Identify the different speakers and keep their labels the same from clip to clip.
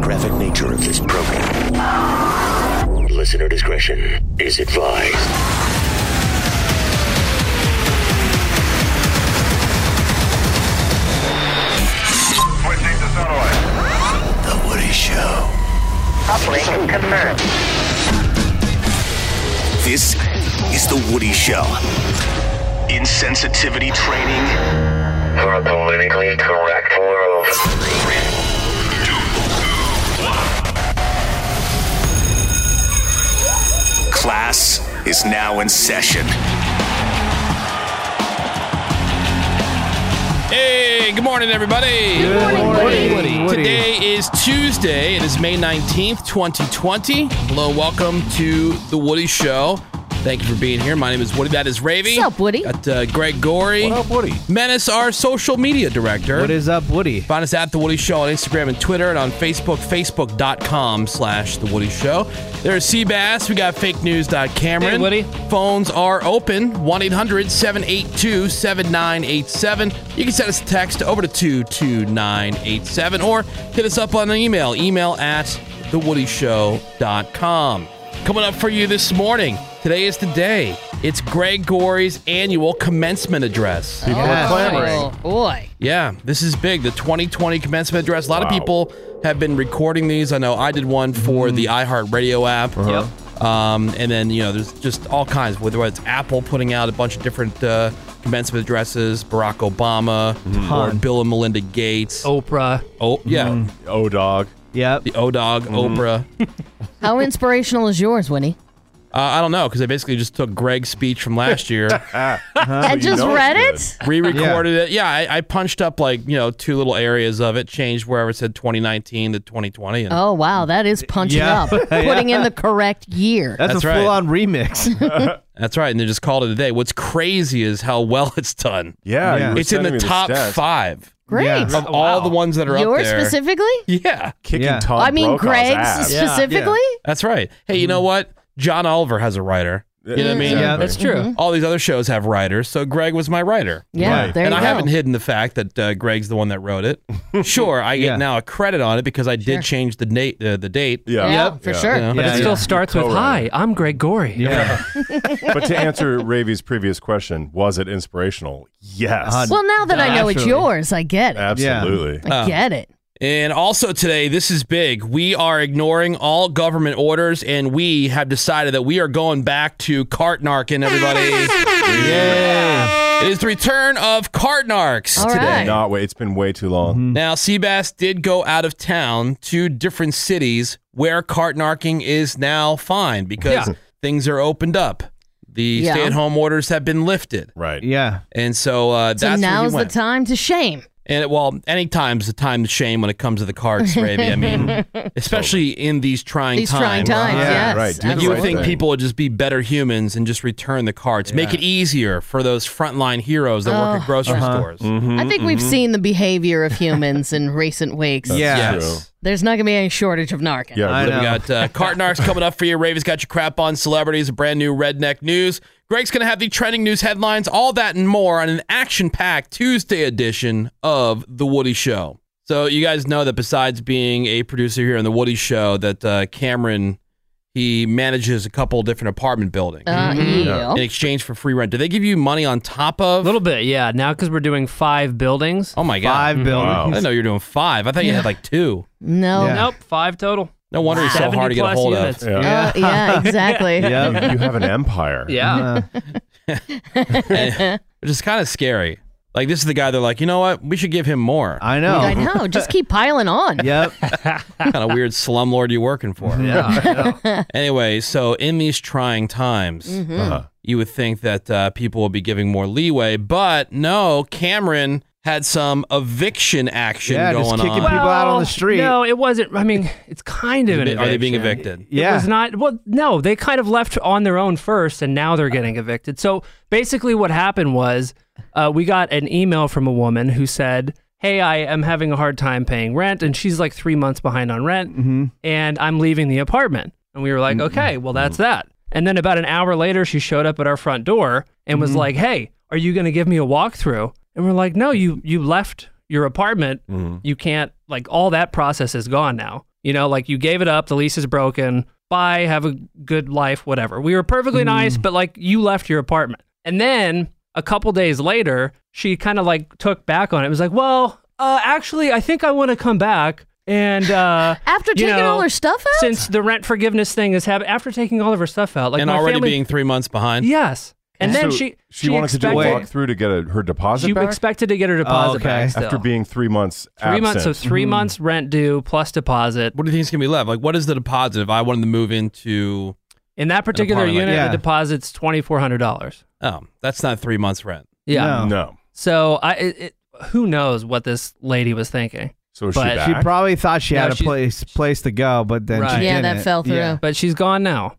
Speaker 1: graphic nature of this program. Listener discretion is advised.
Speaker 2: Switching to satellite.
Speaker 1: The Woody Show.
Speaker 3: Coupling confirmed.
Speaker 1: This is The Woody Show. Insensitivity training
Speaker 2: For a politically correct world.
Speaker 1: class is now in session.
Speaker 4: Hey, good morning, everybody. Good morning, Today is Tuesday. It is May 19th, 2020. Hello, welcome to The Woody Show. Thank you for being here. My name is Woody. That is Ravy.
Speaker 5: What's up, Woody?
Speaker 4: Got uh, Greg Gorey.
Speaker 6: What up, Woody?
Speaker 4: Menace, our social media director.
Speaker 6: What is up, Woody?
Speaker 4: Find us at The Woody Show on Instagram and Twitter and on Facebook, facebook.com slash The Woody Show. There's Seabass. We got fake news.cameron.
Speaker 6: Hey, Woody.
Speaker 4: Phones are open 1 800 782 7987. You can send us a text over to 22987 or hit us up on an email, email at TheWoodyShow.com. Coming up for you this morning, today is the day. It's Greg Gorey's annual commencement address.
Speaker 6: People
Speaker 5: Yes.
Speaker 6: are clamoring.
Speaker 5: Oh, boy.
Speaker 4: Yeah, this is big. The 2020 commencement address. A lot of people have been recording these. I know I did one for the iHeartRadio app. Yep. Um, and then you know, there's just all kinds. Whether it's Apple putting out a bunch of different uh, commencement addresses, Barack Obama, or
Speaker 6: Ton.
Speaker 4: Bill and Melinda Gates.
Speaker 7: Oprah.
Speaker 4: Mm-hmm. oh yeah,
Speaker 8: O dog.
Speaker 6: Yep.
Speaker 4: the O Dog, Oprah. Uh,
Speaker 5: How inspirational is yours, Winnie?
Speaker 4: I don't know because I basically just took Greg's speech from last year.
Speaker 5: and
Speaker 8: you
Speaker 5: just
Speaker 8: know
Speaker 5: read
Speaker 8: it's
Speaker 5: it?
Speaker 4: re-recorded it. Yeah, I, I punched up like you know two little areas of it, changed wherever it said 2019 to 2020, and
Speaker 5: Oh, wow. That is punching
Speaker 6: Yeah.
Speaker 5: up.
Speaker 6: Yeah.
Speaker 5: Putting in the correct year.
Speaker 6: That's,
Speaker 4: That's
Speaker 6: a
Speaker 4: right.
Speaker 6: full-on remix.
Speaker 4: that's right. And they just called it a day. What's crazy is how well it's done.
Speaker 8: Yeah,
Speaker 6: Yeah.
Speaker 8: you were
Speaker 4: it's in
Speaker 8: sending
Speaker 4: the
Speaker 8: me the
Speaker 4: top
Speaker 8: stats.
Speaker 4: five
Speaker 5: Great.
Speaker 6: Yeah.
Speaker 4: of all the ones that are up
Speaker 5: Yours
Speaker 4: there.
Speaker 5: specifically?
Speaker 4: yeah,
Speaker 8: Kicking
Speaker 6: Yeah.
Speaker 8: Tom
Speaker 5: I mean,
Speaker 8: Brodaw's
Speaker 5: Greg's
Speaker 8: ass.
Speaker 7: Yeah.
Speaker 5: specifically?
Speaker 4: that's right. Hey, you know
Speaker 8: Mm-hmm.
Speaker 4: what? John Oliver has a writer. You know what I mean?
Speaker 6: Yeah,
Speaker 7: That's true.
Speaker 4: All these other shows have writers, so Greg was my writer.
Speaker 5: Yeah,
Speaker 6: Right.
Speaker 5: there
Speaker 4: and
Speaker 5: you
Speaker 4: I
Speaker 5: go.
Speaker 4: haven't hidden the fact that uh, Greg's the one that wrote it. Sure, I
Speaker 6: Yeah.
Speaker 4: get now a credit on it because I did
Speaker 5: Sure.
Speaker 4: change the date. Uh, the date.
Speaker 8: Yeah.
Speaker 5: Yeah, for
Speaker 8: Yeah.
Speaker 5: sure.
Speaker 4: You know?
Speaker 7: But
Speaker 6: Yeah,
Speaker 7: it
Speaker 6: yeah.
Speaker 7: still starts with
Speaker 8: Co-writer.
Speaker 7: Hi, I'm Greg Gorey.
Speaker 6: yeah.
Speaker 8: but to answer Ravi's previous question, was it inspirational? Yes.
Speaker 6: Uh,
Speaker 5: Well, now that I know it's
Speaker 6: Naturally.
Speaker 5: yours, I get it.
Speaker 8: Absolutely.
Speaker 5: I get it.
Speaker 4: And also today, this is big. We are ignoring all government orders, and we have decided that we are going back to Cartnarkin, everybody. yeah. It is the return of Cartnarks
Speaker 5: All
Speaker 4: today.
Speaker 5: right.
Speaker 8: Not wait. It's been way too long.
Speaker 4: Now, Seabass did go out of town to different cities where cartnarking is now fine because
Speaker 7: Yeah.
Speaker 4: things are opened up. The
Speaker 5: Yeah.
Speaker 4: stay-at-home orders have been lifted,
Speaker 8: Right.
Speaker 6: yeah.
Speaker 4: and so uh,
Speaker 5: So
Speaker 4: that's where
Speaker 5: now's
Speaker 4: he
Speaker 5: the
Speaker 4: went.
Speaker 5: time to shame.
Speaker 4: And it, well, any time's the time to shame when it comes to the carts, Ravi. I mean, especially in these trying
Speaker 5: These
Speaker 4: times.
Speaker 5: trying times,
Speaker 6: Yeah,
Speaker 5: yes.
Speaker 8: right. Do
Speaker 4: You would
Speaker 8: the
Speaker 5: absolutely.
Speaker 8: right
Speaker 4: think
Speaker 8: thing.
Speaker 4: people would just be better humans and just return the carts, make it easier for those frontline heroes that work at grocery stores.
Speaker 5: I think we've seen the behavior of humans in recent weeks.
Speaker 6: Yeah.
Speaker 4: Yes.
Speaker 5: There's not going to be any shortage of Narcan.
Speaker 8: Yeah.
Speaker 6: I
Speaker 8: really-
Speaker 4: We
Speaker 6: know.
Speaker 4: got uh, Cartnarks coming up for you. Raven's got your crap on celebrities, a brand new redneck news. Greg's going to have the trending news headlines, all that and more on an action packed Tuesday edition of The Woody Show. So, you guys know that besides being a producer here on The Woody Show, that uh, Cameron, he manages a couple different apartment buildings
Speaker 5: Uh, yeah.
Speaker 4: in exchange for free rent. Do they give you money on top of?
Speaker 7: A Oh. little bit, yeah. Now, because we're doing five buildings.
Speaker 4: oh, my God.
Speaker 6: Five
Speaker 4: I
Speaker 6: buildings.
Speaker 4: didn't know you were doing five. I thought you had like two.
Speaker 5: No.
Speaker 6: Yeah.
Speaker 7: Nope, five total.
Speaker 4: No wonder it's so
Speaker 7: 70
Speaker 4: hard to get a
Speaker 7: plus
Speaker 4: hold
Speaker 7: units.
Speaker 4: of.
Speaker 8: Yeah.
Speaker 5: Uh, yeah, exactly.
Speaker 6: Yep.
Speaker 8: You- You have an empire.
Speaker 7: Yeah.
Speaker 6: Uh,
Speaker 4: Which is kind of scary. Like, this is the guy they're like, you know what? We should give him more.
Speaker 6: I
Speaker 5: I
Speaker 6: know.
Speaker 5: know. Just keep piling on.
Speaker 6: Yep.
Speaker 4: kind of weird slumlord you working for.
Speaker 7: Yeah.
Speaker 4: Anyway, so in these trying times,
Speaker 8: Uh-huh.
Speaker 4: you would think that uh, people will be giving more leeway, but no, Cameron had some eviction action
Speaker 6: Yeah, just
Speaker 4: going
Speaker 6: kicking
Speaker 4: on.
Speaker 6: People out on the street.
Speaker 7: No, it wasn't. I mean, it's kind of an
Speaker 4: Are they being
Speaker 7: eviction.
Speaker 4: evicted?
Speaker 7: It
Speaker 6: Yeah.
Speaker 7: was not. Well, no, they kind of left on their own first, and now they're getting evicted. So basically, what happened was uh, we got an email from a woman who said, "Hey, I am having a hard time paying rent, and she's like three months behind on rent, and I'm leaving the apartment." And we were like, "Okay, well, that's that." And then about an hour later, she showed up at our front door and was like, "Hey, are you going to give me a walkthrough?" And we're like, "No, you you left." Your apartment, you can't like all that process is gone now. You know, like you gave it up, the lease is broken. Bye, have a good life, whatever. We were perfectly nice, but like you left your apartment. And then a couple days later, she kind of like took back on it. It was like, well, uh, actually, I think I want to come back. And uh,
Speaker 5: After
Speaker 7: you
Speaker 5: taking
Speaker 7: know,
Speaker 5: all her stuff out?
Speaker 7: since the rent forgiveness thing is happening, after taking all of her stuff out, like
Speaker 4: and
Speaker 7: my
Speaker 4: already
Speaker 7: family-
Speaker 4: being three months behind.
Speaker 7: yes. And then
Speaker 8: So
Speaker 7: she
Speaker 8: she, wanted to do a
Speaker 7: expected-
Speaker 8: walkthrough to get a, her deposit
Speaker 7: She
Speaker 8: back Oh,
Speaker 7: expected to get her deposit
Speaker 6: okay.
Speaker 7: back still.
Speaker 8: after being three months
Speaker 7: three
Speaker 8: absent.
Speaker 7: months, so 3 months rent due plus deposit.
Speaker 4: What do you think is gonna be left? Like, what is the deposit if I wanted to move into?
Speaker 7: In that particular
Speaker 4: apartment,
Speaker 7: unit,
Speaker 6: yeah.
Speaker 7: the deposit's twenty four hundred dollars.
Speaker 4: Oh, that's not three months rent.
Speaker 7: Yeah.
Speaker 6: No.
Speaker 8: no.
Speaker 7: So I, it, it, who knows what this lady was thinking?
Speaker 8: So is
Speaker 7: But-
Speaker 8: she
Speaker 7: She
Speaker 8: back?
Speaker 6: She probably thought she
Speaker 7: No,
Speaker 6: had a
Speaker 7: she's-
Speaker 6: place place to go, but then
Speaker 7: Right.
Speaker 6: she
Speaker 5: Yeah, that
Speaker 6: didn't.
Speaker 5: fell through.
Speaker 6: Yeah.
Speaker 7: But she's gone now.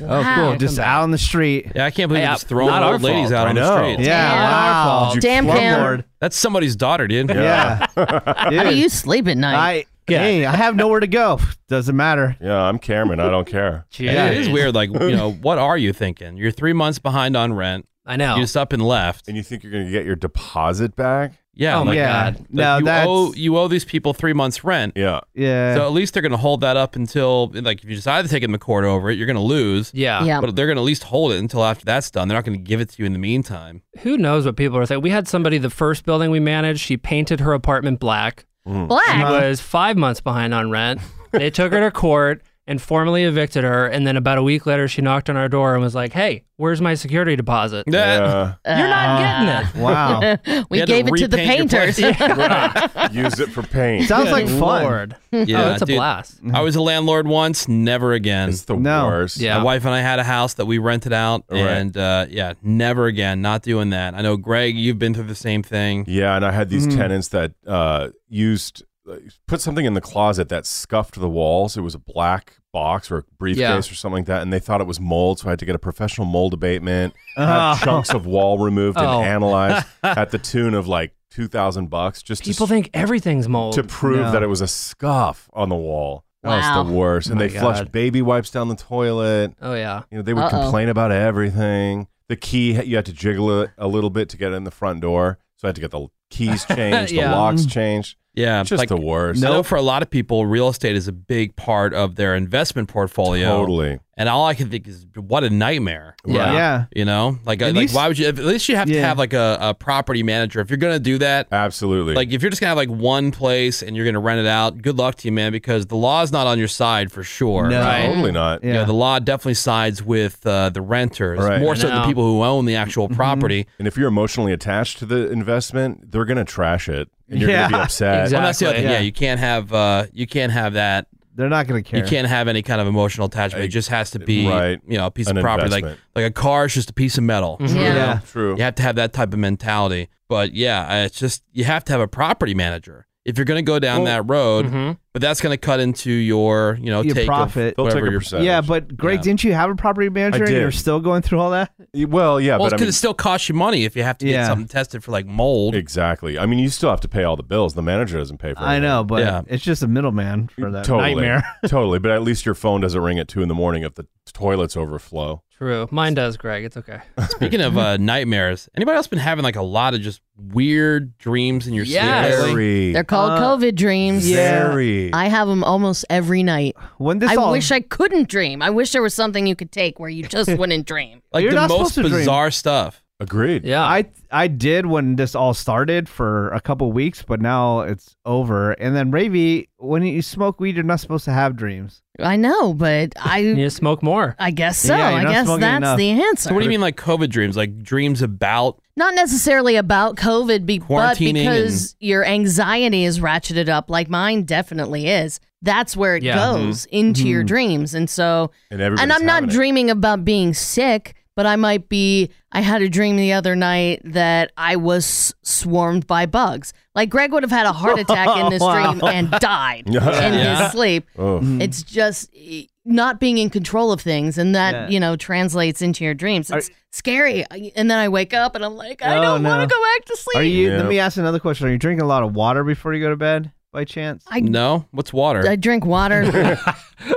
Speaker 6: Oh,
Speaker 5: Wow.
Speaker 6: cool! Just
Speaker 7: Come back.
Speaker 6: out on the street.
Speaker 4: Yeah, I can't believe
Speaker 7: Hey,
Speaker 4: you're
Speaker 7: uh,
Speaker 4: just throwing
Speaker 7: not our
Speaker 4: old ladies
Speaker 7: fault.
Speaker 4: out
Speaker 8: I
Speaker 4: on the
Speaker 8: know.
Speaker 4: street.
Speaker 6: Yeah,
Speaker 5: Damn.
Speaker 6: wow.
Speaker 7: Our
Speaker 8: You
Speaker 5: Damn
Speaker 8: slumlord.
Speaker 5: Cam.
Speaker 4: That's somebody's daughter, dude.
Speaker 6: Yeah. Dude,
Speaker 5: How do you sleep at night?
Speaker 6: I
Speaker 7: Yeah.
Speaker 6: hey, I have nowhere to go. Doesn't matter.
Speaker 8: Yeah, I'm Cameron. I don't care.
Speaker 4: Yeah, it is weird. Like, you know, what are you thinking? You're three months behind on rent.
Speaker 7: I know.
Speaker 4: You just up and left.
Speaker 8: And you think you're going to get your deposit back?
Speaker 4: Yeah,
Speaker 7: Oh my
Speaker 4: like, uh,
Speaker 6: yeah.
Speaker 7: God.
Speaker 6: No,
Speaker 4: like, you
Speaker 6: that's
Speaker 4: owe you owe these people three months rent.
Speaker 8: Yeah.
Speaker 6: yeah.
Speaker 4: So at least they're gonna hold that up until like if you decide to take them to court over it, you're gonna lose.
Speaker 7: yeah.
Speaker 5: yeah.
Speaker 4: But they're gonna at least hold it until after that's done. They're not gonna give it to you in the meantime.
Speaker 7: Who knows what people are thinking? We had somebody the first building we managed. She painted her apartment black. She
Speaker 5: Black.
Speaker 4: Uh-huh.
Speaker 7: was five months behind on rent. They took her to court and formally evicted her. And then about a week later, she knocked on our door and was like, "Hey, where's my security deposit?
Speaker 8: Yeah.
Speaker 7: You're not getting it."
Speaker 6: wow.
Speaker 5: Uh, We
Speaker 4: You had
Speaker 5: gave it to the
Speaker 4: repaint your place.
Speaker 5: painters.
Speaker 8: Use it for paint.
Speaker 6: Sounds like
Speaker 7: Good
Speaker 6: fun.
Speaker 7: Lord.
Speaker 4: Yeah,
Speaker 7: oh, that's a
Speaker 4: dude.
Speaker 7: blast.
Speaker 4: I was a landlord once, never again.
Speaker 8: It's the
Speaker 6: No.
Speaker 8: worst.
Speaker 7: Yeah.
Speaker 4: My wife and I had a house that we rented out,
Speaker 8: Right.
Speaker 4: and uh, yeah, never again. Not doing that. I know, Greg, you've been through the same thing.
Speaker 8: Yeah, and I had these
Speaker 7: Mm-hmm.
Speaker 8: tenants that uh, used like, put something in the closet that scuffed the walls. It was a black box or a briefcase
Speaker 7: Yeah.
Speaker 8: or something like that, and they thought it was mold, so I had to get a professional mold abatement, have
Speaker 6: Oh.
Speaker 8: chunks of wall removed
Speaker 7: Ah. Oh.
Speaker 8: and analyzed at the tune of like two thousand bucks just
Speaker 7: People
Speaker 8: to,
Speaker 7: think everything's mold.
Speaker 8: to prove
Speaker 6: No.
Speaker 8: that it was a scuff on the wall. That
Speaker 5: Wow.
Speaker 8: was the worst. And
Speaker 7: Oh my
Speaker 8: they flushed
Speaker 7: God.
Speaker 8: baby wipes down the toilet.
Speaker 7: oh yeah.
Speaker 8: You know, they would
Speaker 5: Uh-oh.
Speaker 8: complain about everything. The key, you had to jiggle it a little bit to get in the front door. So I had to get the keys changed,
Speaker 7: Yeah.
Speaker 8: the locks changed.
Speaker 4: Yeah,
Speaker 8: Just
Speaker 4: like,
Speaker 8: the worst.
Speaker 4: I know for a lot of people, real estate is a big part of their investment portfolio.
Speaker 8: Totally.
Speaker 4: And all I can think is, what a nightmare.
Speaker 7: Yeah.
Speaker 6: Yeah.
Speaker 4: You know, like, like
Speaker 6: least-
Speaker 4: why would you? At least you have to
Speaker 6: Yeah.
Speaker 4: have like a, a property manager if you're gonna do that.
Speaker 8: Absolutely.
Speaker 4: Like if you're just gonna have like one place and you're gonna rent it out, good luck to you, man, because the law's not on your side for sure.
Speaker 6: No.
Speaker 4: Right?
Speaker 8: totally not.
Speaker 4: You know,
Speaker 6: Yeah.
Speaker 4: the law definitely sides with uh, the renters
Speaker 8: Right.
Speaker 4: more
Speaker 7: I
Speaker 4: so than the
Speaker 7: know.
Speaker 4: people who own the
Speaker 6: Mm-hmm.
Speaker 4: actual property.
Speaker 8: And if you're emotionally attached to the investment, they're going to trash it and you're going
Speaker 6: Yeah.
Speaker 8: to be upset.
Speaker 7: Exactly.
Speaker 4: Well, that's the other thing. Yeah.
Speaker 6: Yeah.
Speaker 4: you can't have uh, you can't have that.
Speaker 6: They're not gonna care.
Speaker 4: You can't have any kind of emotional attachment. It just has to be
Speaker 8: Right.
Speaker 4: you know a piece
Speaker 8: An
Speaker 4: of property
Speaker 8: investment.
Speaker 4: like like a car is just a piece of metal.
Speaker 5: Yeah.
Speaker 6: Yeah.
Speaker 8: True.
Speaker 4: You have to have that type of mentality. But yeah, I- it's just you have to have a property manager if you're going to go down that road. But that's going to cut into your you know
Speaker 6: Mm-hmm. Your
Speaker 4: take of
Speaker 6: profit.
Speaker 8: They'll
Speaker 4: whatever
Speaker 8: take a
Speaker 4: your-
Speaker 8: percentage.
Speaker 6: Yeah, but Greg,
Speaker 4: Yeah.
Speaker 6: didn't you have a property manager and
Speaker 8: did.
Speaker 6: you're still going through all that?
Speaker 8: Well, yeah,
Speaker 4: Well,
Speaker 8: but I
Speaker 4: because
Speaker 8: mean,
Speaker 4: it still costs you money if you have to get
Speaker 6: Yeah.
Speaker 4: something tested for like mold.
Speaker 8: exactly. I mean, you still have to pay all the bills. The manager doesn't pay for it.
Speaker 6: I know, but
Speaker 4: Yeah.
Speaker 6: it's just a middleman for that
Speaker 8: Totally.
Speaker 6: nightmare.
Speaker 8: totally. But at least your phone doesn't ring at two in the morning if the toilets overflow.
Speaker 7: True. Mine does, Greg. It's okay.
Speaker 4: Speaking of uh, nightmares, anybody else been having like a lot of just weird dreams in your
Speaker 7: Yes.
Speaker 4: sleep? lately?
Speaker 8: Very,
Speaker 5: They're called
Speaker 6: Uh,
Speaker 5: COVID dreams.
Speaker 8: very.
Speaker 5: I have them almost every night.
Speaker 6: When this
Speaker 5: I
Speaker 6: all
Speaker 5: wish I couldn't dream. I wish there was something you could take where you just wouldn't dream.
Speaker 4: Like
Speaker 6: You're
Speaker 4: the
Speaker 6: not
Speaker 4: most
Speaker 6: supposed to dream.
Speaker 4: bizarre stuff.
Speaker 8: Agreed.
Speaker 7: Yeah.
Speaker 6: I I did when this all started for a couple weeks, but now it's over. And then Ravy, when you smoke weed, you're not supposed to have dreams.
Speaker 5: I know, but
Speaker 7: you need
Speaker 5: I
Speaker 7: to smoke more.
Speaker 5: I guess so.
Speaker 6: Yeah, you're
Speaker 5: I
Speaker 6: not
Speaker 5: guess
Speaker 6: smoking
Speaker 5: that's
Speaker 6: enough.
Speaker 5: the answer.
Speaker 4: So what do you mean like COVID dreams? Like dreams about
Speaker 5: Not necessarily about COVID, be, but
Speaker 4: Quarantining
Speaker 5: because your anxiety is ratcheted up, like mine definitely is. That's where it
Speaker 7: Yeah.
Speaker 5: goes into your dreams, and so
Speaker 8: And everybody's
Speaker 5: and I'm not
Speaker 8: having it.
Speaker 5: dreaming about being sick, but I might be. I had a dream the other night that I was swarmed by bugs. Like Greg would have had a heart attack in this dream and died in
Speaker 4: Yeah.
Speaker 5: his sleep.
Speaker 8: Oh.
Speaker 6: Mm.
Speaker 5: It's just eh, not being in control of things, and that
Speaker 6: Yeah.
Speaker 5: you know translates into your dreams. It's scary. I- And then I wake up and I'm like, I
Speaker 6: Oh,
Speaker 5: don't
Speaker 6: no.
Speaker 5: want to go back to sleep.
Speaker 6: Are you? Let
Speaker 8: Yeah.
Speaker 6: me ask another question. Are you drinking a lot of water before you go to bed, by chance?
Speaker 5: I
Speaker 4: no? What's water?
Speaker 5: I drink water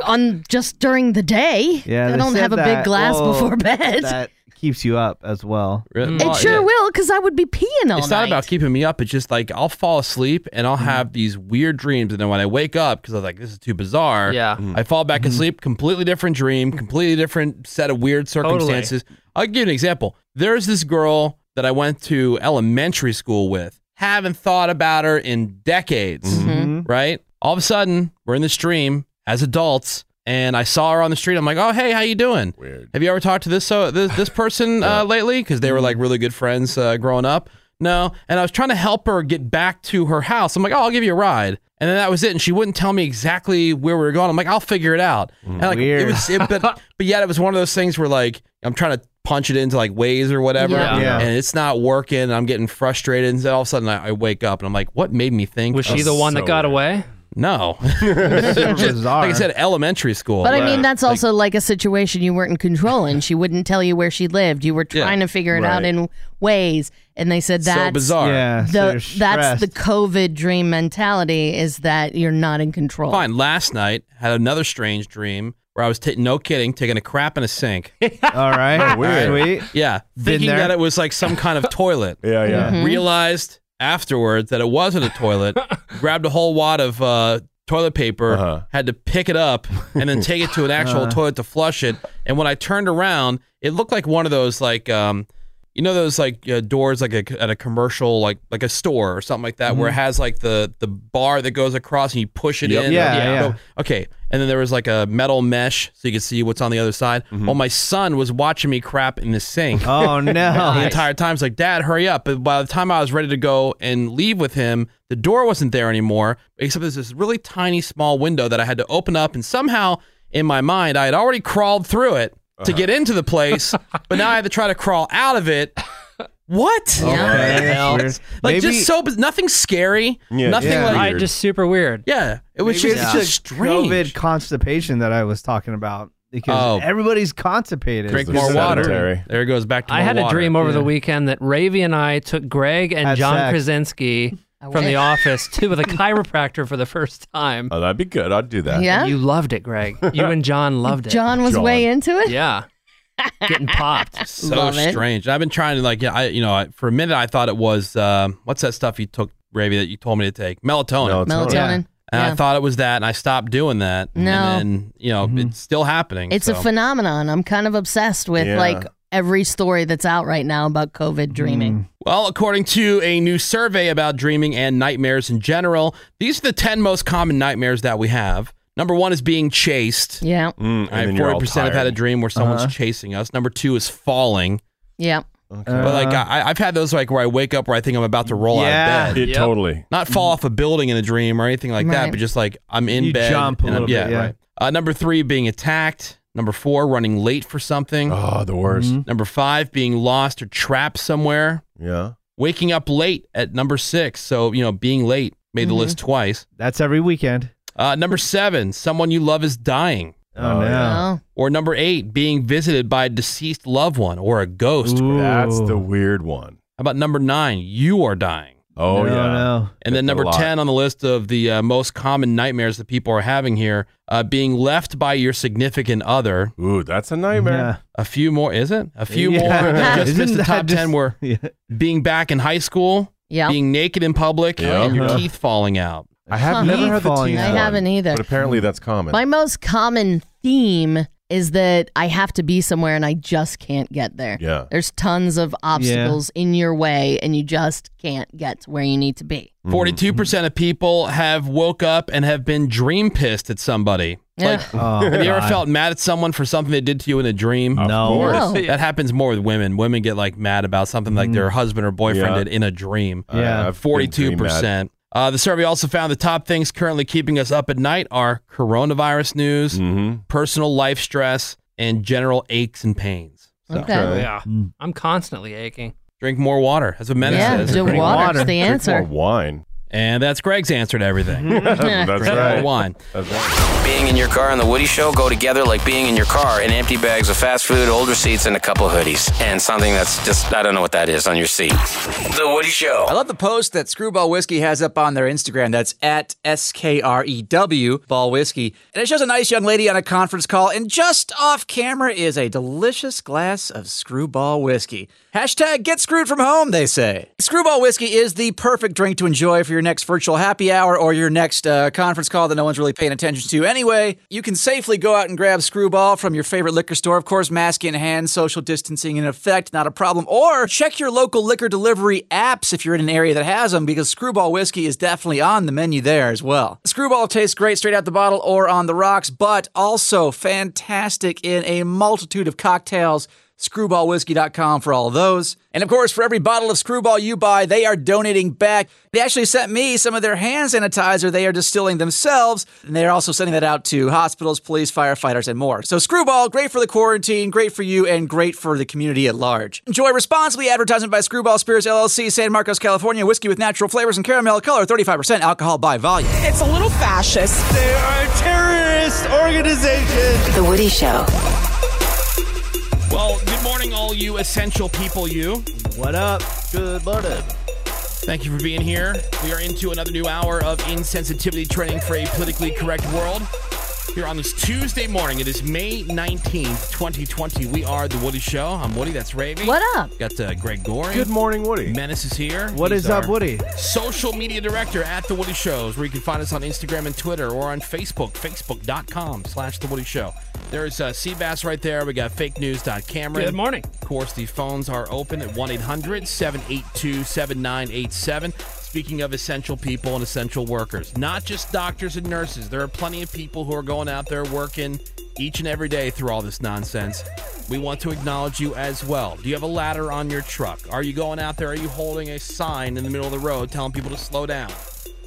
Speaker 5: on just during the day.
Speaker 6: Yeah,
Speaker 5: I
Speaker 6: they
Speaker 5: don't
Speaker 6: said
Speaker 5: have a
Speaker 6: that.
Speaker 5: big glass
Speaker 6: Well,
Speaker 5: before bed.
Speaker 6: that Oh, keeps you up as well.
Speaker 4: Really?
Speaker 5: Mm. It
Speaker 4: Well,
Speaker 5: sure
Speaker 4: yeah.
Speaker 5: will, because I would be peeing all
Speaker 4: It's not
Speaker 5: night.
Speaker 4: about keeping me up. It's just like I'll fall asleep and I'll have these weird dreams, and then when I wake up because I was like, "This is too bizarre,"
Speaker 7: Yeah.
Speaker 4: I fall back asleep. Completely different dream. Completely different set of weird circumstances. I'll give you an example. There's this girl that I went to elementary school with. Haven't thought about her in decades.
Speaker 5: Mm-hmm.
Speaker 6: Mhm.
Speaker 4: Right? All of a sudden, we're in the stream as adults, and I saw her on the street. I'm like, "Oh, hey, how you doing?"
Speaker 8: Weird.
Speaker 4: Have you ever talked to this so this, this person uh, lately? Because they were like really good friends uh, growing up. No, and I was trying to help her get back to her house. I'm like, oh, I'll give you a ride, and then that was it. And she wouldn't tell me exactly where we were going. I'm like, I'll figure it out. And like, It
Speaker 6: Weird.
Speaker 4: was, it, but but yet it was one of those things where like I'm trying to punch it into like Waze or whatever,
Speaker 5: Yeah.
Speaker 6: Yeah.
Speaker 4: and it's not working. And I'm getting frustrated, and then all of a sudden I, I wake up and I'm like, what made me think?
Speaker 7: Was she
Speaker 4: of-
Speaker 7: the one
Speaker 8: so
Speaker 7: that got
Speaker 8: weird.
Speaker 7: away?
Speaker 4: No,
Speaker 6: Super bizarre.
Speaker 4: like I said, elementary school.
Speaker 5: But I mean, that's also like a situation you weren't in control in. She wouldn't tell you where she lived. You were
Speaker 4: Yeah.
Speaker 5: trying to figure it out
Speaker 8: Right.
Speaker 5: in ways, and they said
Speaker 4: so
Speaker 5: that's
Speaker 4: bizarre.
Speaker 6: yeah, so
Speaker 5: The,
Speaker 6: you're
Speaker 5: that's the
Speaker 6: stressed.
Speaker 5: COVID dream mentality is that you're not in control.
Speaker 4: Fine. Last night had another strange dream where I was ta- no kidding taking a crap in a sink.
Speaker 6: all right. Sweet.
Speaker 4: Yeah, thinking
Speaker 6: there.
Speaker 4: that it was like some kind of toilet.
Speaker 8: Yeah, yeah.
Speaker 4: Realized afterwards that it wasn't a toilet. grabbed a whole wad of uh, toilet paper,
Speaker 8: Uh-huh.
Speaker 4: had to pick it up and then take it to an actual
Speaker 6: Uh-huh.
Speaker 4: toilet to flush it. And when I turned around, it looked like one of those like um, you know those like uh, doors like a, at a commercial like like a store or something like that where it
Speaker 6: Mm-hmm.
Speaker 4: has like the the bar that goes across and you push it in.
Speaker 6: Yeah, Yeah. yeah.
Speaker 4: Okay. And then there was like a metal mesh so you could see what's on the other side. Well, my son was watching me crap in the sink
Speaker 6: Oh no.
Speaker 4: the entire time. It's like, Dad, hurry up. But by the time I was ready to go and leave with him, the door wasn't there anymore, except there's this really tiny, small window that I had to open up. And somehow in my mind, I had already crawled through it to get into the place, but now I had to try to crawl out of it. What?
Speaker 6: Okay, weird.
Speaker 4: Like,
Speaker 6: Oh, Maybe-
Speaker 4: just so, nothing scary.
Speaker 8: Yeah,
Speaker 4: nothing
Speaker 6: yeah.
Speaker 4: like,
Speaker 7: Right, just super weird.
Speaker 4: yeah, it was
Speaker 6: Maybe
Speaker 4: just,
Speaker 6: it's
Speaker 4: it's just
Speaker 6: the
Speaker 4: strange.
Speaker 6: COVID constipation that I was talking about because
Speaker 4: Oh.
Speaker 6: everybody's constipated.
Speaker 4: Drink
Speaker 8: It's
Speaker 4: more water.
Speaker 8: sedentary.
Speaker 4: There it goes back to
Speaker 7: I
Speaker 4: more
Speaker 7: had a
Speaker 4: water.
Speaker 7: dream over the
Speaker 6: Yeah.
Speaker 7: weekend that Ravy and I took Greg and
Speaker 6: Had
Speaker 7: John
Speaker 6: sex.
Speaker 7: Krasinski from the office to with a chiropractor for the first time.
Speaker 8: Oh, that'd be good. I'd do that.
Speaker 5: Yeah.
Speaker 7: You loved it, Greg. You and John loved it.
Speaker 5: John was
Speaker 8: John.
Speaker 5: way into it.
Speaker 7: Yeah. Getting popped.
Speaker 4: so
Speaker 5: Love it.
Speaker 4: strange. I've been trying to like, yeah, I, you know, I, for a minute I thought it was um, what's that stuff you took, Ravi, that you told me to take, melatonin,
Speaker 8: No, it's
Speaker 5: Melatonin.
Speaker 8: not-
Speaker 6: Yeah.
Speaker 4: and
Speaker 5: yeah.
Speaker 4: I thought it was that, and I stopped doing that.
Speaker 5: No.
Speaker 4: and then, you
Speaker 8: Mm-hmm.
Speaker 4: know, it's still happening.
Speaker 5: It's a
Speaker 4: so.
Speaker 5: phenomenon. I'm kind of obsessed with
Speaker 8: Yeah.
Speaker 5: like every story that's out right now about COVID dreaming.
Speaker 4: Well, according to a new survey about dreaming and nightmares in general, these are the ten most common nightmares that we have. Number one is being chased.
Speaker 5: Yeah.
Speaker 8: Mm, and then you're all
Speaker 4: Forty percent have had a
Speaker 8: tired. Uh-huh.
Speaker 4: dream where someone's chasing us. Number two is falling.
Speaker 5: Yeah.
Speaker 4: but
Speaker 6: uh,
Speaker 4: like
Speaker 8: Uh-huh.
Speaker 4: I, I've had those like where I wake up where I think I'm about to roll out
Speaker 6: Yeah.
Speaker 4: of bed.
Speaker 8: It
Speaker 7: Yep.
Speaker 8: totally.
Speaker 4: not fall off a building in a dream or anything like that,
Speaker 5: Right.
Speaker 4: but just like I'm in
Speaker 6: You
Speaker 4: bed.
Speaker 6: jump a
Speaker 4: and I'm-
Speaker 6: little bit, yeah.
Speaker 4: right. Uh, number three, being attacked. Number four, running late for something.
Speaker 8: Oh, the worst.
Speaker 4: Number five, being lost or trapped somewhere.
Speaker 8: Yeah.
Speaker 4: Waking up late at number six. So, you know, being late made the list twice.
Speaker 6: That's every weekend.
Speaker 4: Uh, number seven, someone you love is dying.
Speaker 6: Oh,
Speaker 8: Oh,
Speaker 6: no.
Speaker 5: Oh.
Speaker 4: Or number eight, being visited by a deceased loved one or a ghost. How
Speaker 6: Ooh.
Speaker 8: That's the weird one.
Speaker 4: about number nine, you are dying?
Speaker 8: Oh,
Speaker 6: No,
Speaker 8: yeah.
Speaker 6: no.
Speaker 4: And then
Speaker 8: That's a
Speaker 4: number
Speaker 8: lot.
Speaker 4: 10 on the list of the uh, most common nightmares that people are having here uh, being left by your significant other.
Speaker 8: Ooh, that's a nightmare.
Speaker 4: A few more, is it? A few
Speaker 6: Yeah.
Speaker 4: more. that Just
Speaker 6: Isn't
Speaker 4: missed the
Speaker 6: that
Speaker 4: top
Speaker 6: just-
Speaker 4: 10 were
Speaker 6: Yeah.
Speaker 4: being back in high school,
Speaker 5: Yeah.
Speaker 4: being naked in public,
Speaker 8: Yeah.
Speaker 4: and your
Speaker 6: Uh-huh.
Speaker 4: teeth falling out.
Speaker 8: I have
Speaker 5: Huh.
Speaker 8: never had the
Speaker 6: Falling
Speaker 8: teeth.
Speaker 6: out.
Speaker 5: I
Speaker 8: one,
Speaker 5: haven't either.
Speaker 8: But apparently that's common.
Speaker 5: My most common theme is that I have to be somewhere and I just can't get there.
Speaker 8: Yeah.
Speaker 5: There's tons of obstacles in your way and you just can't get to where you need to be.
Speaker 4: 42% of people have woke up and have been dream pissed at somebody. Like,
Speaker 5: Ugh.
Speaker 6: Oh,
Speaker 4: have you ever
Speaker 6: God.
Speaker 4: felt mad at someone for something they did to you in a dream?
Speaker 6: No.
Speaker 5: No.
Speaker 4: That happens more with women. Women get like mad about something
Speaker 6: Mm-hmm.
Speaker 4: like their husband or boyfriend
Speaker 8: Yeah.
Speaker 4: did in a dream.
Speaker 6: Yeah.
Speaker 8: I- I've been
Speaker 4: Uh, Forty-two
Speaker 8: dream mad.
Speaker 4: percent. Uh, the survey also found the top things currently keeping us up at night are coronavirus news,
Speaker 8: Mhm.
Speaker 4: personal life stress, and general aches and pains.
Speaker 5: Okay.
Speaker 8: Okay.
Speaker 7: Yeah. I'm constantly aching.
Speaker 4: Drink more water, as what Menace
Speaker 5: Yeah,
Speaker 4: says.
Speaker 5: drink
Speaker 4: Drink
Speaker 5: water's
Speaker 6: water.
Speaker 5: the
Speaker 6: Drink
Speaker 5: answer.
Speaker 8: More wine.
Speaker 4: And that's Greg's answer to everything.
Speaker 8: That's
Speaker 4: Drink more
Speaker 8: right.
Speaker 4: wine.
Speaker 8: That's right.
Speaker 9: Being in your car and the Woody Show go together like being in your car and empty bags of fast food, old receipts, and a couple hoodies. And something that's just, I don't know what that is on your seat. The Woody Show.
Speaker 10: I love the post that Screwball Whiskey has up on their Instagram. That's at S K R E W Ball Whiskey. And it shows a nice young lady on a conference call, and just off camera is a delicious glass of Screwball Whiskey. Hashtag get screwed from home, they say. Screwball Whiskey is the perfect drink to enjoy for your next virtual happy hour or your next uh, conference call that no one's really paying attention to anyway. You can safely go out and grab Screwball from your favorite liquor store. Of course, mask in hand, social distancing in effect, not a problem. Or check your local liquor delivery apps if you're in an area that has them, because Screwball Whiskey is definitely on the menu there as well. Screwball tastes great straight out the bottle or on the rocks, but also fantastic in a multitude of cocktails. Screwballwhiskey.com for all of those. And of course, for every bottle of Screwball you buy, they are donating back. They actually sent me some of their hand sanitizer they are distilling themselves, and they're also sending that out to hospitals, police, firefighters, and more. So, Screwball, great for the quarantine, great for you, and great for the community at large. Enjoy responsibly advertisement by Screwball Spirits LLC, San Marcos, California. Whiskey with natural flavors and caramel color, 35% alcohol by volume.
Speaker 11: It's a little fascist.
Speaker 6: They are a terrorist organization.
Speaker 12: The Woody Show.
Speaker 4: Well, good morning, all you essential people, you.
Speaker 6: What up? Good morning.
Speaker 4: Thank you for being here. We are into another new hour of insensitivity training for a politically correct world. Here on this Tuesday morning, it is May 19th, 2020. We are The Woody Show. I'm Woody, that's Ravy.
Speaker 5: What up?
Speaker 4: Got uh, Greg Goring.
Speaker 8: Good morning, Woody.
Speaker 4: Menace is here.
Speaker 6: What
Speaker 4: He's
Speaker 6: is up,
Speaker 4: our
Speaker 6: Woody?
Speaker 4: Social media director at The Woody Shows, where you can find us on Instagram and Twitter or on Facebook, facebook.com slash The Woody Show. There's uh, Seabass right there. We got fake news.cameron.
Speaker 7: Good morning.
Speaker 4: Of course, the phones are open at 1 800 782 7987. Speaking of essential people and essential workers, not just doctors and nurses, there are plenty of people who are going out there working each and every day through all this nonsense. We want to acknowledge you as well. Do you have a ladder on your truck? Are you going out there? Are you holding a sign in the middle of the road telling people to slow down?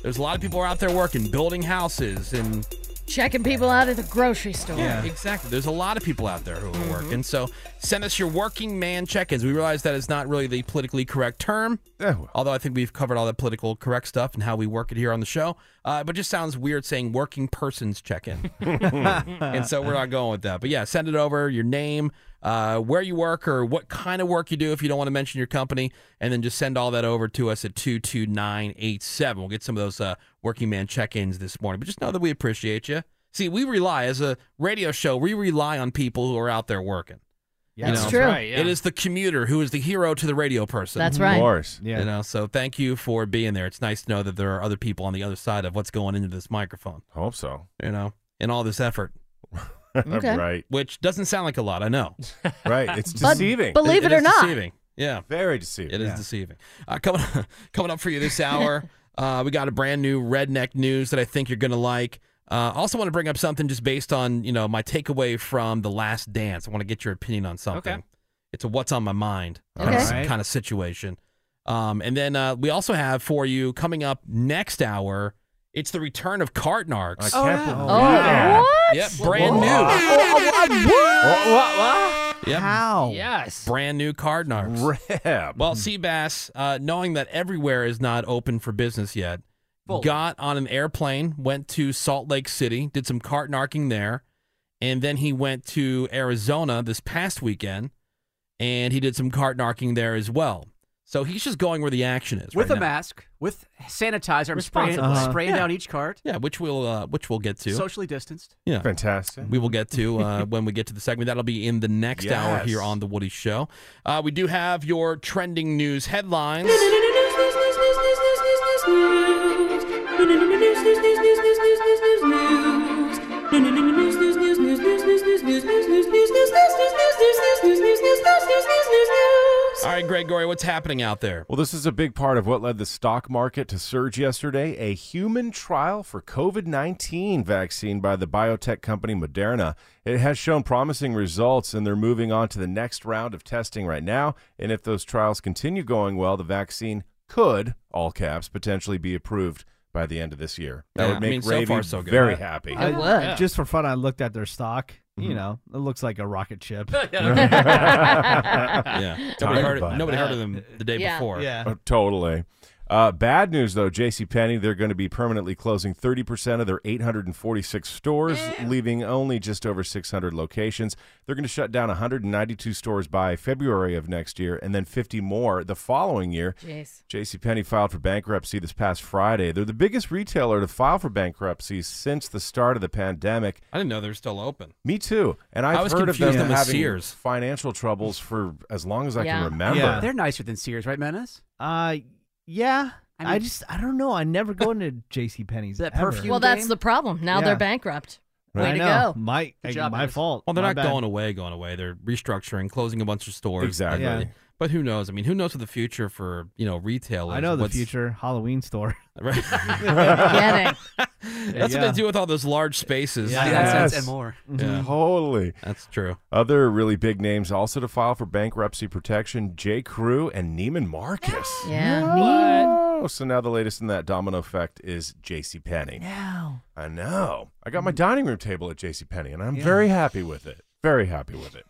Speaker 4: There's a lot of people who are out there working, building houses and
Speaker 5: Checking people out at the grocery store.
Speaker 4: yeah, exactly. There's a lot of people out there who are
Speaker 8: Mm-hmm.
Speaker 4: working. So send us your working man check-ins. We realize that is not really the politically correct term,
Speaker 8: Yeah, well,
Speaker 4: although I think we've covered all the political correct stuff and how we work it here on the show. Uh, but it just sounds weird saying working person's check-in, and so we're not going with that. But yeah, send it over your name, uh, where you work, or what kind of work you do if you don't want to mention your company, and then just send all that over to us at two two nine eight seven. We'll get some of those uh, working man check-ins this morning. But just know that we appreciate you. See, we rely as a radio show. We rely on people who are out there working.
Speaker 6: Yeah,
Speaker 4: That's
Speaker 5: true.
Speaker 7: Right, yeah.
Speaker 4: It is the commuter who is the hero to the radio person.
Speaker 5: That's
Speaker 8: of
Speaker 5: right.
Speaker 8: course.
Speaker 6: Yeah.
Speaker 4: You know, so thank you for being there. It's nice to know that there are other people on the other side of what's going into this microphone,
Speaker 8: I hope so.
Speaker 4: you know, and all this effort,
Speaker 5: Okay.
Speaker 8: right.
Speaker 4: which doesn't sound like a lot, I know.
Speaker 8: Right. It's
Speaker 5: But
Speaker 8: deceiving.
Speaker 5: believe it,
Speaker 4: is
Speaker 5: or not,
Speaker 4: Deceiving. Yeah,
Speaker 8: Very deceiving.
Speaker 4: it is
Speaker 6: Yeah.
Speaker 4: deceiving. Uh, coming, coming up for you this hour, uh, we got a brand new redneck news that I think you're going to like. Uh, also want to bring up something just based on, you know, my takeaway from The Last Dance. I want to get your opinion on something.
Speaker 7: Okay.
Speaker 4: It's a what's on my mind.
Speaker 5: Okay.
Speaker 4: kind, of,
Speaker 6: Alright.
Speaker 4: kind of situation. Um, and then uh, we also have for you coming up next hour. It's the return of
Speaker 8: I
Speaker 4: Cartnarks.
Speaker 8: can't
Speaker 5: Oh,
Speaker 8: believe
Speaker 7: Yeah.
Speaker 5: what?
Speaker 4: Yep, brand new.
Speaker 5: Oh,
Speaker 4: Yep,
Speaker 6: How?
Speaker 7: Yes.
Speaker 4: brand new Cartnarks.
Speaker 8: Reb.
Speaker 4: Well, Seabass, uh, knowing that everywhere is not open for business yet,
Speaker 10: Fully.
Speaker 4: got on an airplane, went to Salt Lake City, did some Cartnarking there, and then he went to Arizona this past weekend, and he did some Cartnarking there as well. So he's just going where the action is
Speaker 10: With
Speaker 4: right
Speaker 10: a
Speaker 4: now.
Speaker 10: mask, with sanitizer, I'm spraying,
Speaker 6: Responsibly.
Speaker 10: spraying
Speaker 4: Uh-huh.
Speaker 10: down each cart,
Speaker 4: Yeah, which we'll uh, which we'll get to.
Speaker 10: socially distanced.
Speaker 4: yeah,
Speaker 8: Fantastic.
Speaker 4: we will get to uh, when we get to the segment. That'll be in the next hour
Speaker 8: Yes.
Speaker 4: here on the Woody Show. Uh, we do have your trending news headlines. All right, Gregory, what's happening out there?
Speaker 8: Well, this is a big part of what led the stock market to surge yesterday. A human trial for COVID 19 vaccine by the biotech company Moderna. It has shown promising results, and they're moving on to the next round of testing right now. And if those trials continue going well, the vaccine could, all caps, potentially be approved by the end of this year. That
Speaker 4: Yeah, I
Speaker 8: would make
Speaker 4: mean, so
Speaker 8: Ravy
Speaker 4: far, so good.
Speaker 8: very
Speaker 4: Yeah.
Speaker 8: happy.
Speaker 5: I would.
Speaker 6: Just for fun, I looked at their stock.
Speaker 4: Mm-hmm.
Speaker 6: You know, it looks like a rocket ship.
Speaker 4: Yeah,
Speaker 8: Talk
Speaker 4: nobody heard,
Speaker 8: about
Speaker 4: nobody
Speaker 8: it.
Speaker 4: heard of them the day
Speaker 5: Yeah.
Speaker 4: before.
Speaker 8: Oh, totally. Uh, bad news though, JCPenney, they're going to be permanently closing 30% of their 846 stores, leaving only just over 600 locations. They're going to shut down 192 stores by February of next year and then 50 more the following year.
Speaker 5: Jeez.
Speaker 8: JCPenney filed for bankruptcy this past Friday. They're the biggest retailer to file for bankruptcy since the start of the pandemic.
Speaker 4: I didn't know they're still open.
Speaker 8: Me too. And I've
Speaker 4: I was
Speaker 8: heard of
Speaker 4: confusing
Speaker 8: them
Speaker 4: them with
Speaker 8: having
Speaker 4: Sears.
Speaker 8: financial troubles for as long as I
Speaker 5: Yeah.
Speaker 8: can remember.
Speaker 6: Yeah.
Speaker 10: They're nicer than Sears, right, Menace?
Speaker 6: Uh, yeah. I,
Speaker 10: I mean-
Speaker 6: just I don't know. I never go into J.C. Penney's.
Speaker 10: That
Speaker 6: ever.
Speaker 10: perfume-
Speaker 5: Well, that's
Speaker 10: game?
Speaker 5: the problem. Now
Speaker 6: Yeah.
Speaker 5: they're bankrupt. Way
Speaker 6: I
Speaker 5: to
Speaker 6: know.
Speaker 5: go.
Speaker 6: My
Speaker 10: Good job,
Speaker 6: my
Speaker 10: Dennis.
Speaker 6: fault.
Speaker 4: Well, they're
Speaker 6: My
Speaker 4: not
Speaker 6: bad.
Speaker 4: going away, going away. They're restructuring, closing a bunch of stores.
Speaker 8: Exactly.
Speaker 6: Yeah.
Speaker 4: But who knows? I mean, who knows what the future for you know retailers?
Speaker 6: I know the
Speaker 4: what's-
Speaker 6: future Halloween store.
Speaker 4: Right?
Speaker 5: Get it.
Speaker 4: That's what
Speaker 6: Yeah.
Speaker 4: they do with all those large spaces.
Speaker 6: Yeah. Mm-hmm.
Speaker 10: 99 cents
Speaker 8: Yes.
Speaker 10: and more.
Speaker 4: Yeah,
Speaker 8: Holy.
Speaker 4: that's true.
Speaker 8: Other really big names also to file for bankruptcy protection J. Crew and Neiman Marcus.
Speaker 5: Yeah.
Speaker 8: Oh, so now the latest in that domino effect is JCPenney.
Speaker 5: No.
Speaker 8: I know. I got my dining room table at JCPenney and I'm very happy with it. Very happy with it.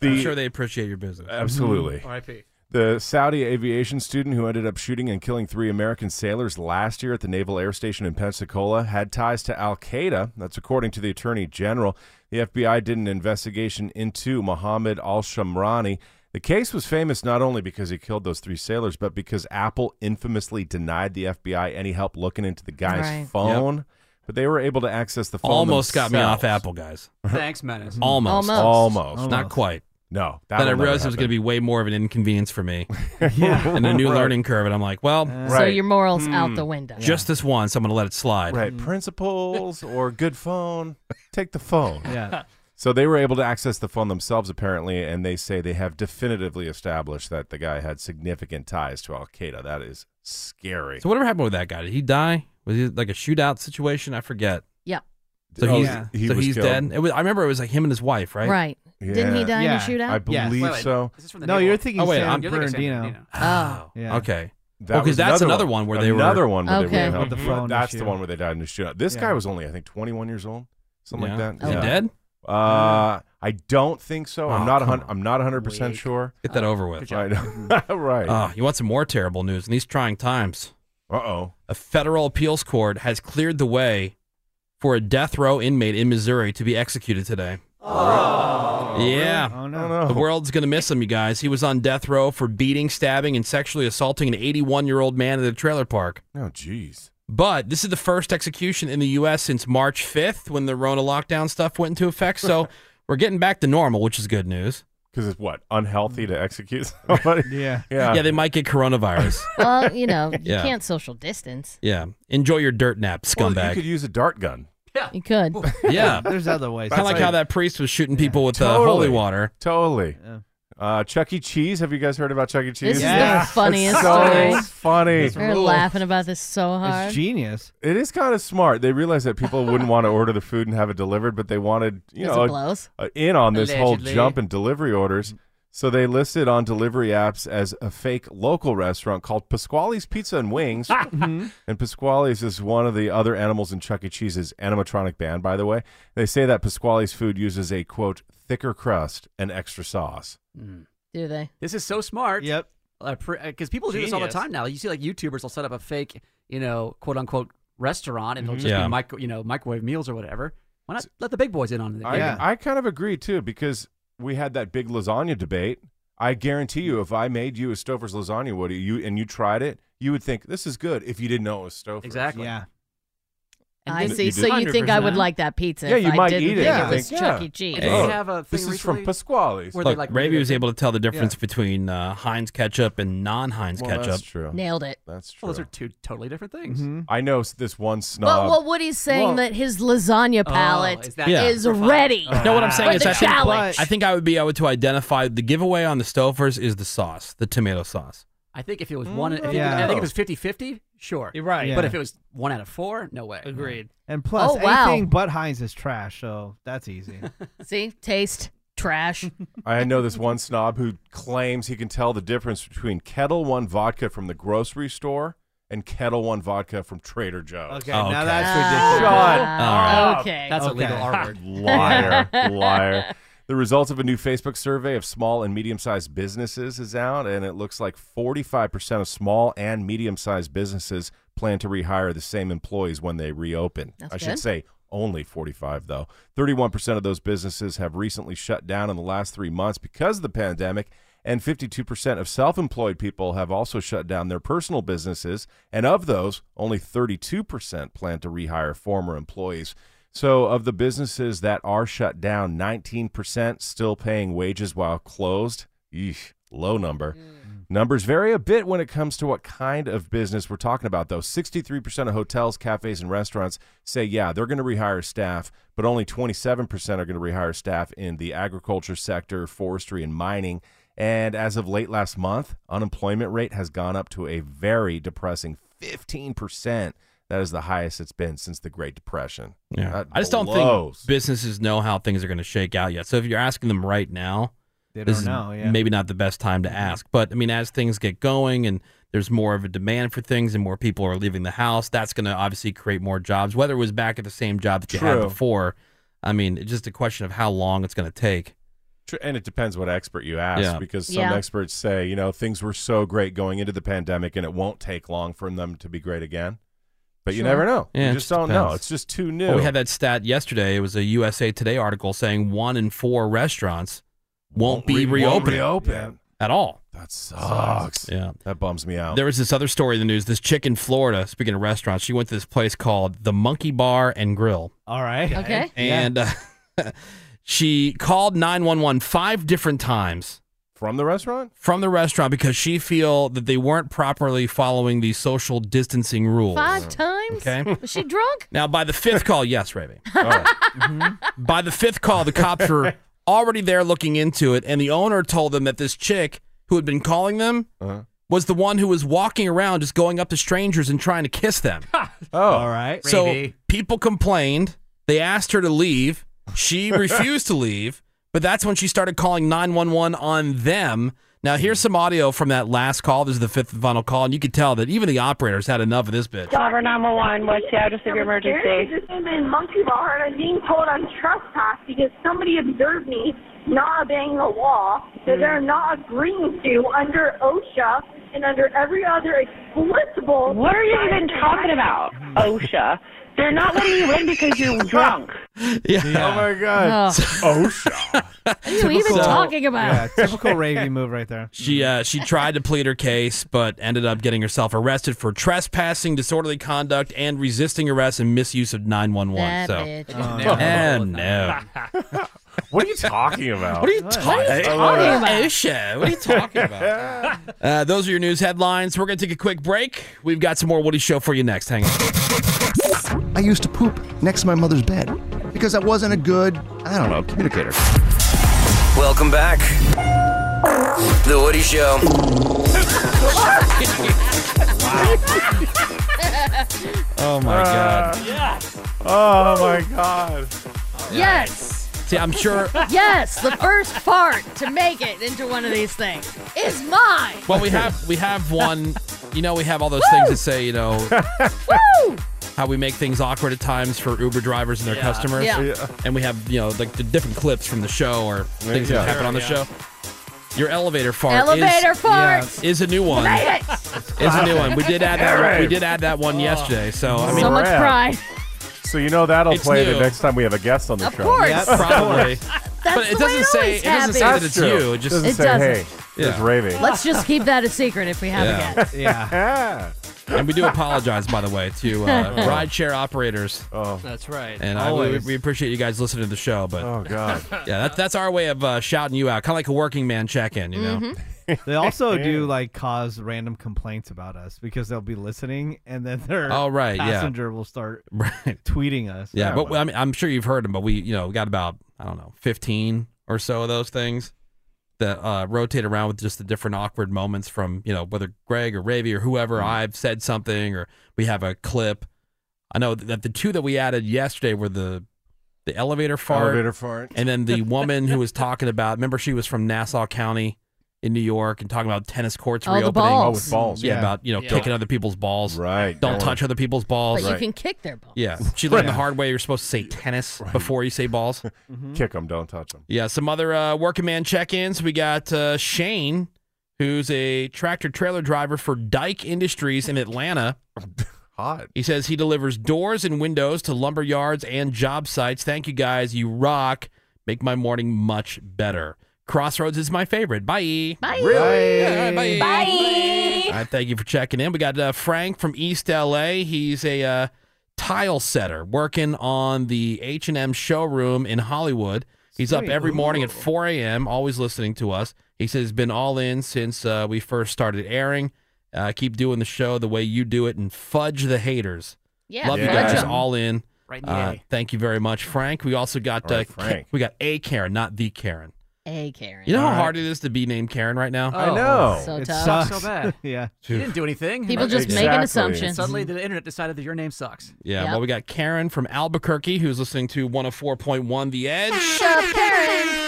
Speaker 8: The-
Speaker 4: I'm sure they appreciate your business.
Speaker 8: Uh, Absolutely.
Speaker 4: Mm-hmm.
Speaker 10: R.I.P.
Speaker 8: The Saudi aviation student who ended up shooting and killing three American sailors last year at the Naval Air Station in Pensacola had ties to Al Qaeda. That's according to the Attorney General. The FBI did an investigation into Mohammed Al Shamrani. The case was famous not only because he killed those three sailors, but because Apple infamously denied the FBI any help looking into the guy's
Speaker 5: Right. Yep.
Speaker 8: phone. But they were able to access the phone.
Speaker 4: Almost got me off
Speaker 8: themselves.
Speaker 4: Apple, guys.
Speaker 10: Thanks, Menace.
Speaker 4: Almost.
Speaker 5: Almost.
Speaker 8: Almost.
Speaker 4: Not quite.
Speaker 8: No. That
Speaker 4: Then I realized it was going to be way more of an inconvenience for me
Speaker 6: Yeah.
Speaker 4: and a new learning curve. And I'm like,
Speaker 6: Uh,
Speaker 4: well,
Speaker 5: So
Speaker 8: Right.
Speaker 5: your morals out the window.
Speaker 4: just this once, I'm going to let it slide.
Speaker 8: Right. Principles or good phone. Take the phone.
Speaker 6: yeah.
Speaker 8: So they were able to access the phone themselves, apparently, and they say they have definitively established that the guy had significant ties to Al Qaeda. That is scary.
Speaker 4: So whatever happened with that guy? Did he die? Was he like a shootout situation? I forget.
Speaker 5: Yep.
Speaker 4: So
Speaker 8: Oh,
Speaker 4: he's
Speaker 6: yeah.
Speaker 8: he
Speaker 4: so
Speaker 8: was
Speaker 4: he's
Speaker 8: killed.
Speaker 4: dead. It was, I remember it was like him and his wife, right?
Speaker 5: Right. Didn't he die
Speaker 6: Yeah.
Speaker 5: in a shootout?
Speaker 8: I
Speaker 6: Yes.
Speaker 8: believe
Speaker 10: Wait, wait.
Speaker 8: so.
Speaker 10: This is from the
Speaker 6: No,
Speaker 10: Naval.
Speaker 6: you're thinking
Speaker 4: Oh, wait,
Speaker 6: San
Speaker 4: I'm-
Speaker 10: You're thinking San
Speaker 6: Bernardino.
Speaker 10: Bernardino.
Speaker 5: Oh.
Speaker 6: Yeah.
Speaker 4: Okay.
Speaker 8: That
Speaker 4: Well, 'cause
Speaker 8: was
Speaker 4: that's another one where they were-
Speaker 8: another one where
Speaker 5: Okay.
Speaker 8: they were
Speaker 6: With the phone
Speaker 8: That's the
Speaker 6: issue.
Speaker 8: one where they died in a shootout. This
Speaker 6: Yeah.
Speaker 8: guy was only, I think, 21 years old, something
Speaker 4: Yeah.
Speaker 8: like that.
Speaker 4: Is
Speaker 8: Yeah.
Speaker 4: he dead?
Speaker 8: Uh, I don't think so. I'm
Speaker 4: Oh,
Speaker 8: not. a
Speaker 4: come
Speaker 8: hun-
Speaker 4: on.
Speaker 8: I'm not 100 percent sure.
Speaker 4: Get that over with.
Speaker 8: Right. Uh, right.
Speaker 4: Oh, you want some more terrible news in these trying times?
Speaker 8: Uh oh.
Speaker 4: A federal appeals court has cleared the way for a death row inmate in Missouri to be executed today. yeah.
Speaker 6: Oh
Speaker 8: I don't
Speaker 6: no.
Speaker 8: know.
Speaker 4: The world's going to miss him, you guys. He was on death row for beating, stabbing, and sexually assaulting an 81 year old man at a trailer park.
Speaker 8: Oh, jeez.
Speaker 4: But this is the first execution in the U.S. since March 5th when the Rona lockdown stuff went into effect. So we're getting back to normal, which is good news.
Speaker 8: Because it's what unhealthy to execute somebody.
Speaker 6: Yeah.
Speaker 8: Yeah.
Speaker 4: yeah, they might get coronavirus.
Speaker 5: Well, you know, you
Speaker 4: Yeah.
Speaker 5: can't social distance.
Speaker 4: yeah. Enjoy your dirt nap,
Speaker 8: Well,
Speaker 4: scumbag.
Speaker 8: you could use a dart gun.
Speaker 5: You could.
Speaker 4: yeah.
Speaker 6: There's other ways.
Speaker 4: Kind of like
Speaker 8: like-
Speaker 4: how that priest was shooting people with the
Speaker 8: Totally.
Speaker 4: holy water.
Speaker 8: Totally.
Speaker 6: Yeah.
Speaker 8: Uh, Chuck E. Cheese. Have you guys heard about Chuck E. Cheese?
Speaker 5: This is
Speaker 6: Yeah.
Speaker 5: the funniest
Speaker 8: so
Speaker 5: story.
Speaker 8: funny.
Speaker 5: We're laughing about this so hard.
Speaker 6: It's genius.
Speaker 8: It is kind of smart. They realized that people wouldn't want to order the food and have it delivered, but they wanted you
Speaker 5: As
Speaker 8: know
Speaker 5: it
Speaker 8: a-
Speaker 5: blows.
Speaker 8: uh, in on this whole
Speaker 10: Allegedly. Mm-hmm.
Speaker 8: jump in delivery orders. So they listed on delivery apps as a fake local restaurant called Pasquale's Pizza and Wings.
Speaker 10: Mm-hmm.
Speaker 8: and Pasquale's is one of the other animals in Chuck E. Cheese's animatronic band, by the way. They say that Pasquale's food uses a, quote, thicker crust and extra sauce.
Speaker 5: Do they?
Speaker 10: This is so smart. Uh,
Speaker 6: Yep.
Speaker 10: Because people do this all the
Speaker 7: Genius.
Speaker 10: time now. You see, like YouTubers will set up a fake, you know, quote unquote restaurant, and it'll just
Speaker 4: Yeah.
Speaker 10: be micro, you know, microwave meals or whatever. Why not let the big boys in on it?
Speaker 8: I,
Speaker 6: Yeah.
Speaker 8: I kind of agree, too, because we had that big lasagna debate. I guarantee you, if I made you a Stouffer's lasagna, Woody, you and you tried it, you would think this is good if you didn't know it was Stouffer's.
Speaker 10: Exactly.
Speaker 6: Yeah.
Speaker 10: And
Speaker 5: I
Speaker 10: then-
Speaker 5: see.
Speaker 8: you
Speaker 5: So you think I would
Speaker 7: 100%.
Speaker 5: like that pizza?
Speaker 8: Yeah,
Speaker 5: if
Speaker 8: you
Speaker 5: I
Speaker 8: might
Speaker 5: didn't
Speaker 8: eat it.
Speaker 5: think
Speaker 8: Yeah.
Speaker 5: It was
Speaker 8: Yeah.
Speaker 5: Chuck E. Cheese.
Speaker 10: Did they
Speaker 8: Oh,
Speaker 10: have a
Speaker 8: This
Speaker 10: thing
Speaker 8: is from
Speaker 10: recently
Speaker 8: Pasquale's.
Speaker 10: where they
Speaker 4: Look,
Speaker 10: like
Speaker 4: Ravi
Speaker 10: made
Speaker 4: was
Speaker 10: a-
Speaker 4: able to tell the difference between uh, Heinz ketchup and non-Heinz
Speaker 8: Well,
Speaker 4: ketchup.
Speaker 8: That's true.
Speaker 5: Nailed it.
Speaker 8: That's true.
Speaker 10: Well, those are two totally different things.
Speaker 6: Mhm.
Speaker 8: I know s- this one
Speaker 5: Well,
Speaker 8: snob.
Speaker 5: well, Woody's saying
Speaker 6: Well-
Speaker 5: that his lasagna
Speaker 10: Oh,
Speaker 5: palate
Speaker 10: is
Speaker 5: is,
Speaker 10: that-
Speaker 4: Yeah.
Speaker 10: refined?
Speaker 5: ready.
Speaker 10: Oh.
Speaker 4: no, what I'm saying
Speaker 5: For
Speaker 4: is,
Speaker 5: the
Speaker 4: I think,
Speaker 5: challenge.
Speaker 4: I think I would be able to identify the giveaway on the Stouffer's is the sauce, the tomato sauce.
Speaker 10: I think if it was one, if it-
Speaker 6: Yeah.
Speaker 10: I think if it was 50 50, sure.
Speaker 7: You're right.
Speaker 6: Yeah.
Speaker 10: But if it was one out of four, no way.
Speaker 7: Agreed.
Speaker 6: And plus,
Speaker 5: Oh, wow.
Speaker 6: anything but Heinz is trash, so that's easy.
Speaker 5: See, taste trash.
Speaker 8: I know this one snob who claims he can tell the difference between Kettle One vodka from the grocery store and Kettle One vodka from Trader Joe's.
Speaker 6: Okay,
Speaker 4: Oh,
Speaker 6: now
Speaker 4: okay.
Speaker 6: that's
Speaker 5: Ah,
Speaker 6: ridiculous.
Speaker 8: Shut
Speaker 5: ah,
Speaker 4: up.
Speaker 5: Okay.
Speaker 10: That's a
Speaker 6: Okay.
Speaker 10: legal R word.
Speaker 8: Liar, liar. The results of a new Facebook survey of small and medium sized businesses is out, and it looks like 45% of small and medium sized businesses plan to rehire the same employees when they reopen.
Speaker 5: That's
Speaker 8: I
Speaker 5: good.
Speaker 8: should say only 45, though. 31% of those businesses have recently shut down in the last three months because of the pandemic. And 52% of self employed people have also shut down their personal businesses. And of those, only 32% plan to rehire former employees. So, of the businesses that are shut down, 19% still paying wages while closed. Yeesh, low number. Numbers vary a bit when it comes to what kind of business we're talking about, though. 63% of hotels, cafes, and restaurants say, yeah, they're going to rehire staff, but only 27% are going to rehire staff in the agriculture sector, forestry, and mining. And as of late last month, unemployment rate has gone up to a very depressing 15%. That is the highest it's been since the Great Depression.
Speaker 4: Yeah.
Speaker 8: That
Speaker 4: I just don't
Speaker 8: blows.
Speaker 4: think businesses know how things are going to shake out yet. So if you're asking them right now,
Speaker 6: They
Speaker 4: this
Speaker 6: don't
Speaker 4: is
Speaker 6: know, yeah.
Speaker 4: maybe not the best time to ask. But I mean, as things get going and there's more of a demand for things and more people are leaving the house, that's going to obviously create more jobs. Whether it was back at the same job that you had
Speaker 8: True.
Speaker 4: before, I mean, it's just a question of how long it's going to take.
Speaker 8: Tr- And it depends what expert you ask,
Speaker 4: Yeah.
Speaker 8: because some
Speaker 5: Yeah.
Speaker 8: experts say, you know, things were so great going into the pandemic, and it won't take long for them to be great again. But you
Speaker 5: Sure.
Speaker 8: never know.
Speaker 4: Yeah, it
Speaker 8: you just
Speaker 4: just
Speaker 8: don't know.
Speaker 4: depends.
Speaker 8: It's just too new.
Speaker 4: Well, we had that stat yesterday. It was a USA Today article saying one in four restaurants won't, be
Speaker 8: re-
Speaker 4: reopened
Speaker 8: reopen.
Speaker 4: at all.
Speaker 8: That sucks.
Speaker 4: Yeah.
Speaker 8: That bums me out.
Speaker 4: There was this other story in the news. This chick in Florida, speaking of restaurants, she went to this place called the Monkey Bar and Grill,
Speaker 6: All right.
Speaker 5: Okay.
Speaker 4: and uh, she called nine one one five different times
Speaker 8: From the restaurant?
Speaker 4: from the restaurant because she feel that they weren't properly following the social distancing rules.
Speaker 5: Five times?
Speaker 4: Okay.
Speaker 5: Was she drunk?
Speaker 4: Now, by the fifth call, yes, Raven.
Speaker 8: Oh,
Speaker 4: By the fifth call, the cops were already there looking into it, and the owner told them that this chick who had been calling them
Speaker 8: Uh-huh.
Speaker 4: was the one who was walking around just going up to strangers and trying to kiss them.
Speaker 6: All
Speaker 8: oh.
Speaker 6: right.
Speaker 4: So
Speaker 10: Maybe.
Speaker 4: people complained. They asked her to leave. She refused to leave, but that's when she started calling 911 on them. Now, here's some audio from that last call. This is the fifth and final call, and you can tell that even the operators had enough of this bitch.
Speaker 11: Robert 911, what's the address of your emergency?
Speaker 12: Just came in monkey bar and I'm being told I'm trespassed because somebody observed me not obeying the law that
Speaker 11: Hmm.
Speaker 12: they're not agreeing to under OSHA and under every other explicable.
Speaker 11: What are you even talking about, OSHA? They're not letting you in because you're drunk.
Speaker 4: Yeah.
Speaker 8: Oh my God.
Speaker 5: Oh,
Speaker 8: Oh, shit.
Speaker 5: what are you even
Speaker 4: Typical-
Speaker 5: talking about?
Speaker 6: Yeah, typical Ravy move right there.
Speaker 4: She uh, she tried to plead her case, but ended up getting herself arrested for trespassing, disorderly conduct, and resisting arrest and misuse of 911.
Speaker 5: That
Speaker 4: So,
Speaker 5: bitch.
Speaker 4: Eh, no.
Speaker 8: What are you talking about?
Speaker 4: What are you talking about? OSHA. What are you talking about? uh, those are your news headlines. We're going to take a quick break. We've got some more Woody Show for you next. Hang on.
Speaker 12: I used to poop next to my mother's bed because I wasn't a good, I don't know, communicator.
Speaker 9: Welcome back. The Woody Show.
Speaker 4: Oh, my God.
Speaker 8: oh, my God.
Speaker 5: Yes.
Speaker 4: See, I'm sure
Speaker 5: Yes. The first part to make it into one of these things is mine.
Speaker 4: Well, we have we have one. You know, we have all those things that say, you know, how we make things awkward at times for Uber drivers and their customers.
Speaker 5: Yeah.
Speaker 4: And we have you know like the different clips from the show or things
Speaker 8: Yeah.
Speaker 4: that happen on the show. Your elevator fart.
Speaker 5: Elevator
Speaker 4: is,
Speaker 5: farts.
Speaker 4: is a new one.
Speaker 5: Made it.
Speaker 4: Is a new one. We did add that. One, we did add that one yesterday. So I mean,
Speaker 5: so much
Speaker 8: crap.
Speaker 5: pride.
Speaker 8: So you know that'll
Speaker 4: It's
Speaker 8: play
Speaker 4: new.
Speaker 8: the next time we have a guest on the
Speaker 5: Of
Speaker 8: show.
Speaker 5: course.
Speaker 4: probably.
Speaker 5: That's
Speaker 4: But
Speaker 5: the
Speaker 4: it
Speaker 5: way
Speaker 4: doesn't say
Speaker 5: always
Speaker 4: it doesn't say that
Speaker 5: happens.
Speaker 4: it's
Speaker 8: True.
Speaker 4: you. It just
Speaker 8: doesn't
Speaker 5: It
Speaker 8: say,
Speaker 5: doesn't.
Speaker 8: hey, there's
Speaker 4: Yeah.
Speaker 8: raving.
Speaker 5: Let's just keep that a secret if we have
Speaker 4: Yeah.
Speaker 5: it yet.
Speaker 6: Yeah.
Speaker 8: Yeah.
Speaker 4: and we do apologize by the way to uh, rideshare operators.
Speaker 8: Oh,
Speaker 7: That's right.
Speaker 4: And uh, I, we, we appreciate you guys listening to the show, but.
Speaker 8: oh God.
Speaker 4: Yeah, that's that's our way of uh, shouting you out, kind of like a working man check-in, you know.
Speaker 6: They also do like cause random complaints about us because they'll be listening and then their
Speaker 4: Oh, right, yeah.
Speaker 6: passenger will start
Speaker 4: Right.
Speaker 6: tweeting us.
Speaker 4: Yeah, but
Speaker 8: well.
Speaker 4: I mean, I'm sure you've heard them, but we, you know, got about I don't know, 15 or so of those things that uh, rotate around with just the different awkward moments from you know whether Greg or Ravi or whoever I've said something or we have a clip. I know that the two that we added yesterday were the the elevator fart
Speaker 8: Elevator fart.
Speaker 4: and then the woman who was talking about. Remember, she was from Nassau County. in New York and talking about tennis courts
Speaker 5: Oh, the
Speaker 4: reopening.
Speaker 5: balls. Oh, with
Speaker 8: balls,
Speaker 4: Yeah,
Speaker 8: yeah.
Speaker 4: about you know
Speaker 8: Yeah.
Speaker 4: kicking other people's balls.
Speaker 8: Right.
Speaker 4: Don't
Speaker 8: Don't
Speaker 4: touch other people's balls.
Speaker 5: But you can kick their balls.
Speaker 4: Yeah, she learned the hard way. You're supposed to say tennis before you say balls.
Speaker 8: Kick them, don't touch them.
Speaker 4: Yeah, some other uh, working man check-ins. We got uh, Shane, who's a tractor trailer driver for Dyke Industries in Atlanta.
Speaker 8: Hot.
Speaker 4: He says he delivers doors and windows to lumber yards and job sites. Thank you guys. You rock. Make my morning much better. Crossroads is my favorite. Bye.
Speaker 5: Bye.
Speaker 4: Really? Yeah, bye.
Speaker 13: Bye.
Speaker 4: All right, thank you for checking in. We got uh, Frank from East LA. He's a uh, tile setter working on the H and M showroom in Hollywood. He's up
Speaker 8: Sweet.
Speaker 4: every morning at 4 a.m. Always listening to us. He says he's been all in since uh, we first started airing. Uh, keep doing the show the way you do it, and fudge the haters.
Speaker 5: Yeah,
Speaker 4: love you
Speaker 5: fudge
Speaker 4: guys
Speaker 5: 'em.
Speaker 4: all in.
Speaker 5: Right in the
Speaker 4: uh,
Speaker 5: eye.
Speaker 4: thank you very much, Frank. We also got
Speaker 8: All
Speaker 4: uh,
Speaker 8: right,
Speaker 4: Ka-
Speaker 8: Frank.
Speaker 4: we got a Karen, not the Karen.
Speaker 5: Hey, Karen.
Speaker 4: You know how
Speaker 5: All right.
Speaker 4: hard it is to be named Karen right now.
Speaker 10: I Oh, know.
Speaker 5: so
Speaker 10: It
Speaker 5: tough.
Speaker 10: sucks so bad.
Speaker 6: yeah.
Speaker 10: You didn't do anything.
Speaker 5: People just
Speaker 4: make an Exactly. assumption.
Speaker 10: Suddenly, the internet decided that your name sucks.
Speaker 4: Yeah, well, we got Karen from Albuquerque who's listening to 104.1 The Edge,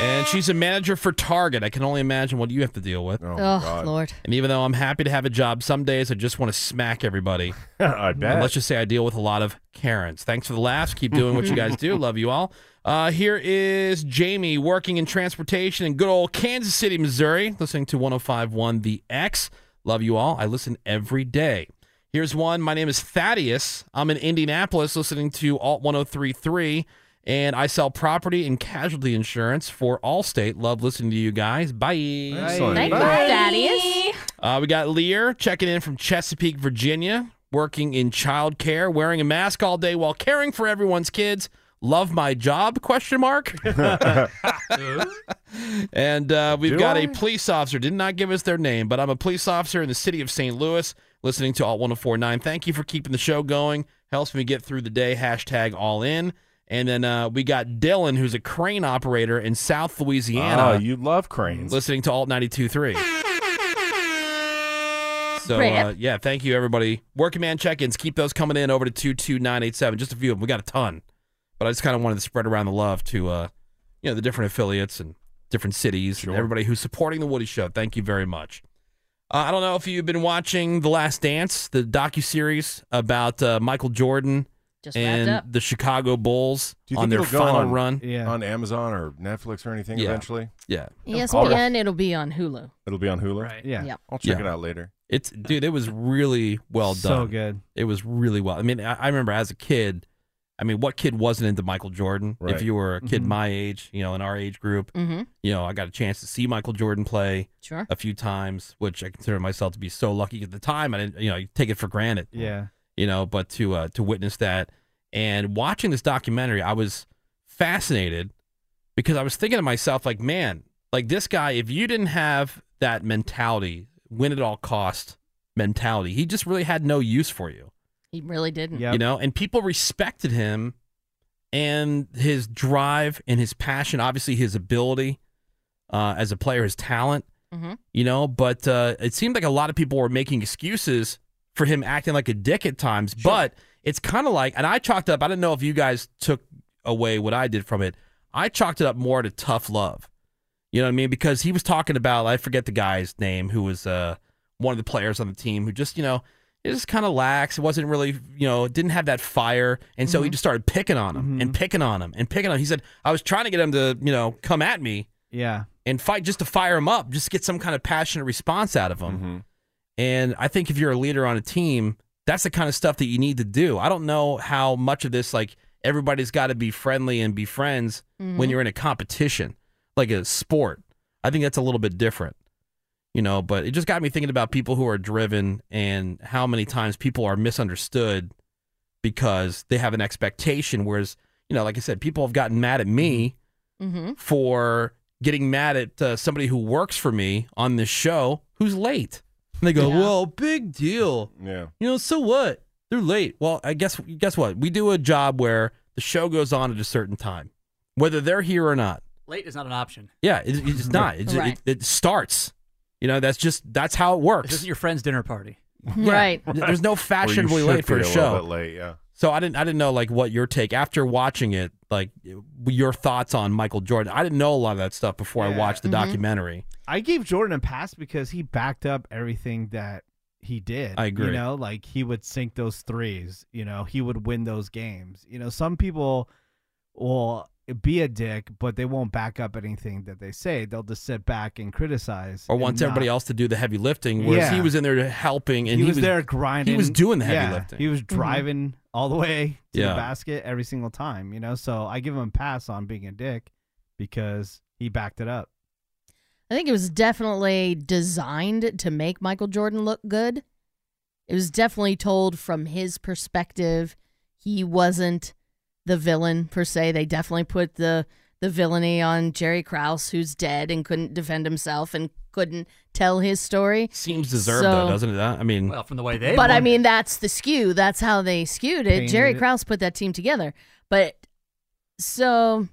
Speaker 4: and she's a manager for Target. I can only imagine what you have to deal with.
Speaker 5: Oh, God. Lord.
Speaker 4: And even though I'm happy to have a job, some days I just want to smack everybody.
Speaker 8: I bet.
Speaker 4: And let's just say I deal with a lot of Karens. Thanks for the laughs. Keep doing what you guys do. Love you all. Uh, here is Jamie working in transportation in good old Kansas City, Missouri, listening to 1051 The X. Love you all. I listen every day. Here's one. My name is Thaddeus. I'm in Indianapolis listening to Alt 1033, and I sell property and casualty insurance for Allstate. Love listening to you guys. Bye.
Speaker 8: Excellent.
Speaker 5: Thank you, Thaddeus.
Speaker 4: Uh, we got Lear checking in from Chesapeake, Virginia, working in childcare, wearing a mask all day while caring for everyone's kids. Love my job? Question mark. and uh, we've
Speaker 8: Do
Speaker 4: got
Speaker 8: I?
Speaker 4: a police officer. Did not give us their name, but I'm a police officer in the city of St. Louis, listening to Alt 1049. Thank you for keeping the show going. Helps me get through the day. Hashtag all in. And then uh, we got Dylan, who's a crane operator in South Louisiana
Speaker 8: Ah, you love cranes.
Speaker 4: listening to Alt 92.3. So, uh,
Speaker 8: Rip.
Speaker 4: yeah, thank you, everybody. Working man check ins, keep those coming in over to 22987. Just a few of them. We got a ton, but I just kind of wanted to spread around the love to, uh, you know, the different affiliates and different cities and everybody who's supporting The Woody Show. Thank you very much. Uh, I don't know if you've been watching The Last Dance, the docu series about uh, Michael Jordan
Speaker 5: Just wrapped
Speaker 4: and
Speaker 5: up.
Speaker 4: the Chicago Bulls
Speaker 8: Do you
Speaker 4: on
Speaker 8: think
Speaker 4: their
Speaker 8: it'll go
Speaker 4: final
Speaker 8: on-
Speaker 4: run.
Speaker 8: on Amazon or Netflix or anything
Speaker 4: Yeah.
Speaker 8: eventually?
Speaker 4: Yeah.
Speaker 5: ESPN, it'll be on Hulu.
Speaker 8: It'll be on Hulu.
Speaker 5: Yeah. Yep.
Speaker 8: I'll check
Speaker 4: Yeah.
Speaker 8: it out later.
Speaker 4: It's dude, it was really well
Speaker 6: So
Speaker 4: done.
Speaker 6: good.
Speaker 4: It was really well. I mean, I, I remember as a kid. I mean, what kid wasn't into Michael Jordan? If
Speaker 8: Right.
Speaker 4: you were a kid
Speaker 6: Mhm.
Speaker 4: my age, you know, in our age group,
Speaker 5: Mhm.
Speaker 4: you know, I got a chance to see Michael Jordan play
Speaker 5: Sure.
Speaker 4: a few times, which I consider myself to be so lucky at the time. I didn't, you know, you take it for granted.
Speaker 6: Yeah.
Speaker 4: You know, but to uh, to witness that and watching this documentary, I was fascinated because I was thinking to myself, like, man, like this guy, if you didn't have that mentality, win at all cost mentality, he just really had no use for you.
Speaker 5: He really didn't.
Speaker 4: You know, and people respected him and his drive and his passion, obviously his ability uh, as a player, his talent,
Speaker 5: Mhm.
Speaker 4: you know, but uh, it seemed like a lot of people were making excuses for him acting like a dick at times. But it's kind of like, and I chalked up, I don't know if you guys took away what I did from it. I chalked it up more to tough love. You know what I mean? Because he was talking about I forget the guy's name who was uh, one of the players on the team who just you know it just kind of lax. It wasn't really you know didn't have that fire, and so he just started picking on him and picking on him and picking on. Him. He said I was trying to get him to you know come at me
Speaker 6: Yeah.
Speaker 4: and fight just to fire him up, just get some kind of passionate response out of him.
Speaker 8: Mm-hmm.
Speaker 4: And I think if you're a leader on a team, that's the kind of stuff that you need to do. I don't know how much of this like everybody's got to be friendly and be friends when
Speaker 5: Mhm.
Speaker 4: you're in a competition, like a sport. I think that's a little bit different. You know, but it just got me thinking about people who are driven and how many times people are misunderstood because they have an expectation whereas, you know, like I said, people have gotten mad at me
Speaker 5: Mm-hmm.
Speaker 4: for getting mad at uh, somebody who works for me on this show who's late. And they go, "Well, big deal."
Speaker 8: Yeah.
Speaker 4: You know, so what? They're late. Well, I guess guess what? We do a job where the show goes on at a certain time, whether they're here or not.
Speaker 10: Late is not an option.
Speaker 4: Yeah, it, it's not. It's,
Speaker 10: Right.
Speaker 4: it, it starts. You know, that's just that's how it works.
Speaker 10: This isn't your friend's dinner party.
Speaker 5: Right.
Speaker 4: There's no
Speaker 10: Or you
Speaker 4: fashionably
Speaker 10: should
Speaker 4: late for
Speaker 10: be a
Speaker 4: a show.
Speaker 10: little bit
Speaker 8: late, yeah.
Speaker 4: So I didn't I didn't know like what your take after watching it like your thoughts on Michael Jordan. I didn't know a lot of that stuff before I
Speaker 6: Yeah.
Speaker 4: watched the
Speaker 10: Mm-hmm.
Speaker 6: Mhm.
Speaker 4: documentary.
Speaker 6: I gave Jordan a pass because he backed up everything that he did.
Speaker 4: I agree.
Speaker 6: You know, like he would sink those threes. You know, he would win those games. You know, some people will be a dick, but they won't back up anything that they say. They'll just sit back and criticize.
Speaker 4: Or
Speaker 6: and
Speaker 4: wants
Speaker 6: not-
Speaker 4: everybody else to do the heavy lifting, whereas
Speaker 6: Yeah.
Speaker 4: he was in there helping and
Speaker 6: he, was, there grinding.
Speaker 4: He was doing the heavy
Speaker 6: Yeah,
Speaker 4: lifting.
Speaker 6: He
Speaker 5: Mm-hmm.
Speaker 6: was driving all the way to
Speaker 4: Yeah.
Speaker 6: the basket every single time. You know, so I give him a pass on being a dick because he backed it up.
Speaker 5: I think it was definitely designed to make Michael Jordan look good. It was definitely told from his perspective. He wasn't the villain per se. They definitely put the the villainy on Jerry Krause, who's dead and couldn't defend himself and couldn't tell his story.
Speaker 4: Seems deserved
Speaker 5: So-
Speaker 4: though, doesn't it? I mean,
Speaker 10: well, from the way they.
Speaker 5: but I mean, that's the skew. That's how they skewed it.
Speaker 4: Painted
Speaker 5: Jerry
Speaker 4: it.
Speaker 5: Krause put that team together. But so,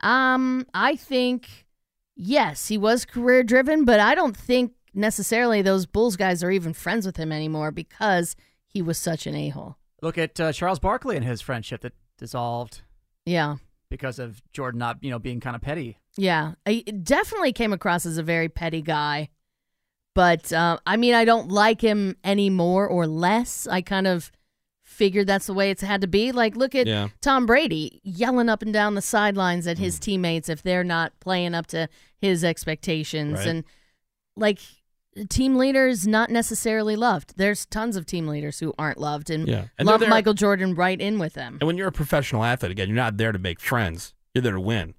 Speaker 5: um, I think yes, he was career driven, but I don't think necessarily those Bulls guys are even friends with him anymore because he was such an a hole.
Speaker 10: Look at uh, Charles Barkley and his friendship that dissolved
Speaker 5: Yeah,
Speaker 10: because of Jordan not, you know, being kind of petty.
Speaker 5: yeah, I it definitely came across as a very petty guy. But uh, I mean, I don't like him anymore or less. I kind of figured that's the way it's had to be. Like, look at
Speaker 13: Yeah.
Speaker 5: Tom Brady yelling up and down the sidelines at
Speaker 4: Hmm.
Speaker 5: his teammates if they're not playing up to his expectations.
Speaker 13: Right.
Speaker 5: And like, team leaders not necessarily loved. There's tons of team leaders who aren't loved and,
Speaker 4: Yeah. And they're
Speaker 5: love
Speaker 4: there-
Speaker 5: Michael Jordan right in with them.
Speaker 4: And when you're a professional athlete, again, you're not there to make friends. You're there to win.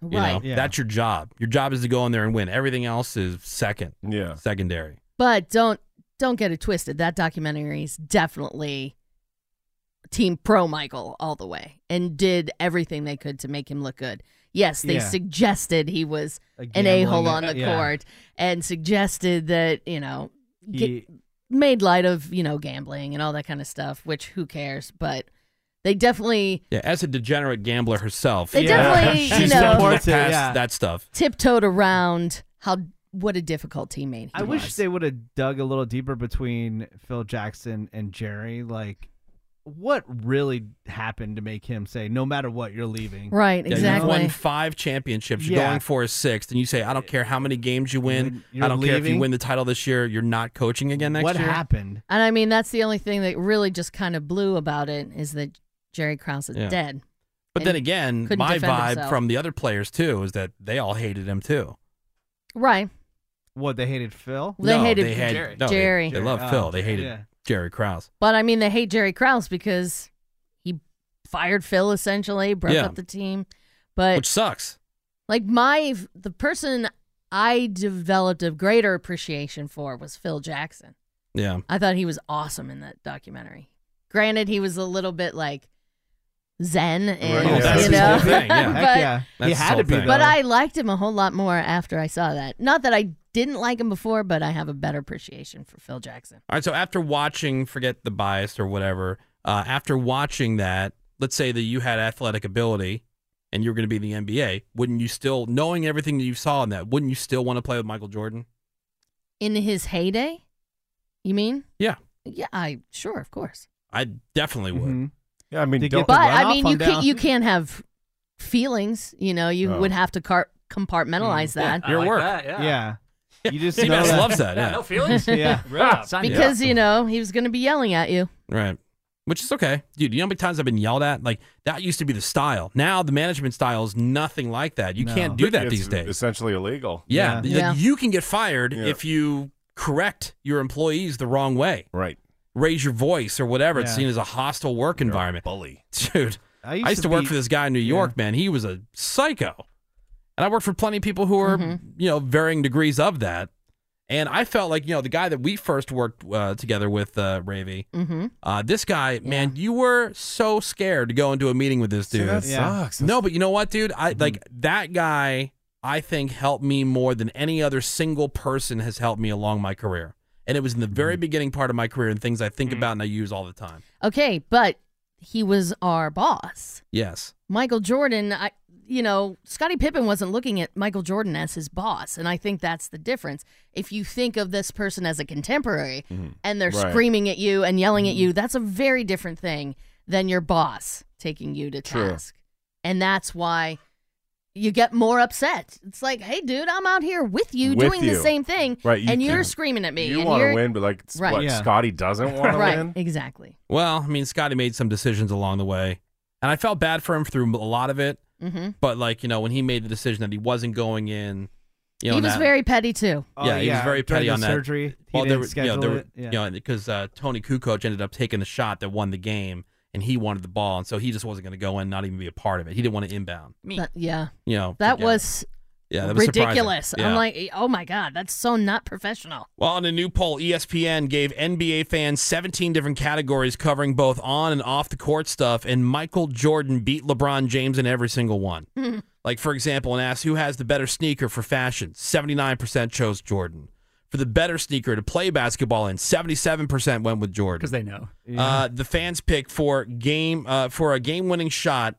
Speaker 4: You know?
Speaker 5: Right. Yeah.
Speaker 4: That's your job. Your job is to go in there and win. Everything else is second.
Speaker 8: Yeah.
Speaker 4: Secondary.
Speaker 5: But don't don't get it twisted. That documentary is definitely team pro Michael all the way and did everything they could to make him look good. Yes, they
Speaker 13: Yeah.
Speaker 5: suggested he was
Speaker 13: A
Speaker 5: an a hole
Speaker 13: gambling-
Speaker 5: on the
Speaker 13: yeah.
Speaker 5: court and suggested that, you know, get-
Speaker 13: He-
Speaker 5: made light of, you know, gambling and all that kind of stuff, which who cares, but they definitely
Speaker 4: Yeah. As a degenerate gambler herself,
Speaker 5: They Yeah. definitely, you
Speaker 4: she's
Speaker 5: know-
Speaker 4: definitely
Speaker 5: Supports it,
Speaker 4: past
Speaker 5: yeah.
Speaker 4: that stuff.
Speaker 5: tiptoed around how what a difficult teammate he
Speaker 6: I
Speaker 5: was.
Speaker 6: wish they would have dug a little deeper between Phil Jackson and Jerry. Like, what really happened to make him say, "No matter what, you're leaving"?
Speaker 5: Right,
Speaker 4: Yeah, You've won five championships. You're
Speaker 6: Yeah.
Speaker 4: going for a sixth, and you say, "I don't care how many games you win.
Speaker 6: You're
Speaker 4: I don't care if you
Speaker 6: leaving?
Speaker 4: win the title this year. You're not coaching again next
Speaker 6: What
Speaker 4: year."
Speaker 6: happened?
Speaker 5: And I mean, that's the only thing that really just kind of blew about it is that Jerry Krause is
Speaker 4: Yeah.
Speaker 5: dead.
Speaker 4: But
Speaker 5: And
Speaker 4: then again,
Speaker 5: couldn't
Speaker 4: my
Speaker 5: defend
Speaker 4: vibe
Speaker 5: himself.
Speaker 4: from the other players too is that they all hated him too.
Speaker 5: right.
Speaker 6: What they hated Phil?
Speaker 5: They
Speaker 4: no,
Speaker 5: hated
Speaker 4: they had,
Speaker 5: Jerry.
Speaker 4: No, they-
Speaker 5: Jerry.
Speaker 4: They, loved
Speaker 6: Oh,
Speaker 4: Phil. They hated
Speaker 6: yeah.
Speaker 4: Jerry Krause.
Speaker 5: But I mean, they hate Jerry Krause because he fired Phil essentially, broke
Speaker 4: Yeah.
Speaker 5: up the team. But
Speaker 4: which sucks.
Speaker 5: like my the person I developed a greater appreciation for was Phil Jackson.
Speaker 4: Yeah.
Speaker 5: I thought he was awesome in that documentary. Granted, he was a little bit like zen and
Speaker 4: Oh, that's
Speaker 5: you
Speaker 4: his
Speaker 5: know,
Speaker 4: whole thing, yeah.
Speaker 5: but,
Speaker 4: Heck yeah. That's He his had whole to be, thing.
Speaker 5: But
Speaker 4: though.
Speaker 5: I liked him a whole lot more after I saw that. Not that I didn't like him before, but I have a better appreciation for Phil Jackson.
Speaker 4: All right. So after watching, forget the bias or whatever. Uh, after watching that, let's say that you had athletic ability and you were going to be in the NBA. Wouldn't you still, knowing everything that you saw in that, wouldn't you still want to play with Michael Jordan?
Speaker 5: In his heyday, you mean?
Speaker 4: Yeah,
Speaker 5: Yeah, I sure, of course.
Speaker 4: I definitely would.
Speaker 6: Mm-hmm.
Speaker 8: Yeah, I mean,
Speaker 5: But I mean, you can't you can't have feelings. You know, you
Speaker 4: Oh.
Speaker 5: would have to car- compartmentalize that.
Speaker 4: your work.
Speaker 6: yeah. You just know
Speaker 4: C-Max
Speaker 6: that-
Speaker 4: loves that. Yeah.
Speaker 6: yeah.
Speaker 5: because you know he was going to be yelling at you.
Speaker 4: Right. Which is okay. Dude, you know how many times I've been yelled at? Like, that used to be the style. Now the management style is nothing like that. You can't do that
Speaker 8: It's
Speaker 4: these days.
Speaker 8: Essentially illegal.
Speaker 4: Yeah. th- You can get fired if you correct your employees the wrong way.
Speaker 8: Right.
Speaker 4: Raise your voice or whatever. It's
Speaker 8: Yeah.
Speaker 4: seen as a hostile work environment.
Speaker 8: bully.
Speaker 4: Dude, I used,
Speaker 8: used
Speaker 4: to,
Speaker 8: to
Speaker 4: work
Speaker 8: be-
Speaker 4: for this guy in New York, man. He was a psycho. And I worked for plenty of people who are, you know, varying degrees of that. And I felt like, you know, the guy that we first worked uh, together with, uh, Ravy,
Speaker 5: Mm-hmm.
Speaker 4: uh, this guy, man, you were so scared to go into a meeting with this
Speaker 8: See,
Speaker 4: dude.
Speaker 8: that Yeah. sucks.
Speaker 4: No, but you know what, dude?
Speaker 5: Mm-hmm.
Speaker 4: I like that guy. I think helped me more than any other single person has helped me along my career. And it was in the very
Speaker 5: Mm-hmm.
Speaker 4: beginning part of my career and things I think about and I use all the time.
Speaker 5: Okay, but he was our boss.
Speaker 4: Yes.
Speaker 5: Michael Jordan, I you know, Scottie Pippen wasn't looking at Michael Jordan as his boss, and I think that's the difference. If you think of this person as a contemporary
Speaker 8: Mm-hmm.
Speaker 5: and they're
Speaker 13: Right.
Speaker 5: screaming at you and yelling at you, that's a very different thing than your boss taking you to task. And that's why you get more upset. It's like, hey, dude, I'm out here with you
Speaker 8: With
Speaker 5: doing
Speaker 8: you.
Speaker 5: the same thing.
Speaker 8: Right, you
Speaker 5: and you're
Speaker 8: can-
Speaker 5: screaming at me.
Speaker 8: You
Speaker 5: and
Speaker 8: want
Speaker 5: you're-
Speaker 8: to win, but like s-
Speaker 5: Right.
Speaker 8: what,
Speaker 5: Yeah.
Speaker 8: Scotty doesn't want to
Speaker 5: Right,
Speaker 8: win.
Speaker 5: exactly.
Speaker 4: Well, I mean, Scotty made some decisions along the way, and I felt bad for him through a lot of it.
Speaker 5: Mhm.
Speaker 4: But like you know, when he made the decision that he wasn't going in, you know,
Speaker 5: he was
Speaker 4: that-
Speaker 5: very petty too.
Speaker 4: Yeah, he was very
Speaker 6: Oh, during
Speaker 4: petty
Speaker 6: the
Speaker 4: on that
Speaker 6: surgery, he
Speaker 4: there were-
Speaker 6: didn't
Speaker 4: you know, there
Speaker 6: schedule
Speaker 4: were-
Speaker 6: it, yeah.
Speaker 4: you know, because uh, Tony Kukoc ended up taking the shot that won the game, and he wanted the ball, and so he just wasn't going to go in, not even be a part of it. He didn't want to inbound.
Speaker 5: That- yeah.
Speaker 4: You know,
Speaker 5: That
Speaker 4: forget it.
Speaker 5: was
Speaker 4: yeah, that was surprising.
Speaker 5: ridiculous.
Speaker 4: Yeah.
Speaker 5: I'm like, oh my God, that's so not professional.
Speaker 4: Well, in a new poll, E ESPN gave NBA fans 17 different categories covering both on and off the court stuff, and Michael Jordan beat LeBron James in every single one.
Speaker 5: Mhm.
Speaker 4: like, for example, and asked who has the better sneaker for fashion, 79% chose Jordan. For the better sneaker to play basketball in, 77% went with Jordan. Because
Speaker 7: they know.
Speaker 4: Uh, the fans pick for game uh, for a game winning shot,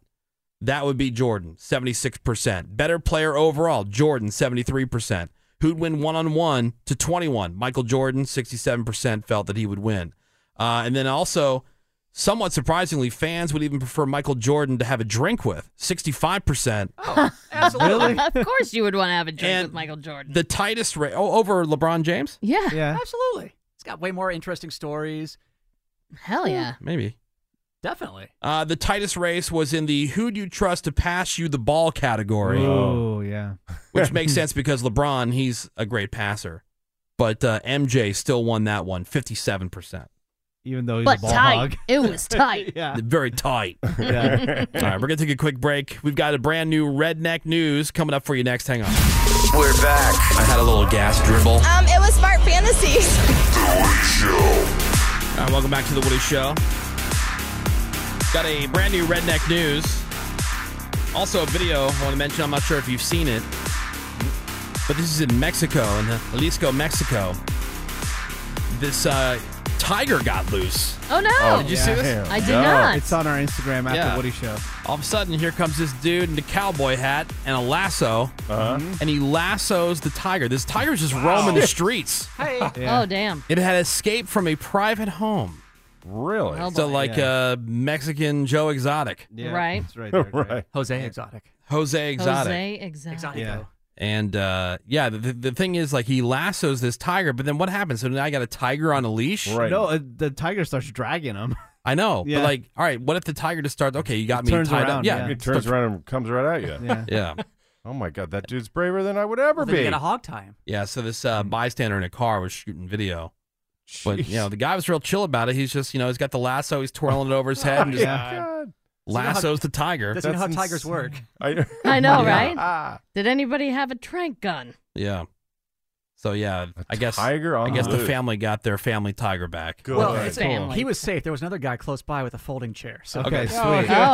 Speaker 4: that would be Jordan, 76%. Better player overall, Jordan, 73%. Who'd win one on one to 21? Michael Jordan, 67% felt that he would win. Uh, and then also, somewhat surprisingly, fans would even prefer Michael Jordan to have a drink with, 65%.
Speaker 5: Absolutely. of course you would want to have a drink
Speaker 4: And
Speaker 5: with Michael Jordan.
Speaker 4: The tightest ra- oh, over LeBron James?
Speaker 5: Yeah.
Speaker 10: Absolutely. It's got way more interesting stories.
Speaker 5: Hell yeah.
Speaker 4: Maybe.
Speaker 10: Definitely.
Speaker 4: Uh, the tightest race was in the who do you trust to pass you the ball category.
Speaker 6: Oh yeah.
Speaker 4: which makes sense because LeBron, he's a great passer. But uh, MJ still won that one, 57%.
Speaker 6: Even though he's
Speaker 5: But
Speaker 6: a ball
Speaker 5: tight.
Speaker 6: hog.
Speaker 5: It was tight.
Speaker 6: yeah.
Speaker 4: Very tight.
Speaker 6: Yeah.
Speaker 4: All right, we're going to take a quick break. We've got a brand new Redneck News coming up for you next. Hang on.
Speaker 9: We're back.
Speaker 4: I had a little gas dribble.
Speaker 13: Um, it was Smart Fantasies.
Speaker 4: All right, welcome back to the Woody Show. Got a brand new redneck news. Also, a video I want to mention. I'm not sure if you've seen it, but this is in Mexico, in Jalisco, Mexico. This uh, tiger got loose.
Speaker 5: Oh no!
Speaker 4: did you see this?
Speaker 5: I did not.
Speaker 6: It's on our Instagram at
Speaker 4: Yeah.
Speaker 6: the Woody Show.
Speaker 4: All of a sudden, here comes this dude in a cowboy hat and a lasso,
Speaker 6: Uh-huh.
Speaker 4: and he lassos the tiger. This tiger's just roaming the streets.
Speaker 5: Hey.
Speaker 4: Yeah.
Speaker 5: Oh damn.
Speaker 4: It had escaped from a private home.
Speaker 8: Really?
Speaker 5: Oh,
Speaker 4: so
Speaker 5: boy.
Speaker 4: like uh, Mexican Joe Exotic.
Speaker 5: Yeah, Right. it's
Speaker 6: right there, it's right.
Speaker 7: Jose Exotic.
Speaker 4: Jose Exotic.
Speaker 5: Jose Exotic.
Speaker 7: Yeah.
Speaker 4: And uh, yeah, the, the, the thing is, like, he lassos this tiger, but then what happens? So now I got a tiger on a leash?
Speaker 6: No, uh, the tiger starts dragging him.
Speaker 4: I know.
Speaker 6: Yeah.
Speaker 4: But, like, all right, what if the tiger just starts, okay, you got me
Speaker 6: turns
Speaker 4: tied
Speaker 6: around,
Speaker 4: up? Yeah.
Speaker 8: It turns around and comes right at you.
Speaker 6: Yeah.
Speaker 4: Yeah.
Speaker 8: Oh my god, that dude's braver than I would ever
Speaker 4: then you
Speaker 8: be.
Speaker 4: gotta
Speaker 7: hog tie him.
Speaker 4: Yeah, so this
Speaker 8: Hmm.
Speaker 4: uh, bystander in a car was shooting video. But,
Speaker 8: Jeez.
Speaker 4: you know, the guy was real chill about it. He's just, you know, he's got the lasso, he's twirling it over his head and just
Speaker 8: God.
Speaker 4: lassos the tiger.
Speaker 8: Does he know how That's tigers insane. work? I, Ah.
Speaker 5: I know,
Speaker 4: Yeah.
Speaker 5: right? Did anybody have a trank gun?
Speaker 4: Yeah. So yeah, I guess
Speaker 8: tiger on
Speaker 4: I guess
Speaker 8: the
Speaker 4: the
Speaker 8: loop.
Speaker 4: family got their family tiger back.
Speaker 8: Good.
Speaker 14: Well,
Speaker 8: Alright,
Speaker 14: it's-
Speaker 5: cool.
Speaker 14: he was safe. There was another guy close by with a folding chair. So
Speaker 8: Okay,
Speaker 4: sweet.
Speaker 5: Oh,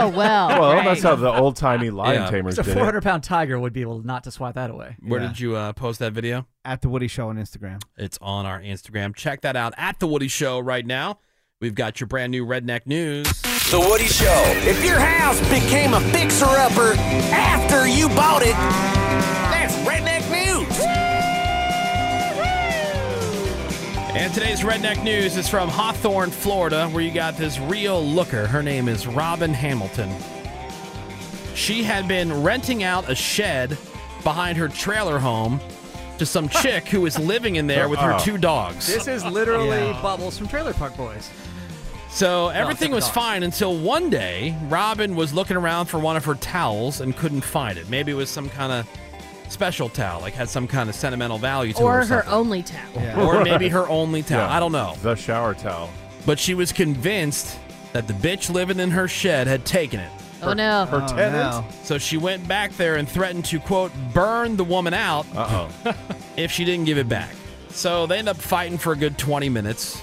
Speaker 5: well,
Speaker 8: Well,
Speaker 5: right.
Speaker 8: that's how the old timey lion
Speaker 4: Yeah.
Speaker 8: tamers
Speaker 14: Just a
Speaker 8: did it.
Speaker 14: 400 pound tiger would be able not to swat that away.
Speaker 4: Where
Speaker 6: Yeah.
Speaker 4: did you uh, post that video?
Speaker 6: At the Woody Show on Instagram.
Speaker 4: It's on our Instagram. Check that out at the Woody Show right now. We've got your brand new redneck news.
Speaker 9: The Woody Show.
Speaker 15: If your house became a fixer upper after you bought it, that's redneck news.
Speaker 4: And today's redneck news is from Hawthorne, Florida, where you got this real looker. Her name is Robin Hamilton. She had been renting out a shed behind her trailer home to some chick who was living in there with her
Speaker 14: Uh-oh.
Speaker 4: two dogs.
Speaker 14: This is literally
Speaker 4: Yeah.
Speaker 14: Bubbles from Trailer Park Boys.
Speaker 4: So everything
Speaker 14: different
Speaker 4: was
Speaker 14: dogs.
Speaker 4: fine until one day Robin was looking around for one of her towels and couldn't find it. Maybe it was some kind of special towel, like had some kind of sentimental value to
Speaker 5: Or
Speaker 4: her.
Speaker 5: her
Speaker 4: something.
Speaker 5: only towel.
Speaker 6: Oh,
Speaker 4: Or maybe her only towel.
Speaker 8: Yeah.
Speaker 4: I don't know.
Speaker 8: The shower towel.
Speaker 4: But she was convinced that the bitch living in her shed had taken it.
Speaker 5: Oh no.
Speaker 8: her tenant? no.
Speaker 4: So she went back there and threatened to, quote, burn the woman out
Speaker 8: Uh oh.
Speaker 4: if she didn't give it back. So they end up fighting for a good 20 minutes.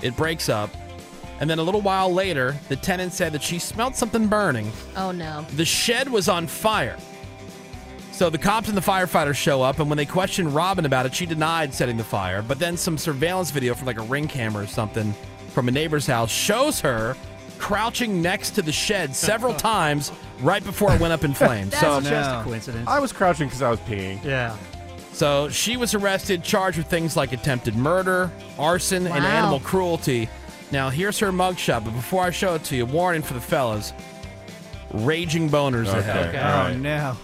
Speaker 4: It breaks up. And then a little while later, the tenant said that she smelled something burning.
Speaker 5: Oh no.
Speaker 4: The shed was on fire. So the cops and the firefighters show up, and when they questioned Robin about it, she denied setting the fire. But then some surveillance video from like a ring camera or something from a neighbor's house shows her crouching next to the shed several times right before it went up in flames.
Speaker 6: Oh,
Speaker 4: so
Speaker 14: coincidence.
Speaker 8: I was crouching because I was peeing.
Speaker 14: Yeah.
Speaker 4: so she was arrested, charged with things like attempted murder, arson, and
Speaker 5: Wow.
Speaker 4: animal cruelty. Now, here's her mugshot, but before I show it to you, warning for the fellas. raging boners
Speaker 8: Okay,
Speaker 4: ahead.
Speaker 8: Okay. all right.
Speaker 6: Oh, no.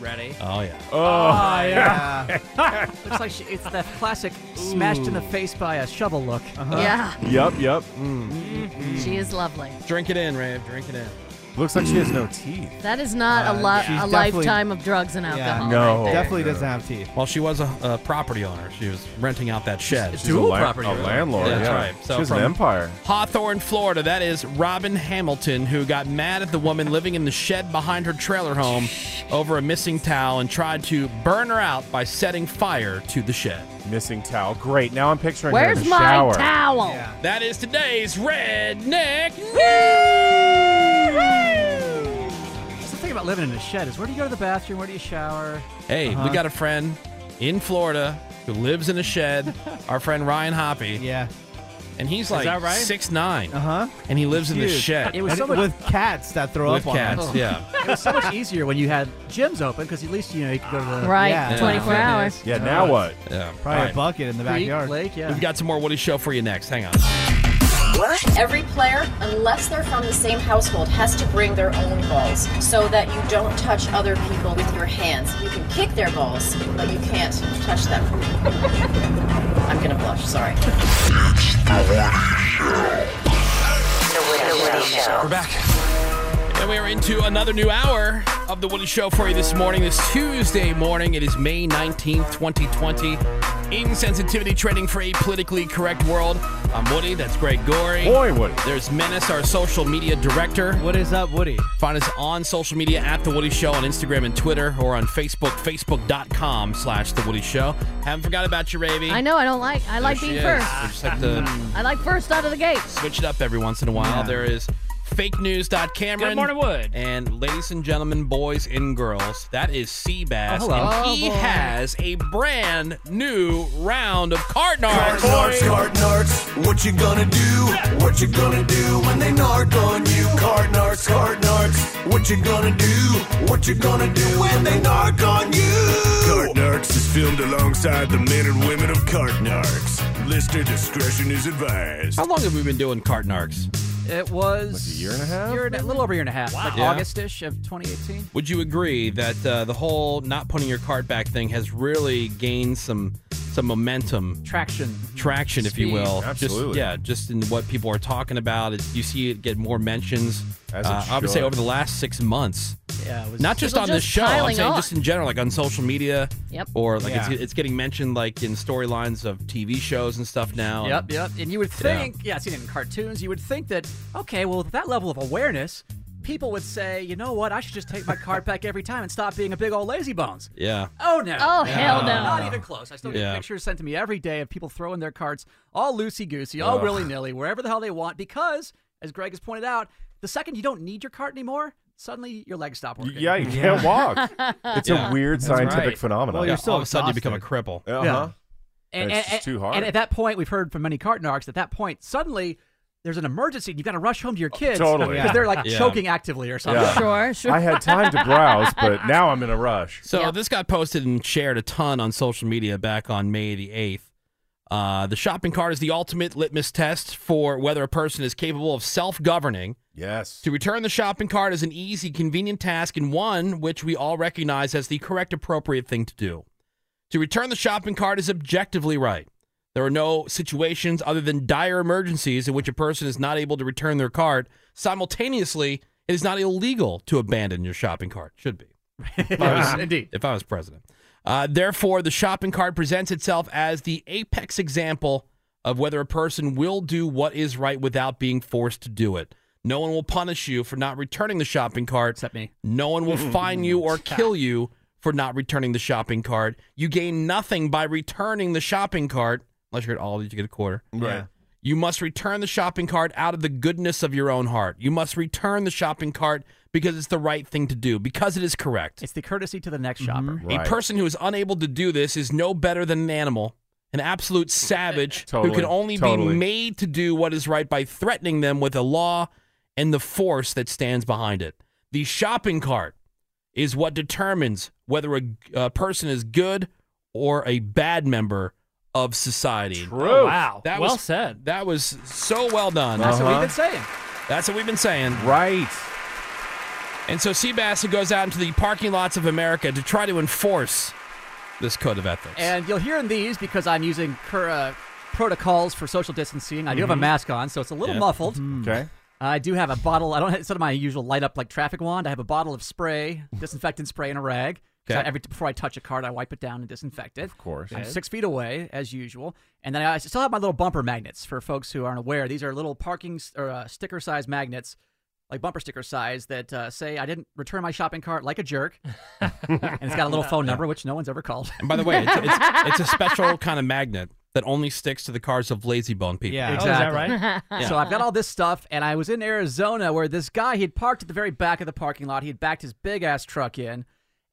Speaker 14: Ready?
Speaker 4: Oh yeah.
Speaker 14: Oh, yeah. Looks like she, it's that classic smashed in the
Speaker 5: Ooh.
Speaker 14: face by a shovel look.
Speaker 5: Yeah.
Speaker 8: Yep, yep. Mm.
Speaker 5: She is lovely.
Speaker 4: Drink it in, Rave. Drink it in.
Speaker 8: Looks like she has no teeth.
Speaker 5: That is not
Speaker 4: Uh,
Speaker 5: a, lo-
Speaker 4: she's
Speaker 5: a
Speaker 4: definitely-
Speaker 5: lifetime of drugs and alcohol. right there.
Speaker 4: Definitely
Speaker 6: doesn't have teeth.
Speaker 4: Well, she was a, a property owner. She was renting out that shed.
Speaker 8: She's a Dual lan- property a owner. landlord,
Speaker 4: That's
Speaker 8: yeah.
Speaker 4: right. So
Speaker 8: She's an
Speaker 4: from
Speaker 8: empire.
Speaker 4: Hawthorne, Florida. That is Robin Hamilton, who got mad at the woman living in the shed behind her trailer home over a missing towel and tried to burn her out by setting fire to the shed.
Speaker 8: Missing towel. Great. Now I'm picturing her in
Speaker 5: Where's
Speaker 8: the
Speaker 5: my
Speaker 8: shower.
Speaker 5: towel?
Speaker 4: That is today's redneck news.
Speaker 14: That's the thing about living in a shed is where do you go to the bathroom? Where do you shower?
Speaker 4: Hey, we
Speaker 14: Uh-huh.
Speaker 4: got a friend in Florida who lives in a shed. our friend Ryan Hoppy.
Speaker 6: Yeah.
Speaker 4: And he's
Speaker 6: Is
Speaker 4: like
Speaker 6: that right?
Speaker 4: six nine.
Speaker 6: Uh huh.
Speaker 4: And he lives in this shed.
Speaker 6: And with cats that throw
Speaker 4: With
Speaker 6: up on
Speaker 4: cats,
Speaker 6: it.
Speaker 4: yeah.
Speaker 14: It was so much easier when you had gyms open because at least you know you could go to the
Speaker 5: Right,
Speaker 14: Yeah.
Speaker 8: Yeah, now what?
Speaker 4: Yeah.
Speaker 6: Probably
Speaker 4: All right.
Speaker 6: a bucket in the
Speaker 14: Creek,
Speaker 6: backyard.
Speaker 14: lake, yeah.
Speaker 4: We've got some more Woody Show for you next. Hang on.
Speaker 13: What? Every player, unless they're from the same household, has to bring their own balls so that you don't touch other people with your hands. You can kick their balls, but you can't touch them. I'm gonna blush, sorry.
Speaker 4: We're back. And we are into another new hour of The Woody Show for you this morning, this Tuesday morning. It is May 19th, 2020. Insensitivity training for a politically correct world. I'm Woody. That's Greg Gorey.
Speaker 8: Boy, Woody.
Speaker 4: There's Menace, our social media director. What
Speaker 6: is up, Woody?
Speaker 4: Find us on social media at The Woody Show on Instagram and Twitter or on Facebook, facebook.com slash The Woody Show. Haven't forgot about you, Ravy.
Speaker 5: I know I don't like. I like
Speaker 4: There she
Speaker 5: being
Speaker 4: is.
Speaker 5: first.
Speaker 4: We just have
Speaker 7: Mm-hmm.
Speaker 4: to
Speaker 5: I like first out of the gate.
Speaker 4: switch it up every once in a while.
Speaker 5: Yeah.
Speaker 4: There is fake news. Cameron.
Speaker 7: Good morning, Wood.
Speaker 4: And ladies and gentlemen, boys and girls, that is Seabass.
Speaker 7: Oh, hello.
Speaker 4: and
Speaker 7: Oh,
Speaker 4: he
Speaker 7: boy.
Speaker 4: has a brand new round of card nards.
Speaker 15: Nards, card nards, what you gonna do? What you gonna do when they narc on you? Card nards, card nards, what you gonna do? What you gonna do when they narc on you?
Speaker 16: Cart Narcs is filmed alongside the men and women of Cart Narcs. Listener discretion is advised.
Speaker 4: How long have we been doing card nards?
Speaker 14: It was
Speaker 16: Like a year and a half?
Speaker 14: year and a little over a year and a half,
Speaker 7: Uh,
Speaker 14: like
Speaker 4: Yeah.
Speaker 14: Augustish of 2018.
Speaker 4: Would you agree that uh, the whole not putting your card back thing has really gained some some momentum,
Speaker 14: Traction.
Speaker 4: traction, if you
Speaker 14: Speed.
Speaker 4: will? Just,
Speaker 8: Absolutely.
Speaker 4: yeah, just in what people are talking about. It, you see it get more mentions.
Speaker 8: As it
Speaker 4: uh, I would say
Speaker 8: should.
Speaker 4: over the last six months.
Speaker 14: Yeah, it was-
Speaker 4: not just
Speaker 14: People
Speaker 4: on this
Speaker 14: just
Speaker 4: show. I'm
Speaker 14: piling
Speaker 4: saying
Speaker 14: on.
Speaker 4: just in general, like on social media.
Speaker 14: Yep.
Speaker 4: Or like it's,
Speaker 14: Yeah.
Speaker 4: it's getting mentioned like in storylines of TV shows and stuff now.
Speaker 14: Yep, yep. And you would
Speaker 4: Yeah.
Speaker 14: think, yeah. I've seen it in cartoons. You would think that, okay, well, with that level of awareness, people would say, you know what, I should just take my card back every time and stop being a big old lazy bones.
Speaker 4: Yeah.
Speaker 14: Oh no!
Speaker 5: Oh, hell no.
Speaker 14: Not even close. I still get
Speaker 4: Yeah.
Speaker 14: pictures sent to me every day of people throwing their cards all loosey goosey, all
Speaker 4: Ugh.
Speaker 14: willy nilly, wherever the hell they want. Because, as Greg has pointed out, the second you don't need your card anymore, suddenly your legs stop working.
Speaker 8: Yeah, you can't walk. It's
Speaker 4: Yeah.
Speaker 8: a weird
Speaker 4: That's
Speaker 8: scientific
Speaker 4: right.
Speaker 8: phenomenon.
Speaker 4: Well, you're Yeah, still all of a sudden you become a exhausted. cripple.
Speaker 8: Uh-huh.
Speaker 4: Yeah.
Speaker 8: And, it's just too hard.
Speaker 14: And at that point, we've heard from many cart narcs. At that point, suddenly. There's an emergency, and you've got to rush home to your kids
Speaker 8: Oh,
Speaker 6: Oh,
Speaker 8: totally.
Speaker 14: because they're like
Speaker 8: Yeah.
Speaker 14: choking actively or something.
Speaker 8: Yeah. I had time to browse, but now I'm in a rush.
Speaker 4: So this got posted and shared a ton on social media back on May the 8th. Uh, the shopping cart is the ultimate litmus test for whether a person is capable of self-governing.
Speaker 8: Yes.
Speaker 4: To return the shopping cart is an easy, convenient task and one which we all recognize as the correct, appropriate thing to do. To return the shopping cart is objectively right. There are no situations other than dire emergencies in which a person is not able to return their cart. Simultaneously, it is not illegal to abandon your shopping cart. Should be. If I was-
Speaker 14: Indeed.
Speaker 4: If I was president. Uh, therefore, the shopping cart presents itself as the apex example of whether a person will do what is right without being forced to do it. No one will punish you for not returning the shopping cart. Except
Speaker 14: me.
Speaker 4: No one will fine you or kill you for not returning the shopping cart. You gain nothing by returning the shopping cart. Unless you're at all, you get a quarter.
Speaker 8: Right.
Speaker 4: You must return the shopping cart out of the goodness of your own heart. You must return the shopping cart because it's the right thing to do, because it is correct.
Speaker 14: It's the courtesy to the next shopper.
Speaker 4: A person who is unable to do this is no better than an animal, an absolute savage
Speaker 8: Totally,
Speaker 4: who can only
Speaker 8: totally.
Speaker 4: be made to do what is right by threatening them with a law and the force that stands behind it. The shopping cart is what determines whether a, a person is good or a bad member of society. True.
Speaker 7: Oh, wow.
Speaker 4: That
Speaker 7: Well
Speaker 4: was,
Speaker 7: said.
Speaker 4: That was so well done.
Speaker 8: Uh-huh.
Speaker 14: That's what we've been saying.
Speaker 4: That's what we've been saying.
Speaker 8: Right.
Speaker 4: And so Seabass goes out into the parking lots of America to try to enforce this code of ethics.
Speaker 14: And you'll hear in these because I'm using cur- uh, protocols for social distancing. I do have a
Speaker 8: Mm-hmm.
Speaker 4: Mhm.
Speaker 14: mask on, so it's a little
Speaker 4: Yeah.
Speaker 14: muffled.
Speaker 8: Hmm.
Speaker 4: Mhm. 'Kay.
Speaker 14: I do have a bottle. I don't. It's not my usual light up like traffic wand. I have a bottle of spray, disinfectant spray, and a rag. So
Speaker 4: 'Kay.
Speaker 14: I- every before I touch a card, I wipe it down and disinfect it. Of
Speaker 8: course.
Speaker 14: I'm
Speaker 8: Okay.
Speaker 14: six feet away as usual, and then I still have my little bumper magnets for folks who aren't aware. These are little parking s- or uh, sticker size magnets, like bumper sticker size, that uh, say I didn't return my shopping cart like a jerk, and it's got a little phone number which no one's ever called.
Speaker 4: And by the way, it's, it's, it's a special kind of magnet that only sticks to the cars of lazy bone people.
Speaker 6: Oh,
Speaker 4: Yeah.
Speaker 14: So I've got all this stuff, and I was in Arizona where this guy he had parked at the very back of the parking lot. He had backed his big ass truck in,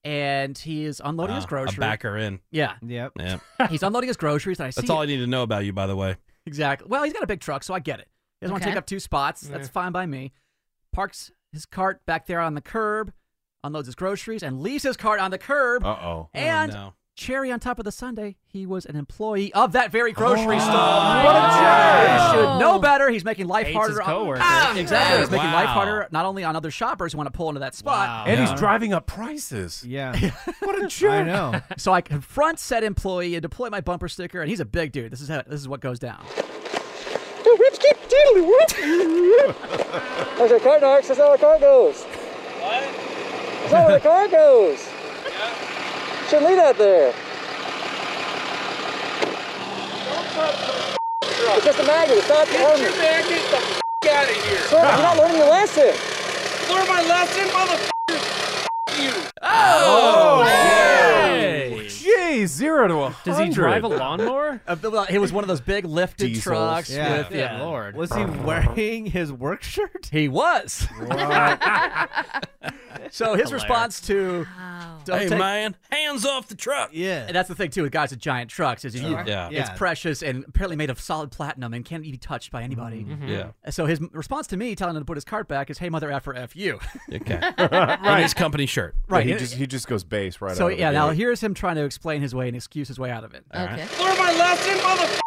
Speaker 14: and he is unloading his
Speaker 4: Uh,
Speaker 14: groceries.
Speaker 4: A backer in.
Speaker 14: Yeah.
Speaker 6: Yep.
Speaker 4: Yeah.
Speaker 14: He's unloading his groceries, and I see
Speaker 4: That's all I need to know about you, by the way.
Speaker 14: Exactly. Well, he's got a big truck, so I get it. He doesn't want to
Speaker 4: Okay.
Speaker 14: take up two spots. That's
Speaker 4: Yeah.
Speaker 14: fine by me. Parks his cart back there on the curb, unloads his groceries, and leaves his cart on the curb.
Speaker 8: Uh-oh.
Speaker 14: And
Speaker 8: Oh, no.
Speaker 14: cherry on top of the Sunday, he was an employee of that very grocery
Speaker 8: Oh,
Speaker 14: store.
Speaker 8: my
Speaker 14: What a
Speaker 6: Oh.
Speaker 8: God.
Speaker 14: jerk! He
Speaker 4: Oh.
Speaker 14: should know better. He's making life
Speaker 8: Hates
Speaker 14: harder.
Speaker 8: his
Speaker 14: on-
Speaker 8: coworker.
Speaker 14: Ah, exactly.
Speaker 8: Yeah.
Speaker 14: He's making life
Speaker 8: Wow.
Speaker 14: harder not only on other shoppers who want to pull into that spot.
Speaker 7: Oh,
Speaker 8: And he's driving up prices.
Speaker 6: Yeah.
Speaker 8: what a jerk.
Speaker 6: I know.
Speaker 14: So I confront said employee and deploy my bumper sticker, and he's a big dude. This is how, this is what goes down.
Speaker 17: That's where car narcs, that's not where car goes. What? That's not where the car goes. Yeah. Shouldn't leave that there. It's just a magnet, it's not Get your magnet the f*** out of here. Sir, you're not learning your lesson. Learn my lesson, motherfucker. you.
Speaker 8: Oh,
Speaker 14: Hey!
Speaker 8: Jeez, zero to a
Speaker 14: Does he drive a Uh,
Speaker 7: lawnmower?
Speaker 14: it was one of those big lifted
Speaker 6: Diesels.
Speaker 14: trucks.
Speaker 6: Yeah.
Speaker 14: with, yeah.
Speaker 6: Yeah, Lord. Was he wearing his work shirt?
Speaker 14: He was. so his
Speaker 6: Hilarious.
Speaker 14: response to don't
Speaker 4: Hey,
Speaker 14: take-
Speaker 4: man, hands off the truck.
Speaker 6: Yeah.
Speaker 14: And that's the thing too with guys with giant trucks is you,
Speaker 4: Sure. Yeah.
Speaker 14: it's
Speaker 4: Yeah.
Speaker 14: precious and apparently made of solid platinum and can't be touched by anybody.
Speaker 4: Mhm. Yeah.
Speaker 14: So his m- response to me telling him to put his cart back is, "Hey, mother effer, f you."
Speaker 4: Okay.
Speaker 8: Right.
Speaker 4: In his company shirt.
Speaker 14: Right.
Speaker 8: He just, he just goes base right
Speaker 14: so
Speaker 8: out of the
Speaker 14: yeah, now
Speaker 8: gate.
Speaker 14: here's him trying to explain his way and excuse his way out of it.
Speaker 17: Okay. Learn my lesson, motherfucker.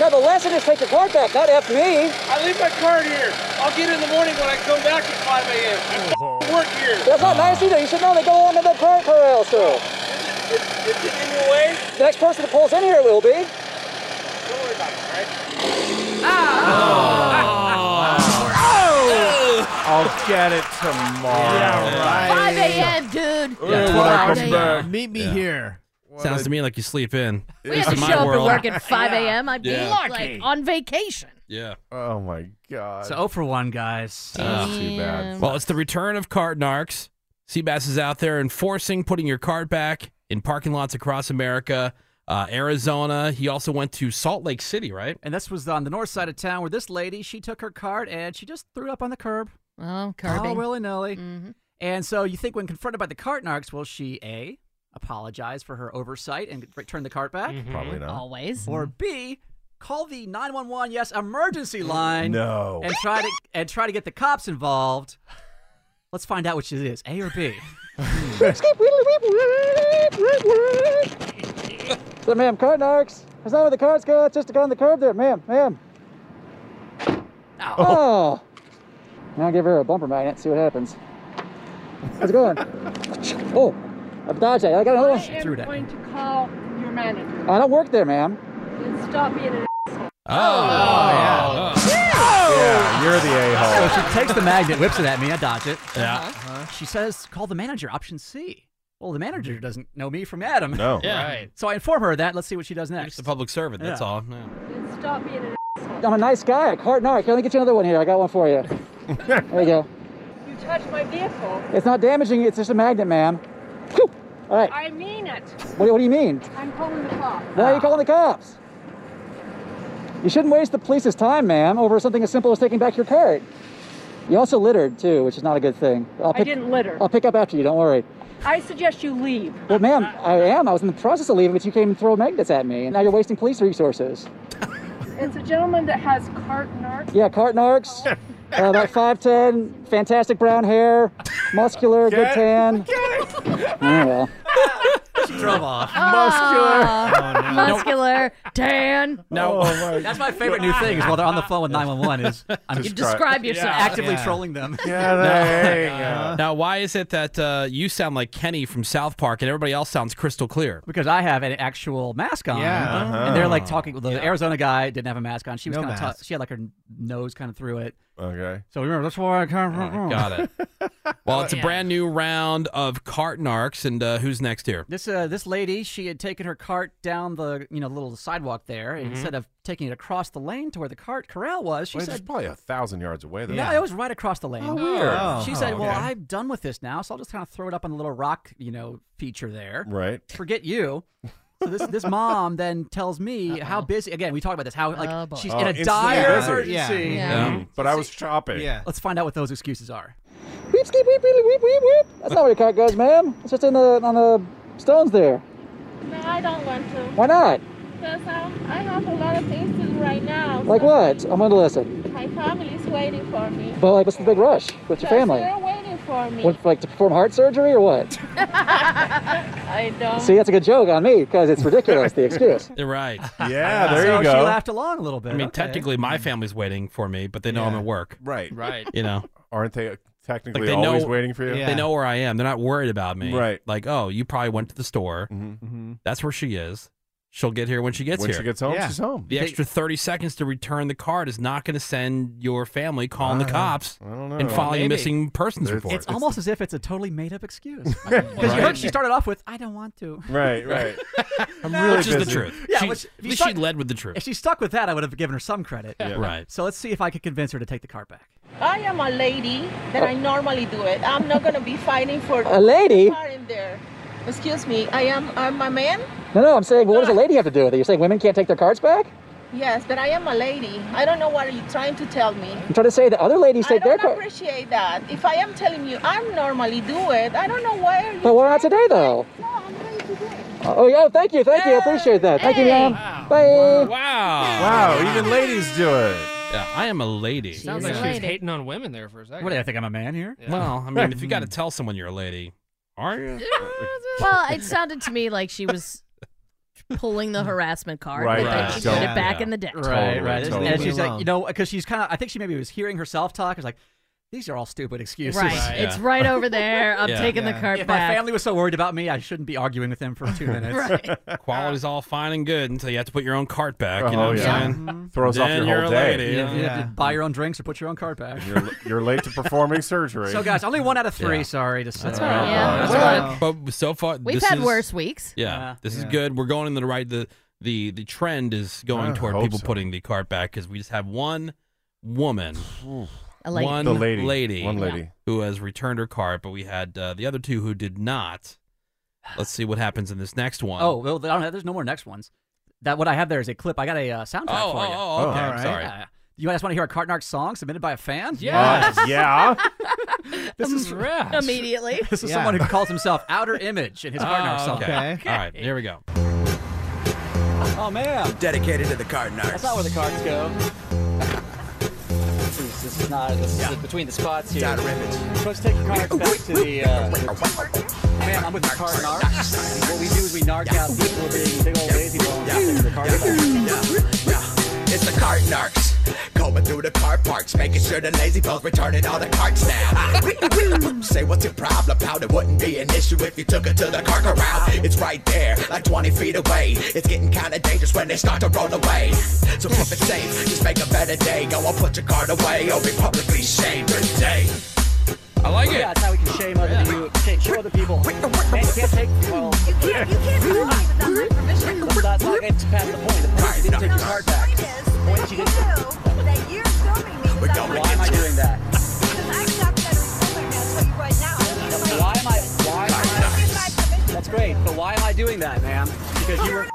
Speaker 17: Now the lesson is take your cart back, not F me.
Speaker 18: I leave my card here. I'll get it in the morning when I come back at 5 a.m. I f- work here.
Speaker 17: That's not nice either. You should know they go on to the cart corral still.
Speaker 18: Is it in your way?
Speaker 17: The next person that pulls in here will be.
Speaker 18: Don't worry about it, all right?
Speaker 8: I'll get it tomorrow.
Speaker 6: Yeah,
Speaker 5: 5 a.m., dude.
Speaker 4: Yeah.
Speaker 5: Four
Speaker 4: When I
Speaker 5: hours
Speaker 4: come
Speaker 5: a.m.
Speaker 4: back.
Speaker 6: uh, Meet me
Speaker 4: Yeah.
Speaker 6: here.
Speaker 4: Sounds to me like you sleep in.
Speaker 5: We have to show up at work at 5 a.m. I'd be
Speaker 4: Yeah.
Speaker 5: like on vacation.
Speaker 4: Yeah.
Speaker 8: Oh my god.
Speaker 14: So 0 for one, guys.
Speaker 4: That's Oh, too bad. Well, it's the return of cart narcs. Seabass is out there enforcing putting your cart back in parking lots across America, uh, Arizona. He also went to Salt Lake City, right?
Speaker 14: And this was on the north side of town where this lady, she took her cart and she just threw it up on the curb.
Speaker 5: Oh, curbing.
Speaker 14: All willy nilly. And so you think when confronted by the cart narcs, will she A, apologize for her oversight and return the cart back?
Speaker 8: Probably not.
Speaker 5: Always.
Speaker 14: Or B, call the 911 yes emergency line.
Speaker 8: No.
Speaker 14: And try to and try to get the cops involved. Let's find out which it is, A or B.
Speaker 17: So, ma'am, cart narcs. That's not where the carts go. It's just a gun on the curb there, ma'am, ma'am. Oh. Now give her a bumper magnet. See what happens. How's it going? oh, I dodged that. I got another one.
Speaker 18: going to call your manager
Speaker 17: I don't work there, ma'am.
Speaker 18: and stop being an
Speaker 4: Oh, yeah.
Speaker 8: oh. Yeah, you're the a-hole.
Speaker 14: So she takes the magnet, whips it at me, I dodge it. Uh-huh.
Speaker 4: Yeah.
Speaker 18: Uh-huh.
Speaker 14: She says, call the manager, option C. Well, the manager doesn't know me from Adam.
Speaker 8: No.
Speaker 4: Yeah. Right.
Speaker 14: So I inform her of that. Let's see what she does next.
Speaker 4: It's a public servant. That's
Speaker 14: Yeah.
Speaker 4: all. Yeah.
Speaker 18: stop being an
Speaker 17: I'm a nice guy. Cart narc. Here, let me get you another one here. I got one for you. there you go.
Speaker 18: You touched my vehicle.
Speaker 17: It's not damaging. It's just a magnet, ma'am. Whew. All right.
Speaker 18: I mean it.
Speaker 17: What, do- what do you mean?
Speaker 18: I'm calling the cop.
Speaker 17: Why are
Speaker 14: Ah.
Speaker 17: you calling the cops? You shouldn't waste the police's time, ma'am, over something as simple as taking back your cart. You also littered too, which is not a good thing. I'll
Speaker 18: I didn't litter.
Speaker 17: I'll pick up after you. Don't worry.
Speaker 18: I suggest you leave.
Speaker 17: Well, ma'am,
Speaker 18: Uh,
Speaker 17: I am. I was in the process of leaving, but you came and throw magnets at me, and now you're wasting police resources.
Speaker 18: It's a gentleman that has cart narc.
Speaker 17: Yeah, cart narcs, uh, about five ten, fantastic brown hair, muscular, good
Speaker 18: Get-
Speaker 17: tan. Oh, well.
Speaker 14: drove off.
Speaker 5: Ah, muscular, tan.
Speaker 14: No, that's my favorite new thing is while they're on the phone with 911 is I'm
Speaker 5: You describe yourself.
Speaker 14: Yeah, actively
Speaker 4: Yeah.
Speaker 14: trolling them.
Speaker 6: Uh-huh.
Speaker 4: now, now, why is it that uh, you sound like Kenny from South Park and everybody else sounds crystal clear?
Speaker 14: Because I have an actual mask on,
Speaker 4: Yeah. Uh-huh.
Speaker 14: and they're like talking. The Arizona guy didn't have a mask on. She was
Speaker 4: No
Speaker 14: kind of
Speaker 4: mask.
Speaker 14: she had like her n- nose kind of through it.
Speaker 8: Okay.
Speaker 14: So remember that's where I come
Speaker 8: Oh.
Speaker 14: from.
Speaker 4: Got it. Well, it's a brand new round of carton arcs, and uh, who's next here?
Speaker 14: This uh, this lady, she had taken her cart down the you know little sidewalk there, and
Speaker 4: Mm-hmm.
Speaker 8: Mhm.
Speaker 14: instead of taking it across the lane to where the cart corral was, she
Speaker 8: Wait, it's
Speaker 14: said,
Speaker 8: probably a thousand yards away. Though.
Speaker 14: "No, it was right across the lane."
Speaker 8: Oh, weird. Oh.
Speaker 14: She said,
Speaker 8: Oh,
Speaker 14: "Well,
Speaker 8: okay.
Speaker 14: I'm done with this now, so I'll just kind of throw it up on the little rock, you know, feature there.
Speaker 8: Right.
Speaker 14: Forget you." So this this mom then tells me how busy. Again, we talked about this. How like
Speaker 8: Oh, boy.
Speaker 14: she's
Speaker 8: Oh,
Speaker 14: in a
Speaker 8: instantly
Speaker 14: dire
Speaker 8: busy.
Speaker 14: urgency.
Speaker 8: Yeah. Yeah. Yeah. But I was shopping.
Speaker 14: Yeah. Let's find out what those excuses are.
Speaker 17: Weep, skip, weep, weep, weep, weep, weep. That's not where your cart goes, ma'am. It's just in the on the stones there.
Speaker 19: No, I don't want to.
Speaker 17: Why not?
Speaker 19: Because I, I have a lot of things to do right now.
Speaker 17: Like
Speaker 19: so
Speaker 17: what? I'm going to listen.
Speaker 19: My family's waiting for me.
Speaker 17: But like, what's the big rush with your
Speaker 19: Because
Speaker 17: family?
Speaker 19: They're waiting for me.
Speaker 17: What, like to perform heart surgery or what?
Speaker 19: I don't.
Speaker 17: See, that's a good joke on me because it's ridiculous. the excuse.
Speaker 4: You're right.
Speaker 8: Yeah, there So you she go. laughed
Speaker 14: along a little bit.
Speaker 4: I mean,
Speaker 8: Okay. Mm.
Speaker 4: technically, my family's waiting for me, but they know I'm at work.
Speaker 8: Right. Right.
Speaker 4: You know,
Speaker 8: Aren't they technically
Speaker 4: like they
Speaker 8: always
Speaker 4: know,
Speaker 8: waiting for you?
Speaker 4: They know where I am. They're not worried about me.
Speaker 8: Right. Mm-hmm.
Speaker 4: Like, oh, you probably went to the store. That's where she is. She'll get here when she gets
Speaker 8: When
Speaker 4: here.
Speaker 8: she gets home, Yeah. she's home.
Speaker 4: The
Speaker 8: They-
Speaker 4: extra 30 seconds to return the card is not going to send your family calling
Speaker 8: Uh,
Speaker 4: the cops
Speaker 8: I don't know.
Speaker 4: and filing a
Speaker 8: Maybe.
Speaker 4: missing persons
Speaker 8: It's-
Speaker 4: report.
Speaker 14: It's almost as if it's a totally made up excuse. Because
Speaker 4: Right.
Speaker 14: you heard she started off with, I don't want to.
Speaker 8: Right, right.
Speaker 4: I'm
Speaker 14: No.
Speaker 4: really Which is the busy. truth.
Speaker 14: Yeah,
Speaker 4: She-
Speaker 14: which, if
Speaker 4: at
Speaker 14: you
Speaker 4: least
Speaker 14: stuck-
Speaker 4: she led with the truth.
Speaker 14: If she stuck with that, I would have given her some credit.
Speaker 4: Yeah. Right.
Speaker 14: So let's see if I could convince her to take the cart back.
Speaker 19: I am a lady that I normally do it. I'm not gonna be fighting for
Speaker 17: Oh. A lady?
Speaker 19: the car in there. Excuse me. I am. I'm a man.
Speaker 17: No, no, I'm saying, well, what does a lady have to do with it? You're saying women can't take their carts back?
Speaker 19: Yes, but I am a lady. I don't know what are you trying to tell me.
Speaker 17: I'm trying to say that other ladies
Speaker 19: I
Speaker 17: take their
Speaker 19: don't
Speaker 17: carts.
Speaker 19: appreciate that. If I am telling you I'm normally do it, I don't know why are you
Speaker 17: But why not today, though? Oh, yeah, thank you, thank you. I appreciate that. Thank you, ma'am. Bye.
Speaker 4: Wow.
Speaker 8: Wow, even ladies do it.
Speaker 4: Yeah, I am a lady.
Speaker 7: Sounds like she was hating on women there for a second.
Speaker 14: What do you think? I'm a man here?
Speaker 4: Well, I mean, if you got to tell someone you're a lady, are you?
Speaker 5: Well, it sounded to me like she was pulling the harassment card,
Speaker 4: Right,
Speaker 5: but
Speaker 4: right.
Speaker 5: then she put
Speaker 4: Don't-
Speaker 5: it back in the deck.
Speaker 14: Right, right.
Speaker 4: Totally,
Speaker 14: And she's
Speaker 4: totally.
Speaker 14: like, you know, because she's kind of, I think she maybe was hearing herself talk. It's like, these are all stupid excuses.
Speaker 5: Right. Right. It's right over there. I'm Yeah. taking the cart
Speaker 14: if
Speaker 5: back.
Speaker 14: my family was so worried about me, I shouldn't be arguing with them for two minutes.
Speaker 4: Quality's all fine and good until you have to put your own cart back. You know
Speaker 8: Oh,
Speaker 4: what
Speaker 8: yeah.
Speaker 4: I'm saying?
Speaker 8: Mhm. Throws off
Speaker 4: Then
Speaker 8: your
Speaker 4: you're
Speaker 8: whole
Speaker 4: a
Speaker 8: day.
Speaker 4: lady.
Speaker 14: You
Speaker 8: Yeah.
Speaker 14: know, you have to buy your own drinks or put your own cart back.
Speaker 8: You're, you're late to performing surgery.
Speaker 14: So, guys, only one out of three. Sorry to say.
Speaker 8: That's
Speaker 4: all right.
Speaker 5: Yeah.
Speaker 4: That's
Speaker 5: Well,
Speaker 4: all right. But so far,
Speaker 5: We've
Speaker 4: this
Speaker 5: had
Speaker 4: is-
Speaker 5: worse weeks.
Speaker 4: Yeah, this is good. We're going in the right. The the the trend is going
Speaker 8: I
Speaker 4: toward
Speaker 8: hope
Speaker 4: people
Speaker 8: so.
Speaker 4: putting the cart back because we just have one woman,
Speaker 5: A lady.
Speaker 4: one
Speaker 5: The
Speaker 8: lady.
Speaker 4: lady,
Speaker 8: One lady. Yeah.
Speaker 4: who has returned her cart, but we had uh, the other two who did not. Let's see what happens in this next one.
Speaker 14: Oh, well, I don't have, there's no more next ones. That what I have there is a clip. I got a uh, soundtrack
Speaker 4: Oh,
Speaker 14: for
Speaker 4: oh,
Speaker 14: you.
Speaker 4: oh, okay. I'm sorry.
Speaker 14: Yeah. you guys want to hear a Cartnark song submitted by a fan?
Speaker 4: Yes. Uh, yeah.
Speaker 14: this is
Speaker 5: Immediately.
Speaker 14: This is someone who calls himself Outer Image in his Cartnark
Speaker 4: Oh,
Speaker 14: song.
Speaker 4: okay. All right, here we go.
Speaker 14: Oh man.
Speaker 15: Dedicated to the card
Speaker 14: That's not where the cards go. This is not. This is between the spots here. Outer Image. Let's take the cards back to the. Uh, man, I'm with the card narcs. What we do is we narc out people being big old lazy bones. The card
Speaker 15: It's the cart narcs. Combing through the car parks, making sure the lazy bones returning all the carts now. Say what's your problem, pal? It wouldn't be an issue if you took it to the car corral. It's right there, like 20 feet away. It's getting kinda dangerous when they start to roll away. So keep it safe, just make a better day. Go on, put your cart away, or be publicly shamed today.
Speaker 4: I like
Speaker 14: Yeah, that's how we can shame other people. Shame, shame other people. Man, you can't take. Well, you can't. You can't do it without my permission. That's, that's not getting past the point. The point is you didn't take your card back. The point is you didn't.
Speaker 12: That you're filming me. without my
Speaker 14: Why am I
Speaker 12: consent.
Speaker 14: doing that?
Speaker 12: Because I'm not better filming that to you right now.
Speaker 14: Why am I? Why am I? That's great, but why am I doing that, ma'am? Because you were.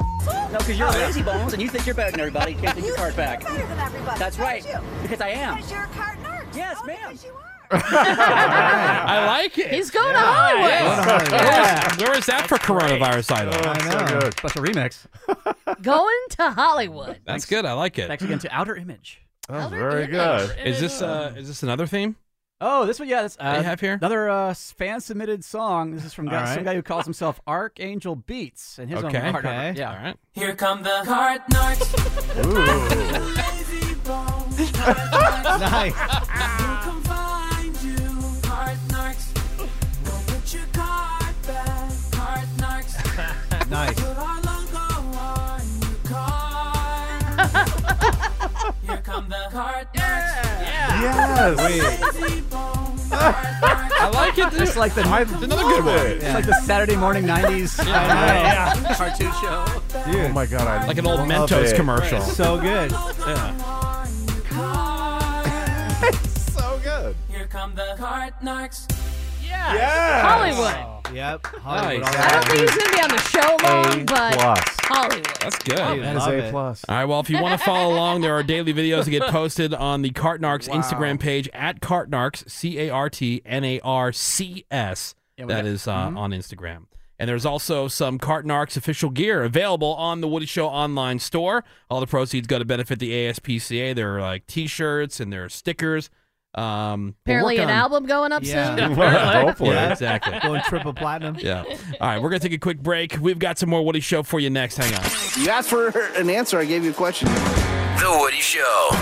Speaker 14: No, because you're lazy bones and you think you're better than everybody. You can't take your card back.
Speaker 12: Better than everybody.
Speaker 14: That's
Speaker 12: not
Speaker 14: right.
Speaker 12: you.
Speaker 14: Because I am.
Speaker 12: Because you're a card nerd. Yes, ma'am.
Speaker 4: I like it.
Speaker 5: He's going to Hollywood.
Speaker 4: Yeah. Where is that for coronavirus item?
Speaker 14: Uh, know. Special remix.
Speaker 5: Going to Hollywood.
Speaker 4: That's good. I like it.
Speaker 14: Thanks again to Outer Image.
Speaker 8: That was very good.
Speaker 5: uh,
Speaker 4: Is this uh, is this another theme?
Speaker 14: Oh, this one, yeah, this, uh,
Speaker 4: They have here?
Speaker 14: another uh, fan submitted song. This is from guy,
Speaker 4: All right.
Speaker 14: some guy who calls himself Archangel Beats, and his
Speaker 4: Okay.
Speaker 14: own card number.
Speaker 4: Okay.
Speaker 14: Yeah,
Speaker 4: All right.
Speaker 20: Here come the card narcs.
Speaker 6: nice. Nice.
Speaker 20: Here come the card narcs.
Speaker 8: Yes.
Speaker 4: I like it.
Speaker 14: It's like the
Speaker 8: it's another good one.
Speaker 14: It's like the Saturday morning '90s
Speaker 4: Yeah, I know.
Speaker 14: uh, cartoon show.
Speaker 8: Oh my god, I
Speaker 4: Like an old
Speaker 8: love
Speaker 4: Mentos
Speaker 8: it.
Speaker 4: commercial.
Speaker 6: So good.
Speaker 4: Yeah.
Speaker 8: so good.
Speaker 20: Here come the card narcs.
Speaker 6: Yeah.
Speaker 8: Yes.
Speaker 5: Hollywood.
Speaker 6: Yep. Hollywood.
Speaker 4: Nice.
Speaker 6: all
Speaker 5: I don't
Speaker 6: right.
Speaker 5: think he's going to be on the show long,
Speaker 4: A
Speaker 5: but
Speaker 4: plus.
Speaker 5: Hollywood.
Speaker 4: That's good.
Speaker 6: Dude, That is love A it.
Speaker 8: plus.
Speaker 4: All right. Well, if you want to follow along, there are daily videos that get posted on the Cartnarks Instagram page at Cartnarks C A R T N A R C S.
Speaker 14: Yeah, we
Speaker 4: That
Speaker 14: got-
Speaker 4: is uh,
Speaker 14: Mhm.
Speaker 4: on Instagram. And there's also some Cartnarks official gear available on the Woody Show online store. All the proceeds go to benefit the ASPCA. There are like T-shirts and there are stickers. Um, we're
Speaker 5: Apparently,
Speaker 4: working
Speaker 5: an
Speaker 4: on-
Speaker 5: album going up soon.
Speaker 8: Hopefully.
Speaker 4: Yeah, exactly.
Speaker 6: Going triple platinum.
Speaker 4: Yeah. All right, we're gonna take a quick break. We've got some more Woody Show for you next. Hang on.
Speaker 21: You asked for an answer. I gave you a question.
Speaker 9: The Woody Show.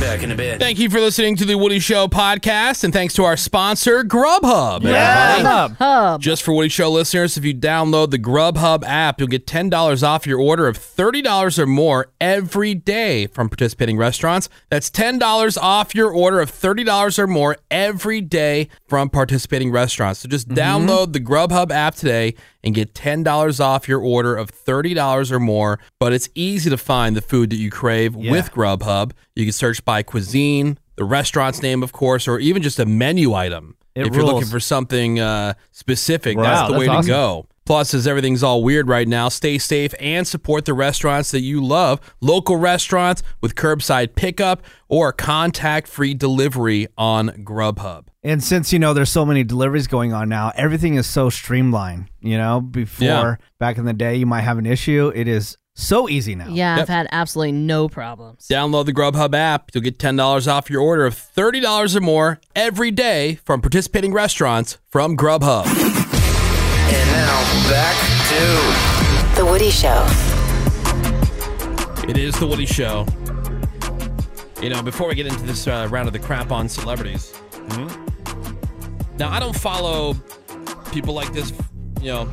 Speaker 9: Back in a bit.
Speaker 4: Thank you for listening to the Woody Show podcast, and thanks to our sponsor, Grubhub. everybody. Just for Woody Show listeners, if you download the Grubhub app, you'll get $10 off your order of $30 or more every day from participating restaurants. That's $10 off your order of $30 or more every day from participating restaurants. So just download the Grubhub app today and get $10 off your order of $30 or more. But it's easy to find the food that you crave with Grubhub. You can search by cuisine, the restaurant's name, of course, or even just a menu item.
Speaker 6: It
Speaker 4: if you're looking
Speaker 6: rules.
Speaker 4: for something uh, specific,
Speaker 6: Wow,
Speaker 4: that's the
Speaker 6: that's
Speaker 4: way to
Speaker 6: awesome.
Speaker 4: go. Plus, as everything's all weird right now, stay safe and support the restaurants that you love. Local restaurants with curbside pickup or contact free delivery on Grubhub.
Speaker 6: And since you know there's so many deliveries going on now, everything is so streamlined. You know, before
Speaker 4: Yeah.
Speaker 6: back in the day, you might have an issue. It is so easy now.
Speaker 5: Yeah,
Speaker 4: Yep.
Speaker 5: I've had absolutely no problem.
Speaker 4: Download the Grubhub app. You'll get $10 off your order of $30 or more every day from participating restaurants from Grubhub.
Speaker 9: And now back to The Woody Show.
Speaker 4: It is The Woody Show. You know, before we get into this uh, round of the crap on celebrities, now I don't follow people like this, you know,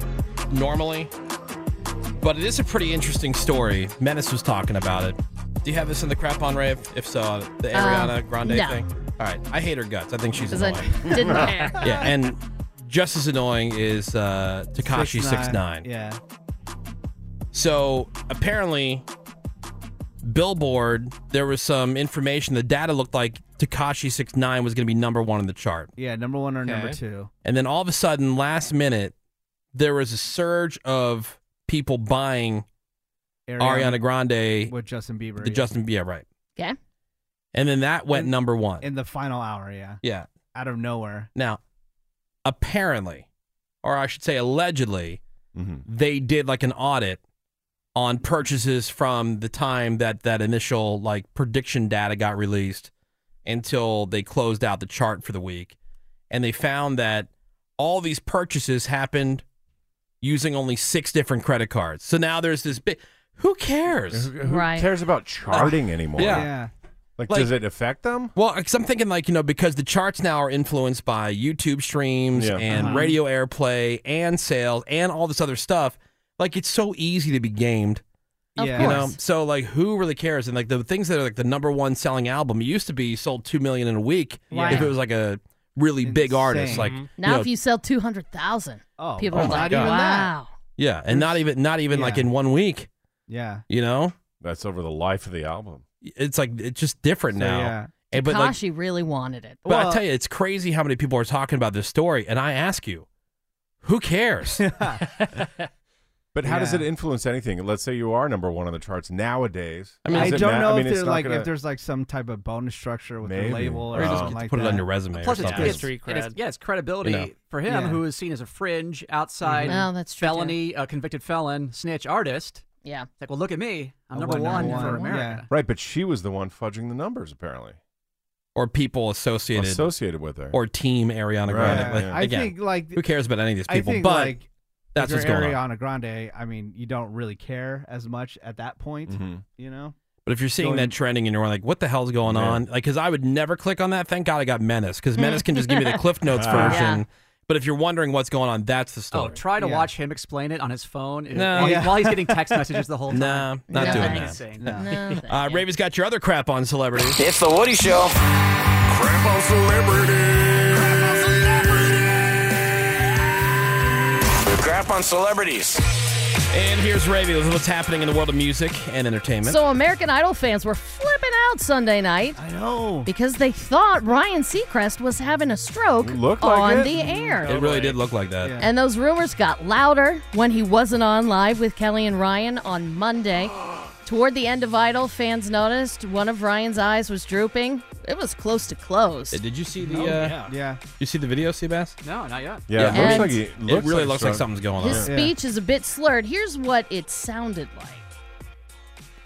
Speaker 4: normally, but it is a pretty interesting story. Menace was talking about it. Do you have this in the crap on Ray? If, if so, uh, the
Speaker 5: Um,
Speaker 4: Ariana Grande
Speaker 5: no.
Speaker 4: thing? All right. I hate her guts. I think she's
Speaker 5: Because I
Speaker 4: annoying.
Speaker 5: didn't care.
Speaker 4: yeah, and just as annoying is uh, Takashi six nine.
Speaker 6: Yeah.
Speaker 4: So apparently, Billboard there was some information. The data looked like Takashi six nine was going to be number one on the chart,
Speaker 6: Yeah. Number one or number
Speaker 4: Okay.
Speaker 6: two.
Speaker 4: and then all of a sudden, last minute, there was a surge of people buying Ariana, Grande,
Speaker 6: with Justin Bieber.
Speaker 4: the
Speaker 6: yeah.
Speaker 4: Justin Bieber, right?
Speaker 5: Okay.
Speaker 4: And then that went
Speaker 6: And-
Speaker 4: number one.
Speaker 6: in the final hour. Yeah.
Speaker 4: yeah.
Speaker 6: Out of nowhere.
Speaker 4: Now, apparently, or I should say allegedly, they did like an audit on purchases from the time that that initial like prediction data got released until they closed out the chart for the week. And they found that all these purchases happened using only six different credit cards. So now there's this big who cares?
Speaker 8: Who cares about charting anymore?
Speaker 4: Yeah.
Speaker 8: Like,
Speaker 4: Like-
Speaker 8: does it affect them?
Speaker 4: Well, because I'm thinking like you know because the charts now are influenced by YouTube streams
Speaker 8: Yeah.
Speaker 4: and
Speaker 8: Uh-huh.
Speaker 4: radio airplay and sales and all this other stuff. Like it's so easy to be gamed.
Speaker 6: Of
Speaker 4: You
Speaker 6: course.
Speaker 4: know, so like who really cares? And like the things that are like the number one selling album it used to be sold two million in a week
Speaker 5: Wow.
Speaker 4: if it was like a really big artist. Like
Speaker 5: Now,
Speaker 4: know,
Speaker 5: if you sell 200,000,
Speaker 6: oh,
Speaker 5: people
Speaker 4: oh
Speaker 5: are
Speaker 4: my
Speaker 5: like,
Speaker 4: God.
Speaker 5: wow.
Speaker 4: yeah, and not even not even like in one week.
Speaker 6: Yeah.
Speaker 4: You know,
Speaker 8: That's over the life of the album.
Speaker 4: it's like it's just different
Speaker 6: So,
Speaker 4: now.
Speaker 6: yeah.
Speaker 4: And, but like,
Speaker 5: Takashi really wanted it.
Speaker 4: But I tell you, it's crazy how many people are talking about this story. And I ask you, who cares?
Speaker 8: But how does
Speaker 6: Yeah.
Speaker 8: it influence anything? Let's say you are number one on the charts nowadays.
Speaker 6: I, mean, I
Speaker 8: Does it
Speaker 6: don't
Speaker 8: ma-
Speaker 6: know
Speaker 8: I
Speaker 6: if
Speaker 8: mean, it's
Speaker 6: there's
Speaker 8: not
Speaker 6: like
Speaker 8: gonna-
Speaker 6: if there's like some type of bonus structure with
Speaker 8: Maybe.
Speaker 6: the label or,
Speaker 8: Or just
Speaker 6: something
Speaker 8: get-
Speaker 6: like
Speaker 4: put it
Speaker 6: that.
Speaker 4: on your resume or
Speaker 6: Um, Plus,
Speaker 14: Plus, it's,
Speaker 4: something.
Speaker 14: it's,
Speaker 4: Street
Speaker 14: and it's-
Speaker 4: cred.
Speaker 14: yeah, it's credibility
Speaker 4: You know.
Speaker 14: for him,
Speaker 6: Yeah.
Speaker 14: who is seen as a fringe, outside,
Speaker 5: Mhm. Oh, that's true, too.
Speaker 14: felony, uh, convicted felon, snitch artist.
Speaker 5: Yeah.
Speaker 14: It's like, well, look at me, I'm
Speaker 6: I
Speaker 14: number
Speaker 6: won
Speaker 14: one
Speaker 6: number
Speaker 14: for
Speaker 6: one, yeah.
Speaker 14: America.
Speaker 8: Right, but she was the one fudging the numbers apparently.
Speaker 4: or people associated
Speaker 8: Associated with her.
Speaker 4: or team Ariana Grande.
Speaker 8: Right,
Speaker 4: Like,
Speaker 8: yeah.
Speaker 6: I
Speaker 4: again,
Speaker 6: think, like,
Speaker 4: who cares about any of these
Speaker 6: I
Speaker 4: people?
Speaker 6: think,
Speaker 4: but
Speaker 6: like,
Speaker 4: that's
Speaker 6: if
Speaker 4: what's
Speaker 6: you're
Speaker 4: going on.
Speaker 6: Ariana Grande. I mean, you don't really care as much at that point.
Speaker 4: Mhm.
Speaker 6: You know,
Speaker 4: But if you're seeing
Speaker 6: Going-
Speaker 4: that trending and you're like, what the hell's going
Speaker 6: Yeah.
Speaker 4: on? Like, because I would never click on that. Thank God I got Menace because Menace can just give me the Cliff Notes
Speaker 14: Ah.
Speaker 4: version.
Speaker 14: Yeah.
Speaker 4: But if you're wondering what's going on, that's the
Speaker 14: Oh,
Speaker 4: story.
Speaker 14: try to
Speaker 4: Yeah.
Speaker 14: watch him explain it on his phone uh,
Speaker 4: No.
Speaker 14: while, he-
Speaker 4: Yeah.
Speaker 14: while he's getting text messages the whole time.
Speaker 4: Nah, not
Speaker 14: Yeah,
Speaker 4: doing
Speaker 14: that's
Speaker 4: that.
Speaker 14: insane.
Speaker 4: uh, Raven's got your other crap on celebrities.
Speaker 9: It's The Woody Show.
Speaker 16: Crap on celebrity.
Speaker 9: Crap on celebrities.
Speaker 4: And here's Raven with what's happening in the world of music and entertainment.
Speaker 5: So American Idol fans were flipping out Sunday night. I
Speaker 6: know.
Speaker 5: Because they thought Ryan Seacrest was having a stroke
Speaker 4: Looked like
Speaker 5: on
Speaker 4: it.
Speaker 5: the air.
Speaker 4: it really did look like that.
Speaker 5: And those rumors got louder when he wasn't on live with Kelly and Ryan on Monday. Toward the end of Idol, fans noticed one of Ryan's eyes was drooping. It was close to closed.
Speaker 4: Uh, Did you see the?
Speaker 5: Oh,
Speaker 4: uh,
Speaker 5: yeah.
Speaker 6: Yeah.
Speaker 4: You see the video, Seabass?
Speaker 14: No, not yet.
Speaker 4: Yeah, it looks
Speaker 5: And
Speaker 4: like he- looks really like looks like something- something's going on.
Speaker 5: His
Speaker 4: Yeah.
Speaker 5: speech is a bit slurred. Here's what it sounded like.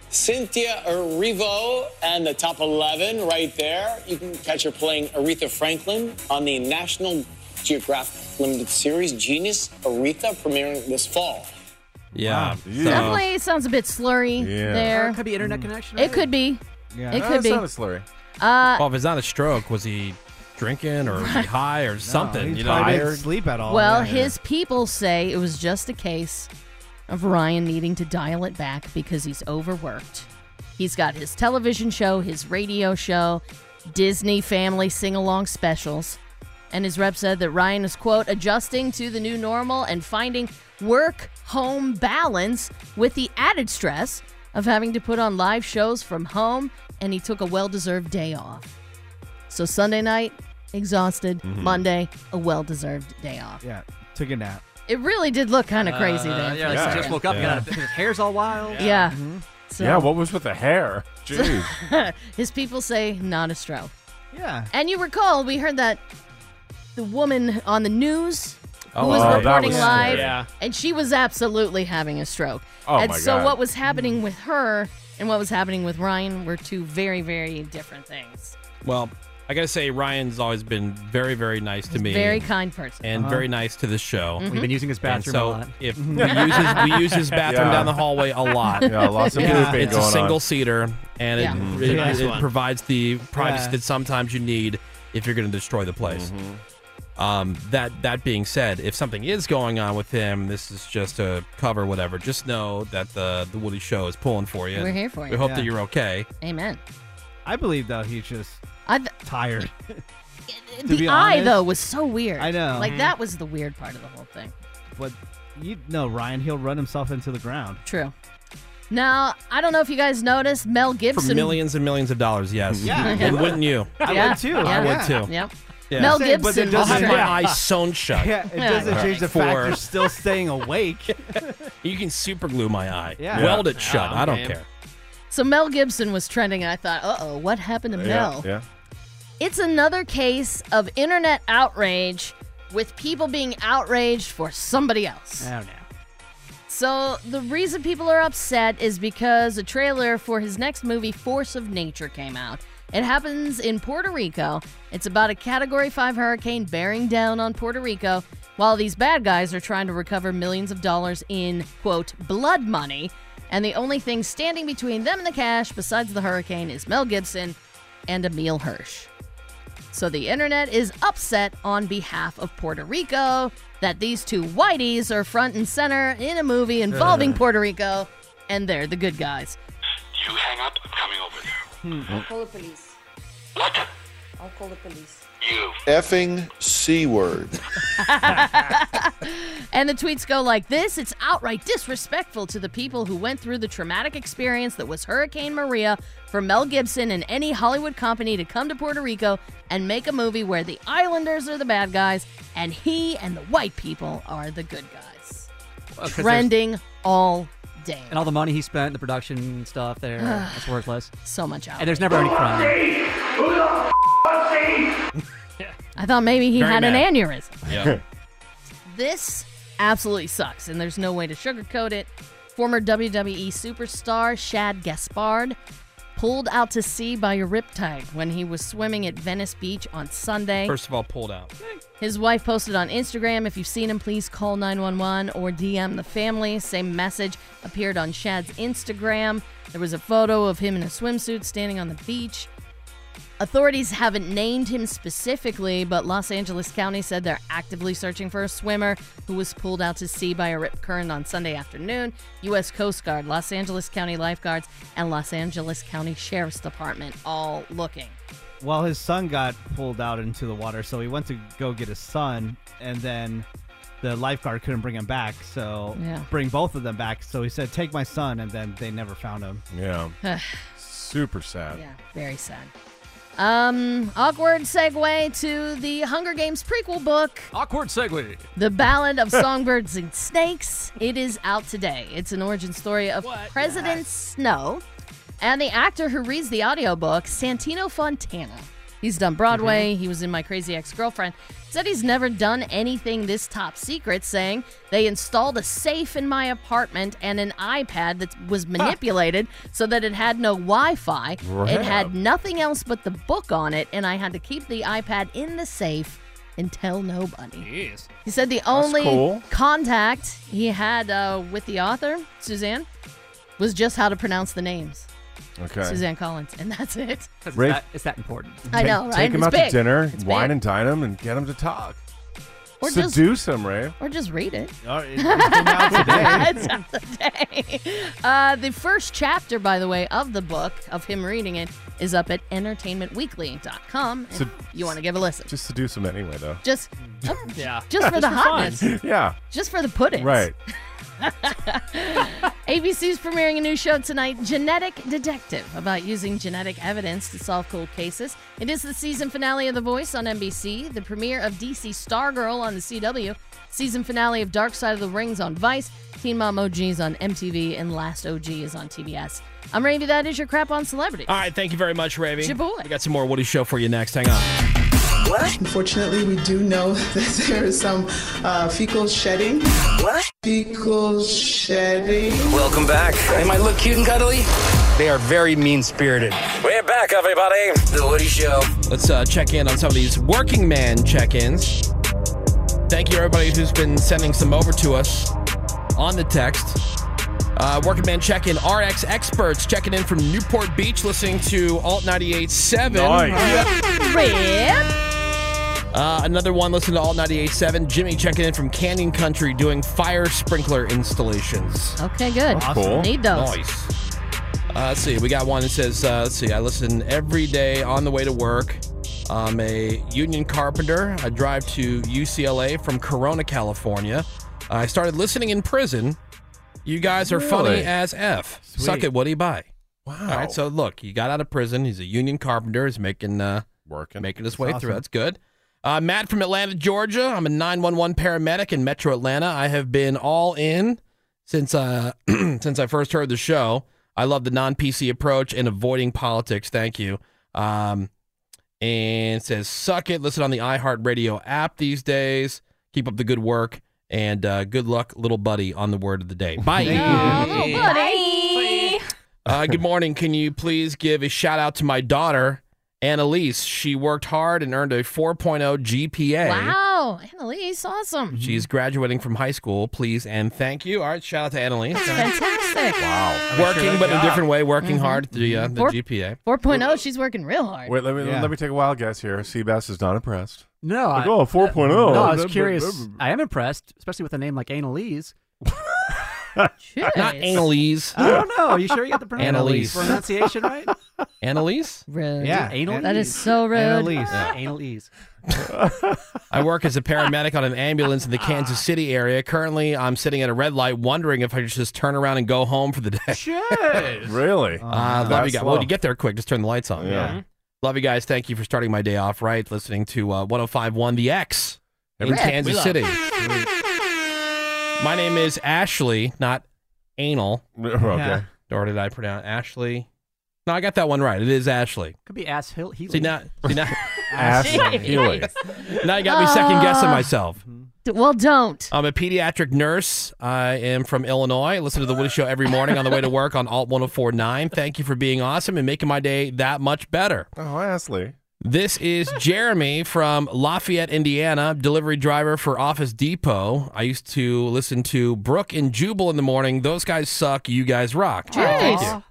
Speaker 3: Cynthia Erivo and the top 11 right there. You can catch her playing Aretha Franklin on the National Geographic Limited Series Genius Aretha premiering this fall.
Speaker 4: Yeah. So-
Speaker 5: Definitely sounds a bit slurry
Speaker 4: Oh. Yeah.
Speaker 5: there.
Speaker 4: Or it
Speaker 14: could be internet connection.
Speaker 5: It could be. It
Speaker 4: No,
Speaker 5: could
Speaker 4: it's
Speaker 5: be.
Speaker 4: not a slurry.
Speaker 5: Uh,
Speaker 4: Well, if it's not a stroke, was he drinking or was he high or something?
Speaker 6: he
Speaker 4: you know,
Speaker 6: Oh, probably didn't sleep at all.
Speaker 5: Well, his people say it was just a case of Ryan needing to dial it back because he's overworked. He's got his television show, his radio show, Disney family sing along specials. And his rep said that Ryan is, quote, adjusting to the new normal and finding work home balance with the added stress of having to put on live shows from home. And he took a well deserved day off. So Sunday night, exhausted.
Speaker 6: Mhm.
Speaker 5: Monday, a well deserved day off.
Speaker 6: yeah, took a nap.
Speaker 5: It really did look kind of crazy
Speaker 14: Uh,
Speaker 5: there.
Speaker 14: Yeah,
Speaker 5: for a
Speaker 14: so
Speaker 5: second.
Speaker 14: just woke up. and
Speaker 8: Yeah.
Speaker 14: Got out of- his hair's all wild.
Speaker 5: Yeah. Mm-hmm. So-
Speaker 8: yeah, what was with the hair? Jeez.
Speaker 5: His people say not a stroke.
Speaker 6: Yeah.
Speaker 5: And you recall we heard that the woman on the news who
Speaker 8: Oh,
Speaker 5: was
Speaker 8: wow, that
Speaker 5: reporting
Speaker 8: was
Speaker 5: live,
Speaker 8: scary. Yeah.
Speaker 5: and she was absolutely having a stroke.
Speaker 8: Oh,
Speaker 5: and
Speaker 8: my
Speaker 5: so
Speaker 8: God.
Speaker 5: what was happening with her and what was happening with Ryan were two very, very different things.
Speaker 4: Well, I gotta say, Ryan's always been very, very nice to me.
Speaker 5: Very kind person.
Speaker 4: and very nice to the show.
Speaker 14: Uh-huh. We've been Mhm. using his
Speaker 4: And
Speaker 14: bathroom
Speaker 4: so
Speaker 14: a lot.
Speaker 4: If we use his, we use his bathroom
Speaker 14: Yeah.
Speaker 4: down the hallway a lot.
Speaker 14: Yeah, lots of Yeah. pooping
Speaker 4: It's
Speaker 14: going
Speaker 4: a
Speaker 14: on.
Speaker 4: single seater, and
Speaker 14: Yeah.
Speaker 4: it,
Speaker 14: Mhm.
Speaker 4: it,
Speaker 14: Nice
Speaker 4: it
Speaker 14: one.
Speaker 4: provides the privacy
Speaker 14: Yeah.
Speaker 4: that sometimes you need if you're going to destroy the place.
Speaker 14: Mm-hmm.
Speaker 4: Um, that that being said, if something is going on with him, this is just a cover, whatever. Just know that the the Woody Show is pulling for you.
Speaker 5: We're
Speaker 4: and
Speaker 5: here for
Speaker 4: We
Speaker 5: you.
Speaker 4: hope
Speaker 5: Yeah.
Speaker 4: that you're okay.
Speaker 5: Amen.
Speaker 6: I believe though he's just
Speaker 5: I th-
Speaker 6: tired. To
Speaker 5: the
Speaker 6: be
Speaker 5: eye
Speaker 6: honest-
Speaker 5: though was so weird.
Speaker 6: I know.
Speaker 5: Like
Speaker 6: Mhm.
Speaker 5: that was the weird part of the whole thing.
Speaker 6: But you know, Ryan, he'll run himself into the ground.
Speaker 5: True. Now, I don't know if you guys noticed Mel
Speaker 4: For
Speaker 5: Gibson
Speaker 4: millions and millions of dollars, yes.
Speaker 5: Yeah.
Speaker 4: And wouldn't you?
Speaker 5: I Yeah. would too.
Speaker 4: I
Speaker 5: Yeah.
Speaker 4: would too.
Speaker 5: Yep. Yeah. Mel
Speaker 6: Say, but
Speaker 5: Gibson
Speaker 6: it
Speaker 4: I'll
Speaker 6: doesn't-
Speaker 4: have my
Speaker 6: Yeah.
Speaker 4: eyes sewn shut.
Speaker 6: Yeah, it doesn't change the fact
Speaker 4: For-
Speaker 6: you're still staying awake.
Speaker 4: You can super glue my eye.
Speaker 6: Yeah.
Speaker 4: Weld
Speaker 6: Yeah.
Speaker 4: it shut.
Speaker 6: Yeah,
Speaker 4: I don't
Speaker 6: man.
Speaker 4: care.
Speaker 5: So Mel Gibson was trending, and I thought, uh oh, what happened to Mel?
Speaker 4: Yeah.
Speaker 5: It's another case of internet outrage with people being outraged for somebody else.
Speaker 14: Oh, no.
Speaker 5: So the reason people are upset is because a trailer for his next movie, Force of Nature, came out. It happens in Puerto Rico. It's about a Category 5 hurricane bearing down on Puerto Rico while these bad guys are trying to recover millions of dollars in, quote, blood money. And the only thing standing between them and the cash, besides the hurricane, is Mel Gibson and Emil Hirsch. So the internet is upset on behalf of Puerto Rico that these two whiteys are front and center in a movie involving
Speaker 22: Ugh.
Speaker 5: Puerto Rico, and they're the good guys.
Speaker 22: You hang up, I'm coming over there.
Speaker 23: I'll call the police. What? I'll call the police.
Speaker 24: Effing C word.
Speaker 5: And the tweets go like this It's outright disrespectful to the people who went through the traumatic experience that was Hurricane Maria for Mel Gibson and any Hollywood company to come to Puerto Rico and make a movie where the islanders are the bad guys and he and the white people are the good guys.
Speaker 14: Well, 'cause there's-
Speaker 5: Trending all day.
Speaker 14: And all the money he spent, the production and stuff there, it's worthless.
Speaker 5: So much out.
Speaker 14: And there's never any crime.
Speaker 5: I thought maybe he
Speaker 14: Very
Speaker 5: had
Speaker 14: mad.
Speaker 5: an aneurysm.
Speaker 4: Yeah.
Speaker 5: This absolutely sucks, and there's no way to sugarcoat it. Former WWE superstar Shad E Gaspard pulled out to sea by a riptide when he was swimming at Venice Beach on Sunday.
Speaker 4: First of all, pulled out.
Speaker 5: His wife posted on Instagram if you've seen him, please call 911 or DM the family. Same message appeared on Shad's Instagram. There was a photo of him in a swimsuit standing on the beach. Authorities haven't named him specifically, but Los Angeles County said they're actively searching for a swimmer who was pulled out to sea by a rip current on Sunday afternoon. U.S. Coast Guard, Los Angeles County lifeguards, and Los Angeles County Sheriff's Department all looking.
Speaker 6: Well, his son got pulled out into the water, so he went to go get his son, and then the lifeguard couldn't bring him back, so
Speaker 5: Yeah.
Speaker 6: bring both of them back. So he said, "Take my son," and then they never found him.
Speaker 8: Yeah. Super sad.
Speaker 5: Yeah, very sad. Um, awkward segue to the Hunger Games prequel book.
Speaker 14: Awkward segue.
Speaker 5: The Ballad of Songbirds and Snakes. It is out today. It's an origin story of President Snow and the actor who reads the audiobook, Santino Fontana. He's done Broadway. He was in My Crazy Ex Girlfriend. Said he's never done anything this top secret, saying they installed a safe in my apartment and an iPad that was manipulated so that it had no Wi Fi. It had
Speaker 1: Crap.
Speaker 5: nothing else but the book on it, and I had to keep the iPad in the safe and tell nobody.
Speaker 14: Yes.
Speaker 5: He said the only
Speaker 14: cool.
Speaker 5: contact he had uh, with the author, Suzanne, was just how to pronounce the names.
Speaker 8: Okay.
Speaker 5: Suzanne Collins, and that's it.
Speaker 14: It's
Speaker 8: Rafe-
Speaker 14: that, it's that important.
Speaker 5: I
Speaker 8: Take-
Speaker 5: know, right?
Speaker 8: Take him
Speaker 5: It's
Speaker 8: out
Speaker 5: big.
Speaker 8: to dinner,
Speaker 5: It's
Speaker 8: wine
Speaker 5: big.
Speaker 8: and dine him, and get him to talk.
Speaker 5: Or just-
Speaker 8: Seduce him, Ray.
Speaker 5: Or just read it.
Speaker 8: it's been out
Speaker 5: It's out today. Uh, the first chapter, by the way, of the book, of him reading it, is up at entertainmentweekly.com. If
Speaker 8: Sed-
Speaker 5: you want to give a listen.
Speaker 8: Just seduce him anyway, though.
Speaker 5: Just, yeah. just for the hotness.
Speaker 8: yeah.
Speaker 5: Just for the puddings.
Speaker 8: Right.
Speaker 5: ABC's premiering a new show tonight, Genetic Detective, about using genetic evidence to solve cold cases. It is the season finale of The Voice on NBC, the premiere of DC Stargirl on the CW, season finale of Dark Side of the Rings on Vice, Teen Mom OG is on MTV, and Last OG is on TBS. I'm Randy. That is your crap on celebrity.
Speaker 4: All right, thank you very much, Ravy.
Speaker 5: It's your boy.
Speaker 4: We got some more Woody Show for you next. Hang on.
Speaker 2: What? Unfortunately, we do know that there is some uh, fecal shedding. What? Fecal shedding.
Speaker 9: Welcome back. They might look cute and cuddly.
Speaker 4: They are very mean spirited.
Speaker 9: We're back, everybody. The Woody Show.
Speaker 4: Let's uh, check in on some of these working man check ins. Thank you, everybody who's been sending some over to us on the text. Uh, working man check in, RX experts checking in from Newport Beach, listening to Alt 98.7.
Speaker 8: Nice.
Speaker 5: Rip.
Speaker 4: Uh, another one, listen to Alt 98.7. Jimmy checking in from Canyon Country doing fire sprinkler installations.
Speaker 5: Okay, good. Need those.
Speaker 4: Nice. Uh, let's see. We got one that says, uh, let's see, I listen every day on the way to work. I'm a union carpenter. I drive to UCLA from Corona, California. I started listening in prison. You guys are funny
Speaker 8: Really?
Speaker 4: as F.
Speaker 8: Sweet.
Speaker 4: Suck it, Woody. Bye.
Speaker 8: Wow.
Speaker 4: All right. So, look, he got out of prison. He's a union carpenter. He's making, uh,
Speaker 8: Working.
Speaker 4: making his way
Speaker 8: That's
Speaker 4: through.
Speaker 8: awesome.
Speaker 4: That's good. Uh, Matt from Atlanta, Georgia. I'm a 911 paramedic in Metro Atlanta. I have been all in since uh, since I first heard the show. I love the non PC approach and avoiding politics. Thank you. Um, and it says, "Suck it." Listen on the iHeartRadio app these days. Keep up the good work and uh, good luck, little buddy. On the word of the day. Bye.
Speaker 10: Bye.
Speaker 4: Uh, good morning. Can you please give a shout out to my daughter, Annalise? She worked hard and earned a 4.0 GPA.
Speaker 5: Wow. Annalise, awesome.
Speaker 4: She's graduating from high school. Please and thank you. All right, shout out to Annalise.
Speaker 5: Fantastic.
Speaker 4: Wow. Working, but in a different way, working
Speaker 8: Mm-hmm.
Speaker 4: hard, the, uh, the
Speaker 5: Four-
Speaker 4: GPA.
Speaker 5: 4.0, she's working real hard.
Speaker 8: Wait, let me
Speaker 4: Yeah.
Speaker 8: let me take a wild guess here. Seabass is not impressed.
Speaker 14: No,
Speaker 8: Like,
Speaker 14: I,
Speaker 8: oh, 4.0.
Speaker 14: No, I was
Speaker 8: Blah, blah,
Speaker 14: curious.
Speaker 8: blah, blah.
Speaker 14: I am impressed, especially with a name like Annalise.
Speaker 4: Not Annalise.
Speaker 14: I don't know. Are you sure you got the pronoun-
Speaker 4: Annalise.
Speaker 14: pronunciation right?
Speaker 4: Annalise?
Speaker 5: Rude.
Speaker 14: Yeah, Annalise.
Speaker 5: That is so rude.
Speaker 4: Annalise.
Speaker 14: Yeah, Annalise.
Speaker 4: I work as a paramedic on an ambulance in the
Speaker 14: Ah.
Speaker 4: Kansas City area. Currently, I'm sitting at a red light wondering if I should just turn around and go home for the day.
Speaker 8: really?
Speaker 4: Uh, love you guys. Well, you get there quick. Just turn the lights on.
Speaker 8: Yeah. Mhm.
Speaker 4: Love you guys. Thank you for starting my day off right. Listening to uh, 105.1 The X in
Speaker 8: Every- We
Speaker 4: Kansas
Speaker 8: love
Speaker 4: City.
Speaker 8: it.
Speaker 4: My name is Ashley, not anal.
Speaker 8: okay.
Speaker 4: Or did I pronounce Ashley? No, I got that one right. It is Ashley.
Speaker 14: Could be ass Hill. Healy.
Speaker 4: See now, see now,
Speaker 14: Ashley.
Speaker 4: Now you got me second guessing myself.
Speaker 5: Well, don't.
Speaker 4: I'm a pediatric nurse. I am from Illinois. I listen to the Woody Show every morning on the way to work on Alt 1049. Thank you for being awesome and making my day that much better.
Speaker 8: Oh, honestly.
Speaker 4: This is Jeremy from Lafayette, Indiana, delivery driver for Office Depot. I used to listen to Brooke and Jubal in the morning. Those guys suck. You guys rock.
Speaker 5: Jeez.
Speaker 4: Thank you.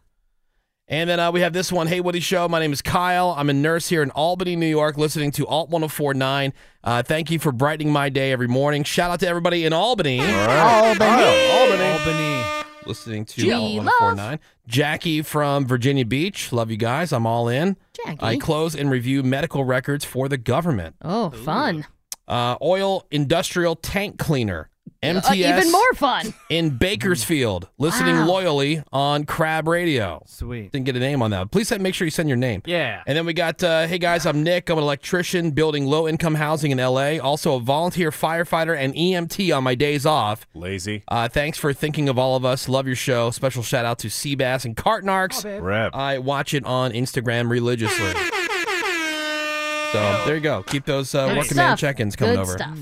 Speaker 4: And then uh, we have this one. Hey, Woody Show. My name is Kyle. I'm a nurse here in Albany, New York, listening to Alt 1049. Uh, thank you for brightening my day every morning. Shout out to everybody in Albany.
Speaker 5: Albany.
Speaker 4: Albany. Albany. Listening to
Speaker 5: Gee,
Speaker 4: Alt 1049. Jackie from Virginia Beach. Love you guys. I'm all in.
Speaker 5: Jackie.
Speaker 4: I close and review medical records for the government.
Speaker 5: Oh, fun.
Speaker 4: Uh, oil industrial tank cleaner. MTS
Speaker 5: Uh, even more fun.
Speaker 4: in Bakersfield, listening
Speaker 5: Wow.
Speaker 4: loyally on Crab Radio.
Speaker 6: Sweet.
Speaker 4: Didn't get a name on that. Please send, make sure you send your name.
Speaker 6: Yeah.
Speaker 4: And then we got, uh, hey guys, I'm Nick. I'm an electrician building low income housing in LA. Also a volunteer firefighter and EMT on my days off.
Speaker 8: Lazy.
Speaker 4: Uh, thanks for thinking of all of us. Love your show. Special shout out to Seabass and Cartnarks.
Speaker 8: Oh, babe. Rep.
Speaker 14: Uh,
Speaker 4: I watch it on Instagram religiously. So there you go. Keep those uh,
Speaker 8: Good
Speaker 4: working man
Speaker 8: stuff.
Speaker 4: check-ins coming
Speaker 8: Good
Speaker 4: over.
Speaker 8: stuff.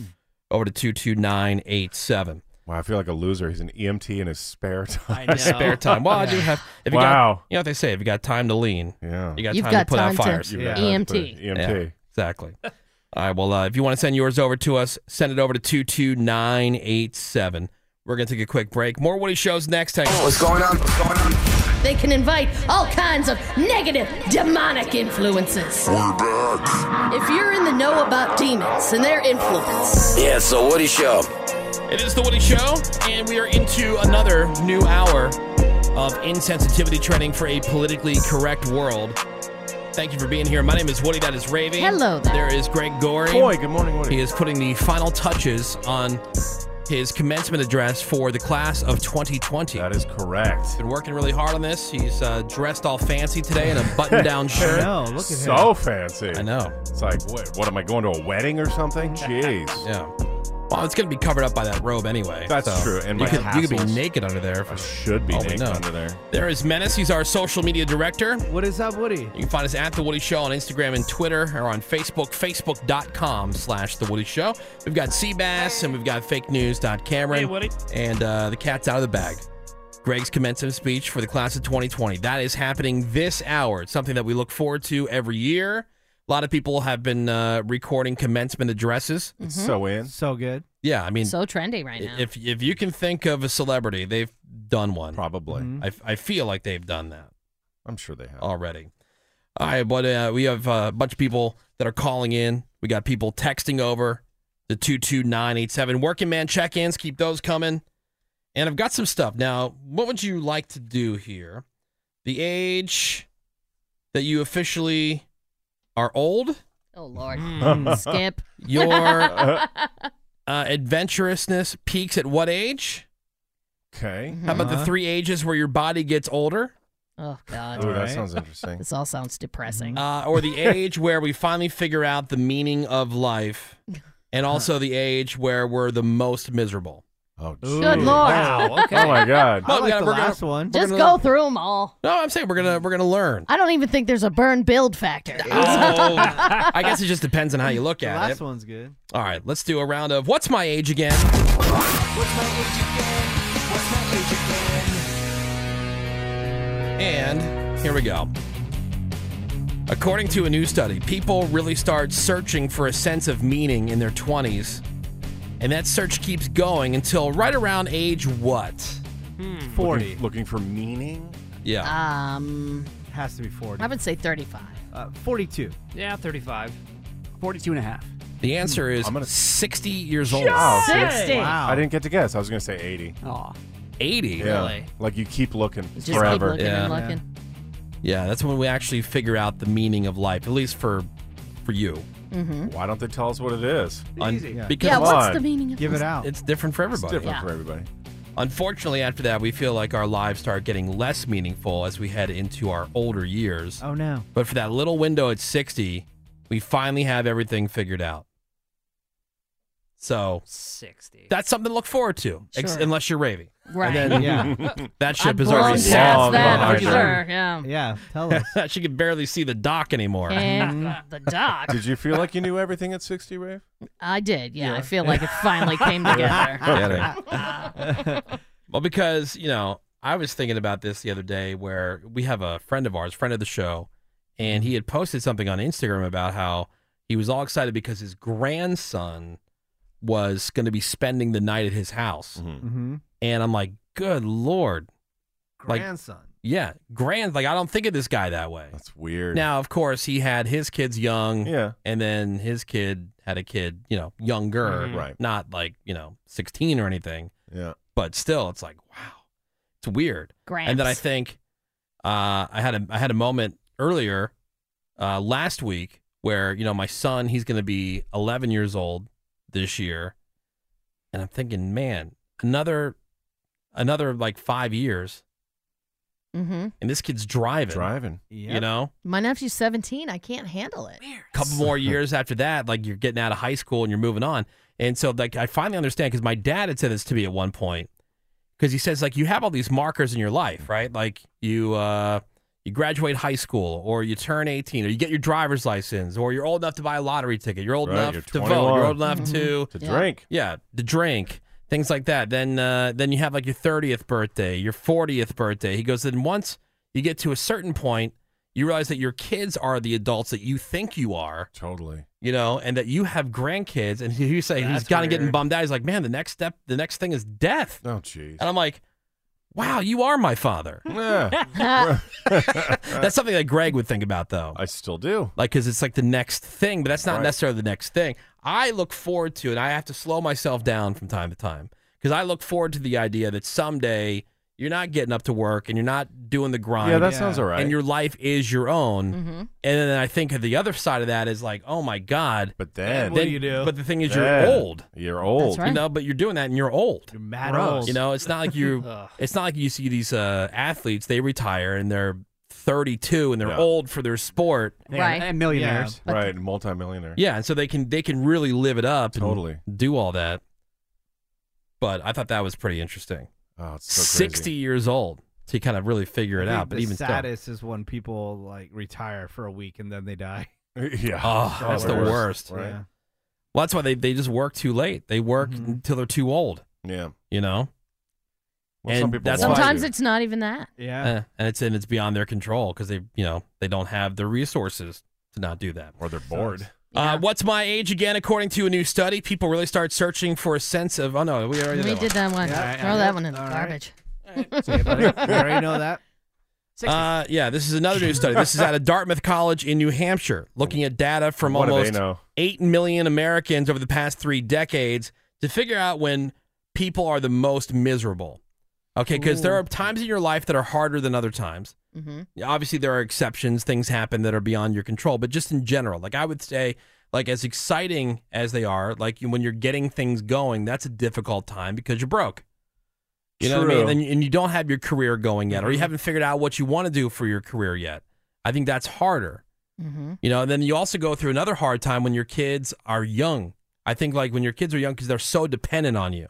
Speaker 4: Over to two two nine eight seven.
Speaker 8: Wow, I feel like a loser. He's an EMT in his spare time.
Speaker 4: His spare time. Well, I do have. If you
Speaker 8: wow.
Speaker 4: Got, you know what they say? If you got time to lean,
Speaker 8: yeah,
Speaker 4: you got
Speaker 5: You've
Speaker 4: time
Speaker 5: got
Speaker 4: to put
Speaker 5: time to
Speaker 4: out fires.
Speaker 5: You've got time to EMT. put it-
Speaker 8: EMT.
Speaker 4: exactly. All right. Well, uh, if you want to send yours over to us, send it over to two two nine eight seven. We're gonna take a quick break. More Woody shows next. Hang on.
Speaker 5: What's
Speaker 4: going on?
Speaker 5: They can invite all kinds of negative, demonic influences.
Speaker 22: We're back.
Speaker 5: If you're in the know about demons and their influence,
Speaker 9: Yeah, it's the Woody Show.
Speaker 4: It is the Woody Show, and we are into another new hour of insensitivity training for a politically correct world. Thank you for being here. My name is Woody. That is Ravy. Hello. There is Greg Gorey.
Speaker 8: Boy, good morning, Woody.
Speaker 4: He is putting the final touches on his commencement address for the class of 2020. That
Speaker 8: is correct.
Speaker 4: Been working really hard on this. He's uh, dressed all fancy today in a button-down shirt.
Speaker 8: No, so fancy. I
Speaker 4: know.
Speaker 8: It's like, what, what am I going to a wedding or something? Jeez.
Speaker 4: yeah. Well, it's going to be covered up by that robe anyway.
Speaker 8: That's
Speaker 4: so
Speaker 8: true, and
Speaker 4: you,
Speaker 8: my
Speaker 4: could, you could be
Speaker 8: tassels.
Speaker 4: naked under there. I
Speaker 8: should be naked under there.
Speaker 4: There is Menace. He's our social media director.
Speaker 6: What is up, Woody?
Speaker 4: You can find us at The Woody Show on Instagram and Twitter or on Facebook, facebook.com slash The Woody Show. We've got Seabass and we've got fake news.cameron.
Speaker 7: Hey, Woody.
Speaker 4: And uh, the cat's out of the bag. Greg's commencement speech for the class of 2020. That is happening this hour. It's something that we look forward to every year. A lot of people have been uh, recording commencement addresses.
Speaker 5: It's Mhm. so
Speaker 8: in.
Speaker 6: So good.
Speaker 4: Yeah, I mean,
Speaker 5: so trendy right now.
Speaker 4: if if you can think of a celebrity, they've done one. Probably. I, I feel like they've done that.
Speaker 8: I'm sure they have
Speaker 4: already. All right, but uh, we have uh, a bunch of people that are calling in. We got people texting over the two two nine eight seven. Working man check ins. Keep those coming. And I've got some stuff now. What would you like to do here? The age that you officially are old.
Speaker 5: Oh Lord,
Speaker 4: Mm.
Speaker 5: skip
Speaker 4: Your uh, adventurousness peaks at what age?
Speaker 8: Okay.
Speaker 4: How about the three ages where your body gets older?
Speaker 5: Oh God.
Speaker 4: Ooh, that Alright. sounds interesting.
Speaker 5: This all sounds depressing.
Speaker 4: Uh, or the age where we finally figure out the meaning of life, and also the age where we're the most miserable.
Speaker 8: Oh,
Speaker 5: Good Lord. Wow, okay. Oh, my
Speaker 8: God.
Speaker 5: I like the last
Speaker 6: one.
Speaker 5: Just go through them all.
Speaker 4: No, I'm saying we're gonna we're gonna learn.
Speaker 5: I don't even think there's a burn build factor.
Speaker 4: Oh, I guess it just depends on how you look
Speaker 6: The
Speaker 4: at it.
Speaker 6: last one's good.
Speaker 4: All right, let's do a round of what's my age again. And here we go. According to a new study, people really start searching for a sense of meaning in their 20s. And that search keeps going until right around age what?
Speaker 6: 40.
Speaker 8: Looking, looking for meaning?
Speaker 4: Yeah.
Speaker 5: Um,
Speaker 6: Has to be 40.
Speaker 5: I would say 35.
Speaker 6: Uh, 42.
Speaker 7: Yeah, 35.
Speaker 14: 42 and a half.
Speaker 4: The answer is 60 years old.
Speaker 8: Wow, see?
Speaker 5: 60.
Speaker 14: Wow.
Speaker 8: I didn't get to guess. I was going to say 80.
Speaker 14: Aw.
Speaker 4: 80?
Speaker 8: Yeah.
Speaker 4: Really?
Speaker 8: Like you keep looking
Speaker 5: Just keep
Speaker 8: forever.
Speaker 5: looking and looking.
Speaker 4: Yeah, that's when we actually figure out the meaning of life, at least for for you.
Speaker 5: Mhm.
Speaker 8: Why don't they tell us what it is?
Speaker 4: Easy. Yeah.
Speaker 5: Yeah, what's the meaning of this?
Speaker 4: It's different for everybody.
Speaker 8: different Yeah. for everybody.
Speaker 4: Unfortunately, after that, we feel like our lives start getting less meaningful as we head into our older years.
Speaker 6: Oh, no.
Speaker 4: But for that little window at 60, we finally have everything figured out. So
Speaker 7: 60.
Speaker 4: That's something to look forward to, ex-
Speaker 7: Sure.
Speaker 4: unless you're raving.
Speaker 7: Right.
Speaker 4: And then
Speaker 7: Yeah.
Speaker 4: that ship
Speaker 7: I'd
Speaker 4: is already
Speaker 7: blown
Speaker 4: set.
Speaker 7: past that for
Speaker 4: behind her.
Speaker 5: sure, yeah.
Speaker 6: Yeah, tell
Speaker 4: us. she could barely see the dock anymore.
Speaker 5: And the dock.
Speaker 8: Did you feel like you knew everything at 60, Rave?
Speaker 5: I did. Yeah, I
Speaker 4: Yeah.
Speaker 5: feel like it finally came together.
Speaker 6: Mm-hmm.
Speaker 4: Kidding. well, because, you know, I was thinking about this the other day where we have a friend of ours, friend of the show, and he had posted something on Instagram about how he was all excited because his grandson was going to be spending the night at his house.
Speaker 8: Mm-hmm.
Speaker 6: Mhm.
Speaker 4: And I'm like, good Lord. Like,
Speaker 6: Grandson.
Speaker 4: yeah, grand. Like, I don't think of this guy that way.
Speaker 8: That's weird.
Speaker 4: Now, of course, he had his kids young.
Speaker 8: Yeah.
Speaker 4: And then his kid had a kid, you know, younger.
Speaker 8: Mhm. Right.
Speaker 4: Not like, you know, 16 or anything.
Speaker 8: Yeah.
Speaker 4: But still, it's like, wow, it's weird. And then I
Speaker 8: Gramps.
Speaker 4: think uh, I had a I had a moment earlier uh, last week where, you know, my son, he's going to be 11 years old this year. And I'm thinking, man, another another like 5 years
Speaker 5: mm-hmm.
Speaker 4: and this kid's driving.
Speaker 8: Driving.
Speaker 4: You know?
Speaker 5: My nephew's 17. I can't handle it.
Speaker 4: couple more years after that, like you're getting out of high school and you're moving on. And so, like, I finally understand because my dad had said this to me at one point because he says, like, you have all these markers in your life, right? Like, you, uh, you graduate high school, or you turn 18, or you get your driver's license, or you're old enough to buy a lottery ticket. You're old
Speaker 8: Right,
Speaker 4: enough
Speaker 8: you're Mm-hmm.
Speaker 4: to
Speaker 8: 21.
Speaker 4: vote. You're old enough to
Speaker 8: To Yeah. drink.
Speaker 4: Yeah, to drink. Things like that. Then, uh, then you have like your 30th birthday, your 40th birthday. He goes. Then once you get to a certain point, you realize that your kids are the adults that you think you are.
Speaker 8: Totally.
Speaker 4: You know, and that you have grandkids, and he- he's saying he's kind of getting
Speaker 8: weird.
Speaker 4: bummed out. He's like, "Man, the next step, the next thing is death."
Speaker 8: Oh, jeez.
Speaker 4: And I'm like, "Wow, you are my father." that's something that Greg would think about, though.
Speaker 8: I still do.
Speaker 4: Like, because it's like the next thing, but that's not
Speaker 8: Right.
Speaker 4: necessarily the next thing. I look forward to, and I have to slow myself down from time to time because I look forward to the idea that someday you're not getting up to work and you're not doing the grind.
Speaker 8: Yeah, that sounds Yeah. all right.
Speaker 4: And your life is your own.
Speaker 8: Mhm.
Speaker 4: And then I think the other side of that is like, oh my God.
Speaker 8: But then,
Speaker 4: what do you do? But the thing is,
Speaker 8: Then
Speaker 4: you're old.
Speaker 8: You're old.
Speaker 4: You know, but you're doing that and you're old. You're
Speaker 6: mad Gross. old.
Speaker 4: You know, it's not like you
Speaker 6: Ugh.
Speaker 4: it's not like you see these uh, athletes, they retire and they're 32 and they're old for their sport.
Speaker 8: Yeah. Right, and multimillionaire.
Speaker 4: Yeah, and so they can they can really live it up and
Speaker 8: Totally.
Speaker 4: do all that. But I thought that was pretty interesting.
Speaker 8: Oh, it's so crazy.
Speaker 4: 60 years old to kind of really figure it
Speaker 6: I think
Speaker 4: out, but
Speaker 6: the
Speaker 4: even still.
Speaker 6: saddest is when people like retire for a week and then they die.
Speaker 8: yeah,
Speaker 4: Oh, that's the worst.
Speaker 6: Yeah.
Speaker 4: Well, that's why they, they just work too late. They work
Speaker 6: Mm-hmm.
Speaker 4: until they're too old.
Speaker 8: Yeah.
Speaker 4: You know?
Speaker 8: Well, some people
Speaker 4: that's why-
Speaker 5: Sometimes it's not even that.
Speaker 4: Uh, and it's and it's beyond their control because they you know they don't have the resources to not do that,
Speaker 8: or they're bored.
Speaker 4: Uh, what's my age again? According to a new study, people really start searching for a sense of. Oh no, we already
Speaker 5: we
Speaker 4: that
Speaker 5: did that one.
Speaker 4: Yeah,
Speaker 5: Throw
Speaker 4: yeah.
Speaker 5: that one in the
Speaker 4: All right.
Speaker 5: garbage.
Speaker 6: that.
Speaker 4: Uh, yeah, this is another new study. This is out of Dartmouth College in New Hampshire, looking at data from
Speaker 8: What do they
Speaker 4: almost
Speaker 8: know?
Speaker 4: eight million Americans over the past three decades to figure out when people are the most miserable. Okay, because there
Speaker 1: Ooh.
Speaker 4: are times in your life that are harder than other times.
Speaker 1: Mm-hmm.
Speaker 4: Yeah, obviously there are exceptions things happen that are beyond your control but just in general like i would say like as exciting as they are like you- when you're getting things going that's a difficult time because you're broke you know what i mean
Speaker 8: True.
Speaker 4: and, and you don't have your career going yet or you haven't figured out what you want to do for your career yet i think that's harder
Speaker 5: Mm-hmm.
Speaker 4: you know and then you also go through another hard time when your kids are young i think like when your kids are young because they're so dependent on you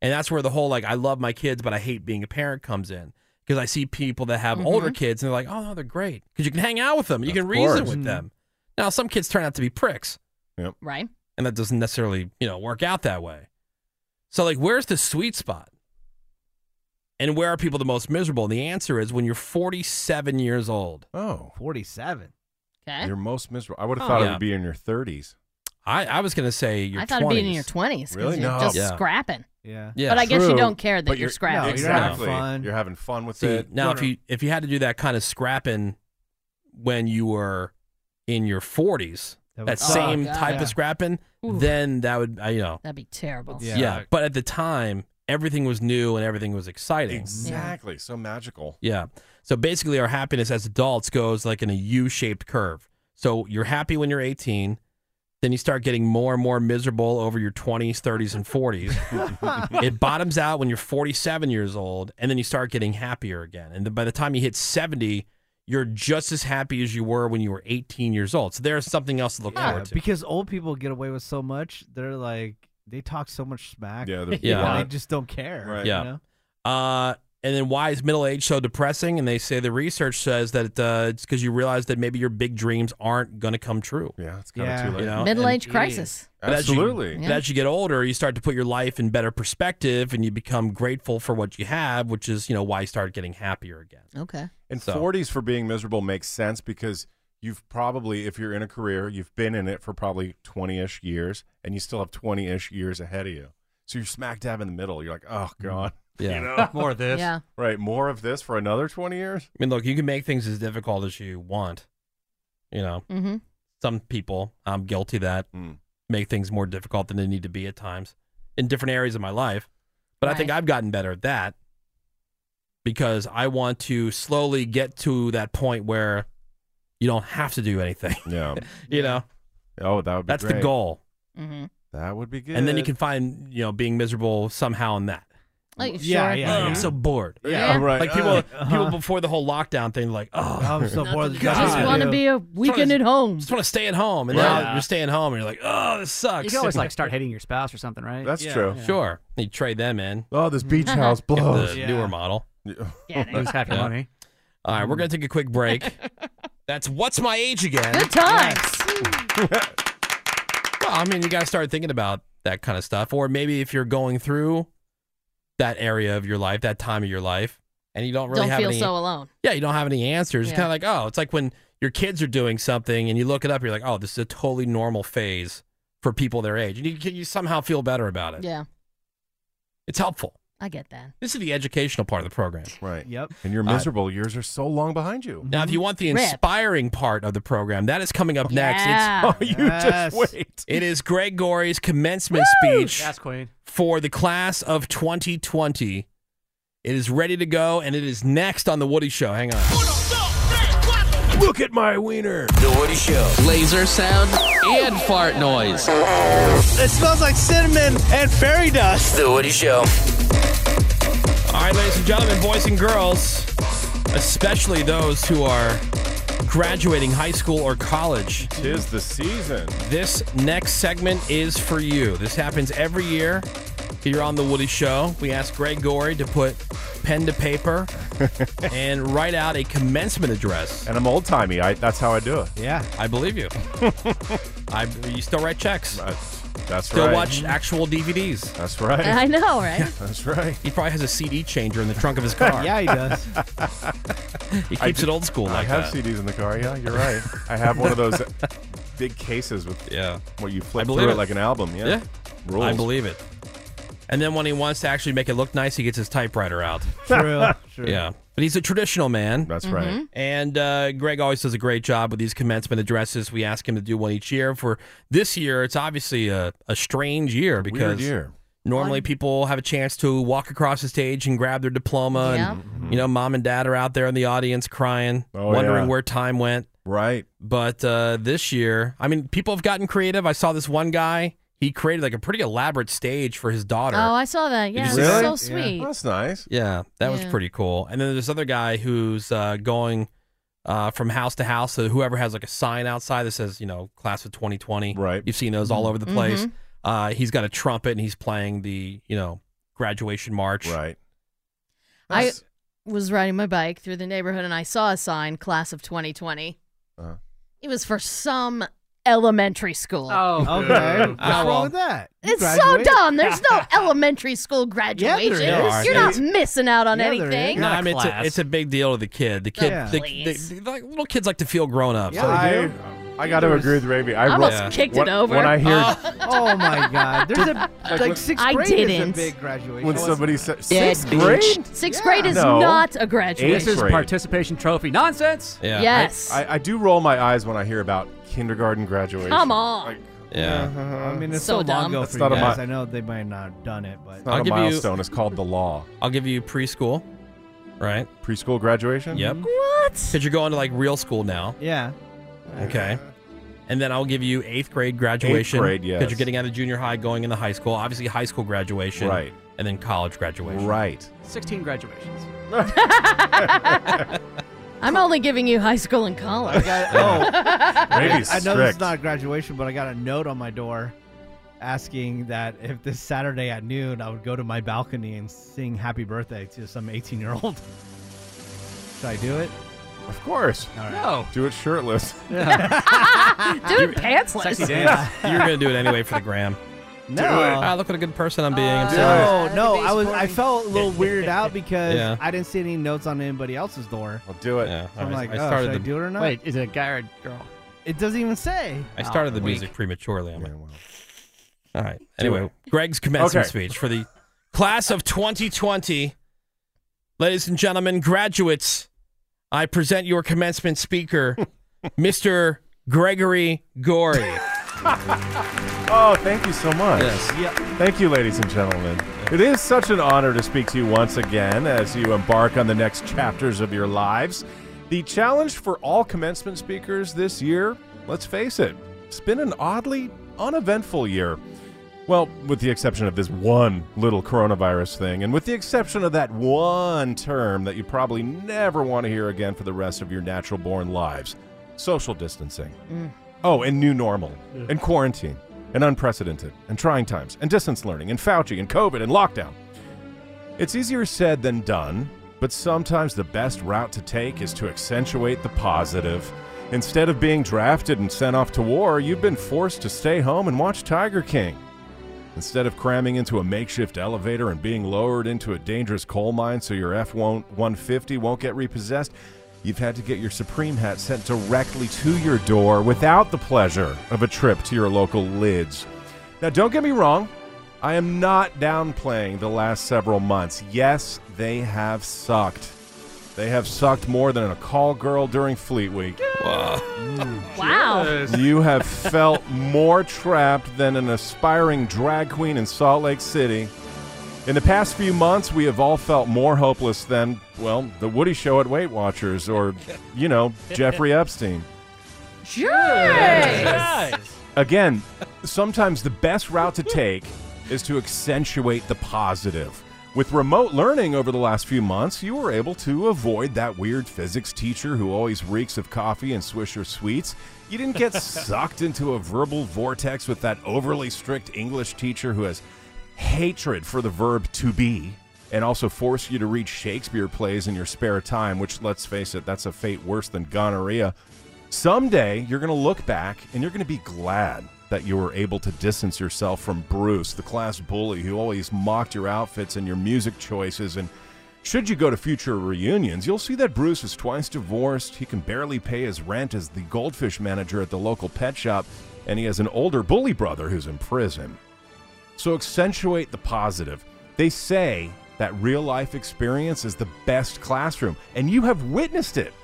Speaker 4: and that's where the whole like I love my kids but I hate being a parent comes in because I see people that have older
Speaker 5: Mm-hmm.
Speaker 4: kids and they're like, "Oh no, they're great." Cuz you can hang out with them, you can reason
Speaker 8: course.
Speaker 4: with
Speaker 8: Mhm.
Speaker 4: them. Now, some kids turn out to be pricks.
Speaker 8: Yep.
Speaker 5: Right.
Speaker 4: And that doesn't necessarily, you know, work out that way. So like where's the sweet spot? And where are people the most miserable? And the answer is when you're 47 years old.
Speaker 8: Oh.
Speaker 6: 47.
Speaker 5: Okay.
Speaker 8: You're most miserable. I would have
Speaker 5: Huh.
Speaker 8: thought it
Speaker 4: Oh, Yeah.
Speaker 8: would be in your 30s.
Speaker 4: I, I was going to say your
Speaker 5: I thought it'd be in your 20s because
Speaker 8: Really?
Speaker 5: you're
Speaker 8: No.
Speaker 5: just
Speaker 8: Yeah.
Speaker 5: scrapping.
Speaker 6: Yeah.
Speaker 5: But I guess you don't care that
Speaker 8: But
Speaker 5: you're, scrapping.
Speaker 8: Exactly. You're having fun with
Speaker 4: See,
Speaker 8: it.
Speaker 4: Now, if you if you had to do that kind of scrapping when you were in your 40s,
Speaker 6: That
Speaker 4: that,
Speaker 6: would suck.
Speaker 4: same
Speaker 5: Yeah.
Speaker 4: type
Speaker 5: Yeah.
Speaker 4: of scrapping,
Speaker 5: Ooh.
Speaker 4: then that would I- you know,
Speaker 5: That'd be terrible.
Speaker 4: yeah. But at the time, everything was new and everything was exciting.
Speaker 8: Exactly. So magical.
Speaker 4: Yeah. So basically, our happiness as adults goes like in a U shaped curve. So you're happy when you're 18. Then you start getting more and more miserable over your 20s, 30s, and 40s. it bottoms out when you're 47 years old, and then you start getting happier again. And then by the time you hit 70, you're just as happy as you were when you were 18 years old. So there's something else to look
Speaker 6: Yeah,
Speaker 4: forward to.
Speaker 6: because old people get away with so much. They're like, they talk so much smack.
Speaker 8: Yeah,
Speaker 4: they're- Yeah.
Speaker 6: They just don't care. you
Speaker 4: Yeah.
Speaker 6: know?
Speaker 4: Uh, and then why is middle age so depressing? And they say the research says that uh, it's because you realize that maybe your big dreams aren't going to come true.
Speaker 8: Yeah, it's
Speaker 6: kinda Yeah. too late.
Speaker 5: Middle age
Speaker 4: E.
Speaker 5: crisis.
Speaker 4: As
Speaker 8: Absolutely.
Speaker 4: you,
Speaker 5: Yeah.
Speaker 4: but as you get older, you start to put your life in better perspective, and you become grateful for what you have, which is you know why you start getting happier again.
Speaker 5: Okay.
Speaker 8: And
Speaker 4: So-
Speaker 8: 40s for being miserable makes sense because you've probably, if you're in a career, you've been in it for probably 20 ish years and you still have 20 ish years ahead of you. So you're smack dab in the middle. You're like, oh,
Speaker 4: Mm-hmm.
Speaker 8: God.
Speaker 4: Yeah.
Speaker 8: You know?
Speaker 14: More of this. Yeah.
Speaker 8: Right. More of this for another 20 years.
Speaker 4: I mean, look, you can make things as difficult as you want. You know,
Speaker 5: Mm-hmm.
Speaker 4: some people, I'm guilty of that, make things more difficult than they need to be at times in different areas of my life. But I think I've gotten better at that because I want to slowly get to that point where you don't have to do anything.
Speaker 8: Yeah.
Speaker 4: you know?
Speaker 8: Oh, that would be
Speaker 4: That's the
Speaker 8: great.
Speaker 4: goal.
Speaker 5: Mm-hmm.
Speaker 8: That would be good.
Speaker 4: And then you can find, you know, being miserable somehow in that.
Speaker 5: Like,
Speaker 4: Yeah,
Speaker 5: sure.
Speaker 4: yeah, Oh, I'm so bored.
Speaker 5: Yeah. Yeah.
Speaker 8: Right.
Speaker 4: Like people,
Speaker 8: Uh,
Speaker 4: people before the whole lockdown thing, like, oh,
Speaker 6: I'm so bored.
Speaker 5: I just want to be a weekend at home.
Speaker 4: Just want to stay at home, and now
Speaker 14: Yeah.
Speaker 4: you're staying home, and you're like, oh, this sucks.
Speaker 14: You can always like start hating your spouse or something, right?
Speaker 8: That's true.
Speaker 4: Sure, you trade them in.
Speaker 8: Oh, this beach house
Speaker 4: Get
Speaker 8: blows.
Speaker 4: The
Speaker 8: Yeah.
Speaker 4: newer model.
Speaker 8: Yeah,
Speaker 14: Lose half your money.
Speaker 4: All right, we're gonna take a quick break. That's what's my age again.
Speaker 5: Good times.
Speaker 4: Well, I mean, you gotta start thinking about that kind of stuff, or maybe if you're going through that area of your life, that time of your life, and you don't really
Speaker 5: Don't
Speaker 4: have
Speaker 5: feel
Speaker 4: any,
Speaker 5: so alone.
Speaker 4: Yeah, you don't have any answers. It's
Speaker 5: Yeah.
Speaker 4: kind of like, oh, it's like when your kids are doing something and you look it up, you're like, oh, this is a totally normal phase for people their age, and you, you somehow feel better about it.
Speaker 5: Yeah,
Speaker 4: It's helpful.
Speaker 5: I get that.
Speaker 4: This is the educational part of the program.
Speaker 8: Right.
Speaker 6: Yep.
Speaker 8: And your
Speaker 4: All right.
Speaker 8: miserable years are so long behind you.
Speaker 4: Now, if
Speaker 5: Mm-hmm.
Speaker 4: you want the
Speaker 8: Rip.
Speaker 4: inspiring part of the program, that is coming up next.
Speaker 5: Yeah.
Speaker 8: Oh, you
Speaker 6: Yes.
Speaker 8: just wait.
Speaker 4: It is Greg Gorey's commencement speech
Speaker 14: Yes, Queen.
Speaker 4: for the class of 2020. It is ready to go, and it is next on The Woody Show. Hang on.
Speaker 8: Look at my wiener.
Speaker 9: The Woody Show.
Speaker 1: Laser sound and fart noise.
Speaker 14: Oh,
Speaker 10: It smells like cinnamon and fairy dust.
Speaker 9: The Woody Show.
Speaker 4: All right, ladies and gentlemen, boys and girls, especially those who are graduating high school or college.
Speaker 8: Tis the season.
Speaker 4: This next segment is for you. This happens every year here on The Woody Show. We ask Greg Gorey to put pen to paper and write out a commencement address.
Speaker 8: And I'm old timey. I That's how I do it.
Speaker 6: Yeah.
Speaker 4: I believe you. I, you still write checks.
Speaker 8: That's
Speaker 4: still
Speaker 8: right.
Speaker 4: watch actual DVDs.
Speaker 8: That's right.
Speaker 5: I know, right?
Speaker 8: That's right.
Speaker 4: He probably has a CD changer in the trunk of his car.
Speaker 6: yeah, he does.
Speaker 4: He
Speaker 8: I
Speaker 4: keeps
Speaker 8: do-
Speaker 4: it old school
Speaker 8: I
Speaker 4: like
Speaker 8: have
Speaker 4: that.
Speaker 8: CDs in the car. Yeah, you're right. I have one of those big cases with
Speaker 4: yeah,
Speaker 8: where you flip
Speaker 4: believe
Speaker 8: through it.
Speaker 4: it.
Speaker 8: like an album. Yeah,
Speaker 4: Yeah.
Speaker 8: rules.
Speaker 4: I believe it. And then when he wants to actually make it look nice, he gets his typewriter out.
Speaker 6: True, true.
Speaker 4: Yeah. But he's a traditional man.
Speaker 8: That's right. Mhm.
Speaker 5: Mm-hmm.
Speaker 4: And uh, Greg always does a great job with these commencement addresses. We ask him to do one each year. For this year, it's obviously a, a strange year because
Speaker 8: year.
Speaker 4: normally people have a chance to walk across the stage and grab their diploma. And, you know, mom and dad are out there in the audience crying,
Speaker 8: Oh,
Speaker 4: wondering
Speaker 8: yeah.
Speaker 4: where time went.
Speaker 8: Right.
Speaker 4: But uh, this year, I mean, people have gotten creative. I saw this one guy. He created like a pretty elaborate stage for his daughter.
Speaker 5: Oh, I saw that. Yeah,
Speaker 4: you
Speaker 5: it's
Speaker 4: see that?
Speaker 5: so sweet.
Speaker 8: Well, that's nice.
Speaker 4: Yeah, that was
Speaker 5: Yeah.
Speaker 4: pretty cool. And then there's this other guy who's uh, going uh, from house to house. So whoever has like a sign outside that says, you know, class of 2020. Right. You've seen those all over the place.
Speaker 5: Mhm.
Speaker 4: Uh, he's got a trumpet and he's playing the, you know, graduation march.
Speaker 8: Right.
Speaker 5: I was riding my bike through the neighborhood and I saw a sign, class of 2020.
Speaker 8: Uh-huh.
Speaker 5: It was for some elementary school.
Speaker 6: Oh, okay. What's
Speaker 4: Ah, well.
Speaker 6: wrong with that? You
Speaker 5: It's
Speaker 6: graduated.
Speaker 5: so dumb. There's no elementary school graduation.
Speaker 4: is.
Speaker 5: You're not
Speaker 4: It's-
Speaker 5: missing out on
Speaker 6: Yeah, there
Speaker 5: anything.
Speaker 4: No, I mean, it's a, it's a big deal to the kid. The kid,
Speaker 5: Yeah.
Speaker 4: the,
Speaker 5: Please.
Speaker 4: the- the- like, little kids like to feel grown up.
Speaker 6: Yeah, they do.
Speaker 8: I got to agree with Ravi. I
Speaker 5: I almost
Speaker 4: Yeah.
Speaker 5: kicked
Speaker 8: When-
Speaker 5: it over.
Speaker 8: when I hear-
Speaker 6: Oh my God! There's a like,
Speaker 8: when-
Speaker 6: sixth
Speaker 5: I
Speaker 6: grade is a
Speaker 5: didn't.
Speaker 6: big graduation.
Speaker 8: when
Speaker 6: What's-
Speaker 8: somebody says
Speaker 5: Dead
Speaker 8: sixth
Speaker 5: bitch.
Speaker 8: grade.
Speaker 5: Sixth grade is
Speaker 8: No.
Speaker 5: not a
Speaker 14: This
Speaker 5: graduation.
Speaker 14: is
Speaker 8: grade.
Speaker 14: participation trophy nonsense.
Speaker 4: Yeah.
Speaker 8: I-
Speaker 5: Yes.
Speaker 8: I, I, do roll my eyes when I hear about kindergarten graduation.
Speaker 5: Come on.
Speaker 4: Yeah.
Speaker 6: I mean, it's
Speaker 5: So
Speaker 6: so, long
Speaker 5: dumb.
Speaker 6: ago
Speaker 8: That's
Speaker 6: for you
Speaker 8: not a mi-
Speaker 6: guys. I know they might not have done it, but
Speaker 8: It's not
Speaker 4: I'll
Speaker 8: a
Speaker 4: give you-
Speaker 8: milestone. It's called the law.
Speaker 4: I'll give you preschool, right?
Speaker 8: Preschool graduation.
Speaker 4: Yep.
Speaker 5: What?
Speaker 4: Because you're going to like real school now.
Speaker 6: yeah.
Speaker 4: Okay. And then I'll give you eighth grade graduation.
Speaker 8: Eighth grade, yes.
Speaker 4: Because you're getting out of junior high, going into high school. Obviously, high school graduation.
Speaker 8: Right.
Speaker 4: And then college graduation.
Speaker 8: Right.
Speaker 14: 16 graduations.
Speaker 5: I'm only giving you high school and college.
Speaker 6: I got, oh,
Speaker 8: Ravi's
Speaker 6: I know this
Speaker 8: strict.
Speaker 6: is not a graduation, but I got a note on my door asking that if this Saturday at noon I would go to my balcony and sing happy birthday to some 18 year old. Should I do it?
Speaker 8: Of course.
Speaker 6: All right.
Speaker 7: No.
Speaker 8: Do it shirtless.
Speaker 5: Dude, pantsless.
Speaker 6: Sexy dance.
Speaker 4: You're gonna do it anyway for the gram.
Speaker 6: No.
Speaker 4: Ah, look what a good person I'm being.
Speaker 6: Oh,
Speaker 4: I'm sorry.
Speaker 6: No, no, I was I felt a little weirded out because
Speaker 4: Yeah.
Speaker 6: I didn't see any notes on anybody else's door.
Speaker 8: I'll do it.
Speaker 4: Yeah,
Speaker 6: So I'm
Speaker 4: I-
Speaker 6: like,
Speaker 4: I
Speaker 6: oh,
Speaker 4: started
Speaker 6: should I
Speaker 4: the-
Speaker 6: do it or not?
Speaker 14: Wait, is it a guy or a girl?
Speaker 6: It doesn't even say.
Speaker 4: I started the
Speaker 6: Oh,
Speaker 4: music prematurely. I'm like, all right.
Speaker 8: Do
Speaker 4: Anyway,
Speaker 8: it.
Speaker 4: Greg's commencement
Speaker 8: Okay.
Speaker 4: speech for the class of 2020. Ladies and gentlemen, graduates, I present your commencement speaker, Mr. Gregory Gory.
Speaker 8: Oh, thank you so much.
Speaker 4: Yes.
Speaker 6: Yep.
Speaker 8: Thank you, ladies and gentlemen. It is such an honor to speak to you once again as you embark on the next chapters of your lives. The challenge for all commencement speakers this year, let's face it, it's been an oddly uneventful year. Well, with the exception of this one little coronavirus thing, and with the exception of that one term that you probably never want to hear again for the rest of your natural born lives social distancing. Oh, and new normal, and quarantine, and unprecedented, and trying times, and distance learning, and Fauci, and COVID, and lockdown. It's easier said than done, but sometimes the best route to take is to accentuate the positive. Instead of being drafted and sent off to war, you've been forced to stay home and watch Tiger King. Instead of cramming into a makeshift elevator and being lowered into a dangerous coal mine so your F 150 won't get repossessed, you've had to get your Supreme hat sent directly to your door without the pleasure of a trip to your local lids. Now, don't get me wrong, I am not downplaying the last several months. Yes, they have sucked. They have sucked more than a call girl during Fleet Week.
Speaker 5: Wow.
Speaker 8: You have felt more trapped than an aspiring drag queen in Salt Lake City. In the past few months, we have all felt more hopeless than, well, the Woody Show at Weight Watchers or, you know, Jeffrey Epstein. Again, sometimes the best route to take is to accentuate the positive. With remote learning over the last few months, you were able to avoid that weird physics teacher who always reeks of coffee and Swisher sweets. You didn't get sucked into a verbal vortex with that overly strict English teacher who has hatred for the verb to be and also force you to read Shakespeare plays in your spare time, which, let's face it, that's a fate worse than gonorrhea. Someday you're going to look back and you're going to be glad that you were able to distance yourself from Bruce, the class bully who always mocked your outfits and your music choices. And should you go to future reunions, you'll see that Bruce is twice divorced, he can barely pay his rent as the goldfish manager at the local pet shop, and he has an older bully brother who's in prison. So accentuate the positive. They say that real life experience is the best classroom, and you have witnessed it,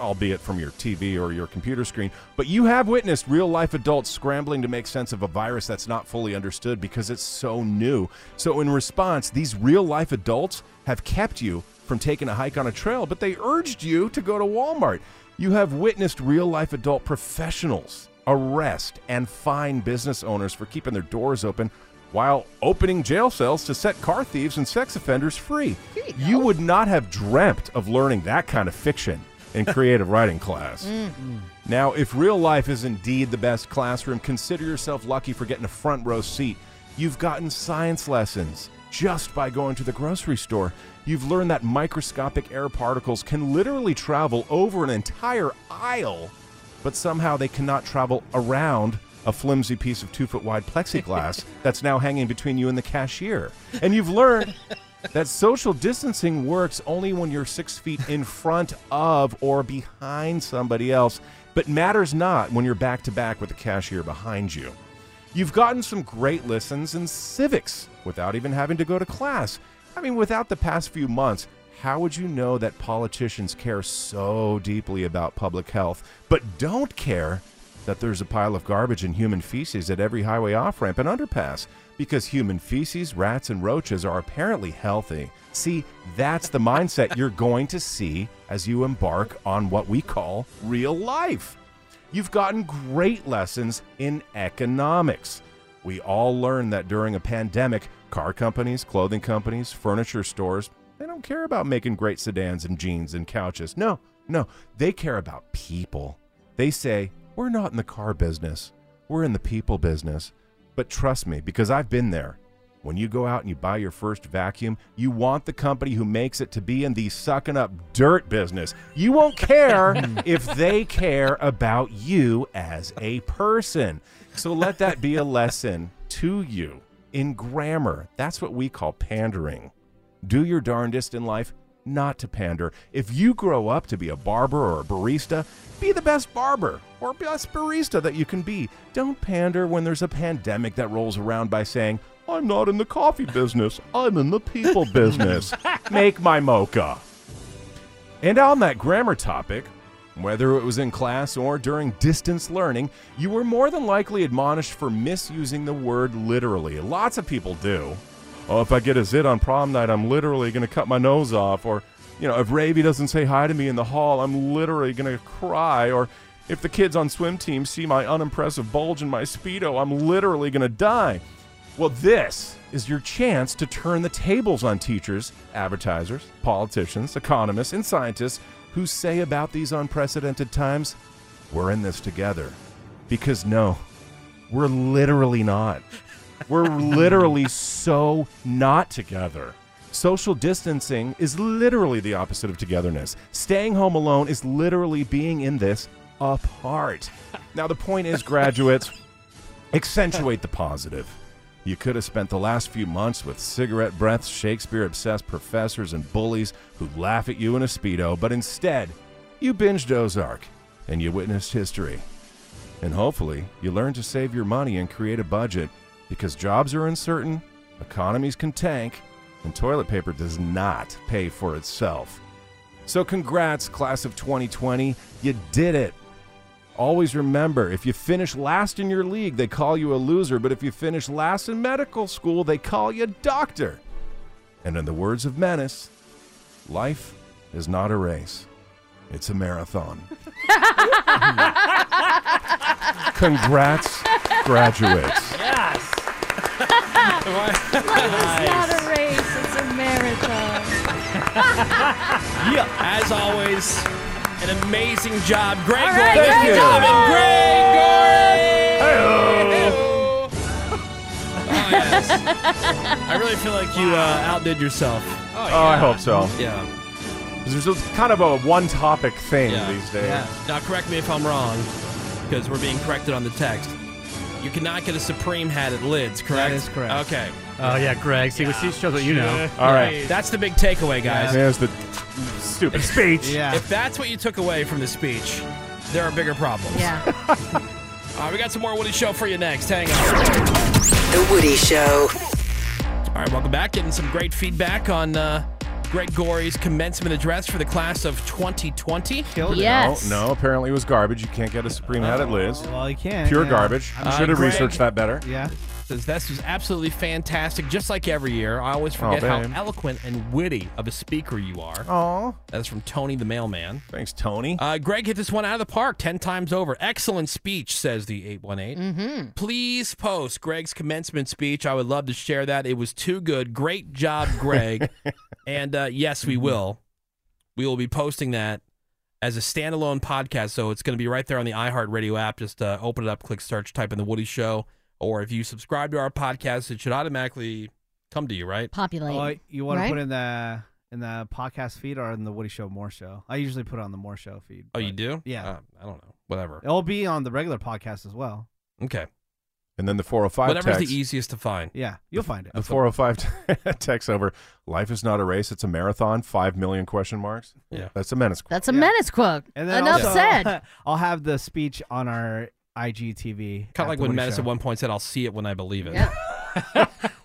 Speaker 8: albeit from your TV or your computer screen, but you have witnessed real life adults scrambling to make sense of a virus that's not fully understood because it's so new. So, in response, these real life adults have kept you from taking a hike on a trail, but they urged you to go to Walmart. You have witnessed real life adult professionals arrest and fine business owners for keeping their doors open while opening jail cells to set car thieves and sex offenders free. You, would not have dreamt of learning that kind of fiction in creative writing class. Now, if real life is indeed the best classroom, consider yourself lucky for getting a front row seat. You've gotten science lessons just by going to the grocery store. You've learned that microscopic air particles can literally travel over an entire aisle, but somehow they cannot travel around a flimsy piece of two foot wide plexiglass that's now hanging between you and the cashier. And you've learned that social distancing works only when you're six feet in front of or behind somebody else, but matters not when you're back to back with the cashier behind you. You've gotten some great lessons in civics without even having to go to class. I mean, without the past few months, how would you know that politicians care so deeply about public health, but don't care that there's a pile of garbage and human feces at every highway off ramp and underpass because human feces, rats, and roaches are apparently healthy. See, that's the mindset you're going to see as you embark on what we call real life. You've gotten great lessons in economics. We all learned that during a pandemic, car companies, clothing companies, furniture stores, they don't care about making great sedans and jeans and couches. No, no, they care about people. They say, we're not in the car business, we're in the people business. But trust me, because I've been there. When you go out and you buy your first vacuum, you want the company who makes it to be in the sucking up dirt business. You won't care if they care about you as a person. So let that be a lesson to you in grammar. That's what we call pandering. Do your darndest in life not to pander. If you grow up to be a barber or a barista, be the best barber or best barista that you can be. Don't pander when there's a pandemic that rolls around by saying, I'm not in the coffee business, I'm in the people business. Make my mocha. And on that grammar topic, whether it was in class or during distance learning, you were more than likely admonished for misusing the word literally. Lots of people do. Oh, if I get a zit on prom night, I'm literally going to cut my nose off. Or, you know, if Ravy doesn't say hi to me in the hall, I'm literally going to cry. Or if the kids on swim team see my unimpressive bulge in my Speedo, I'm literally going to die. Well, this is your chance to turn the tables on teachers, advertisers, politicians, economists, and scientists who say about these unprecedented times, we're in this together. Because no, we're literally not. We're literally so not together. Social distancing is literally the opposite of togetherness. Staying home alone is literally being in this apart. Now, the point is, graduates, accentuate the positive. You could have spent the last few months with cigarette breaths, Shakespeare obsessed professors, and bullies who laugh at you in a Speedo, but instead, you binged Ozark and you witnessed history. And hopefully, you learned to save your money and create a budget because jobs are uncertain, economies can tank, and toilet paper does not pay for itself. So, congrats, class of 2020. You did it. Always remember if you finish last in your league, they call you a loser, but if you finish last in medical school, they call you doctor. And in the words of Menace, life is not a race, it's a marathon. Congrats, graduates.
Speaker 7: Yes.
Speaker 5: Life is not a race, it's a marathon.
Speaker 4: Yeah. As always, an amazing job. Greg
Speaker 5: All
Speaker 4: Goren.
Speaker 5: right,
Speaker 4: Thank
Speaker 5: Greg
Speaker 4: you. And
Speaker 5: Goren.
Speaker 4: Greg Goren. Oh, yes. I really feel like you uh, outdid yourself.
Speaker 8: Oh, I hope so.
Speaker 4: Yeah.
Speaker 8: There's just kind of a one topic thing
Speaker 4: Yeah.
Speaker 8: these days.
Speaker 4: Yeah. Now, correct me if I'm wrong, because we're being corrected on the text. You cannot get a Supreme hat at lids, correct?
Speaker 6: is correct.
Speaker 4: Okay.
Speaker 7: Oh yeah, Greg. See, she shows what you know.
Speaker 8: All right.
Speaker 4: That's the big takeaway, guys.
Speaker 8: There's the stupid speech.
Speaker 4: If that's what you took away from the speech, there are bigger problems.
Speaker 5: Yeah.
Speaker 4: All right, we got some more Woody Show for you next. Hang on.
Speaker 11: The Woody Show.
Speaker 4: All right, welcome back. Getting some great feedback on uh, Greg Gorey's commencement address for the class of 2020.
Speaker 8: No, Oh, No, apparently it was garbage. You can't get a Supreme hat at Liz.
Speaker 6: Well, you can't.
Speaker 8: Pure
Speaker 6: yeah.
Speaker 8: garbage. You
Speaker 4: Oh, Uh,
Speaker 8: should have
Speaker 4: Greg-
Speaker 8: researched that better.
Speaker 6: Yeah.
Speaker 4: Says this is absolutely fantastic. Just like every year, I always
Speaker 8: Aw,
Speaker 4: forget how
Speaker 8: babe.
Speaker 4: eloquent and witty of a speaker you are.
Speaker 8: Oh.
Speaker 4: That's from Tony the mailman.
Speaker 8: Thanks, Tony.
Speaker 4: Uh, Greg hit this one out of the park 10 times over. Excellent speech, says the 818.
Speaker 5: Mm-hmm.
Speaker 4: Please post Greg's commencement speech. I would love to share that. It was too good. Great job, Greg. and uh, yes,
Speaker 6: Mm-hmm.
Speaker 4: we will. We will be posting that as a standalone podcast. So it's going to be right there on the iHeartRadio app. Just uh, open it up, click search, type in The Woody Show. Or if you subscribe to our podcast, it should automatically come to you, right?
Speaker 5: Populate.
Speaker 6: Oh, you want
Speaker 5: right?
Speaker 6: to put in the in the podcast feed or in the Woody Show More Show? I usually put it on the More Show feed.
Speaker 4: Oh, you do?
Speaker 6: Yeah.
Speaker 4: Uh, I don't know. Whatever.
Speaker 6: It'll be on the regular podcast as well.
Speaker 4: Okay.
Speaker 8: And then the 405
Speaker 4: Whatever's
Speaker 8: text.
Speaker 4: the easiest to find.
Speaker 6: Yeah, you'll find it.
Speaker 8: the 405 text over. Life is not a race; it's a marathon. Five million question marks.
Speaker 4: Yeah,
Speaker 8: that's a menace.
Speaker 5: That's a menace quote. Enough
Speaker 6: also,
Speaker 5: said.
Speaker 6: I'll have the speech on our IGTV.
Speaker 4: Kind of like
Speaker 6: the
Speaker 4: when
Speaker 6: Woody
Speaker 4: Menace
Speaker 6: Show.
Speaker 4: at one point said, I'll see it when I believe it.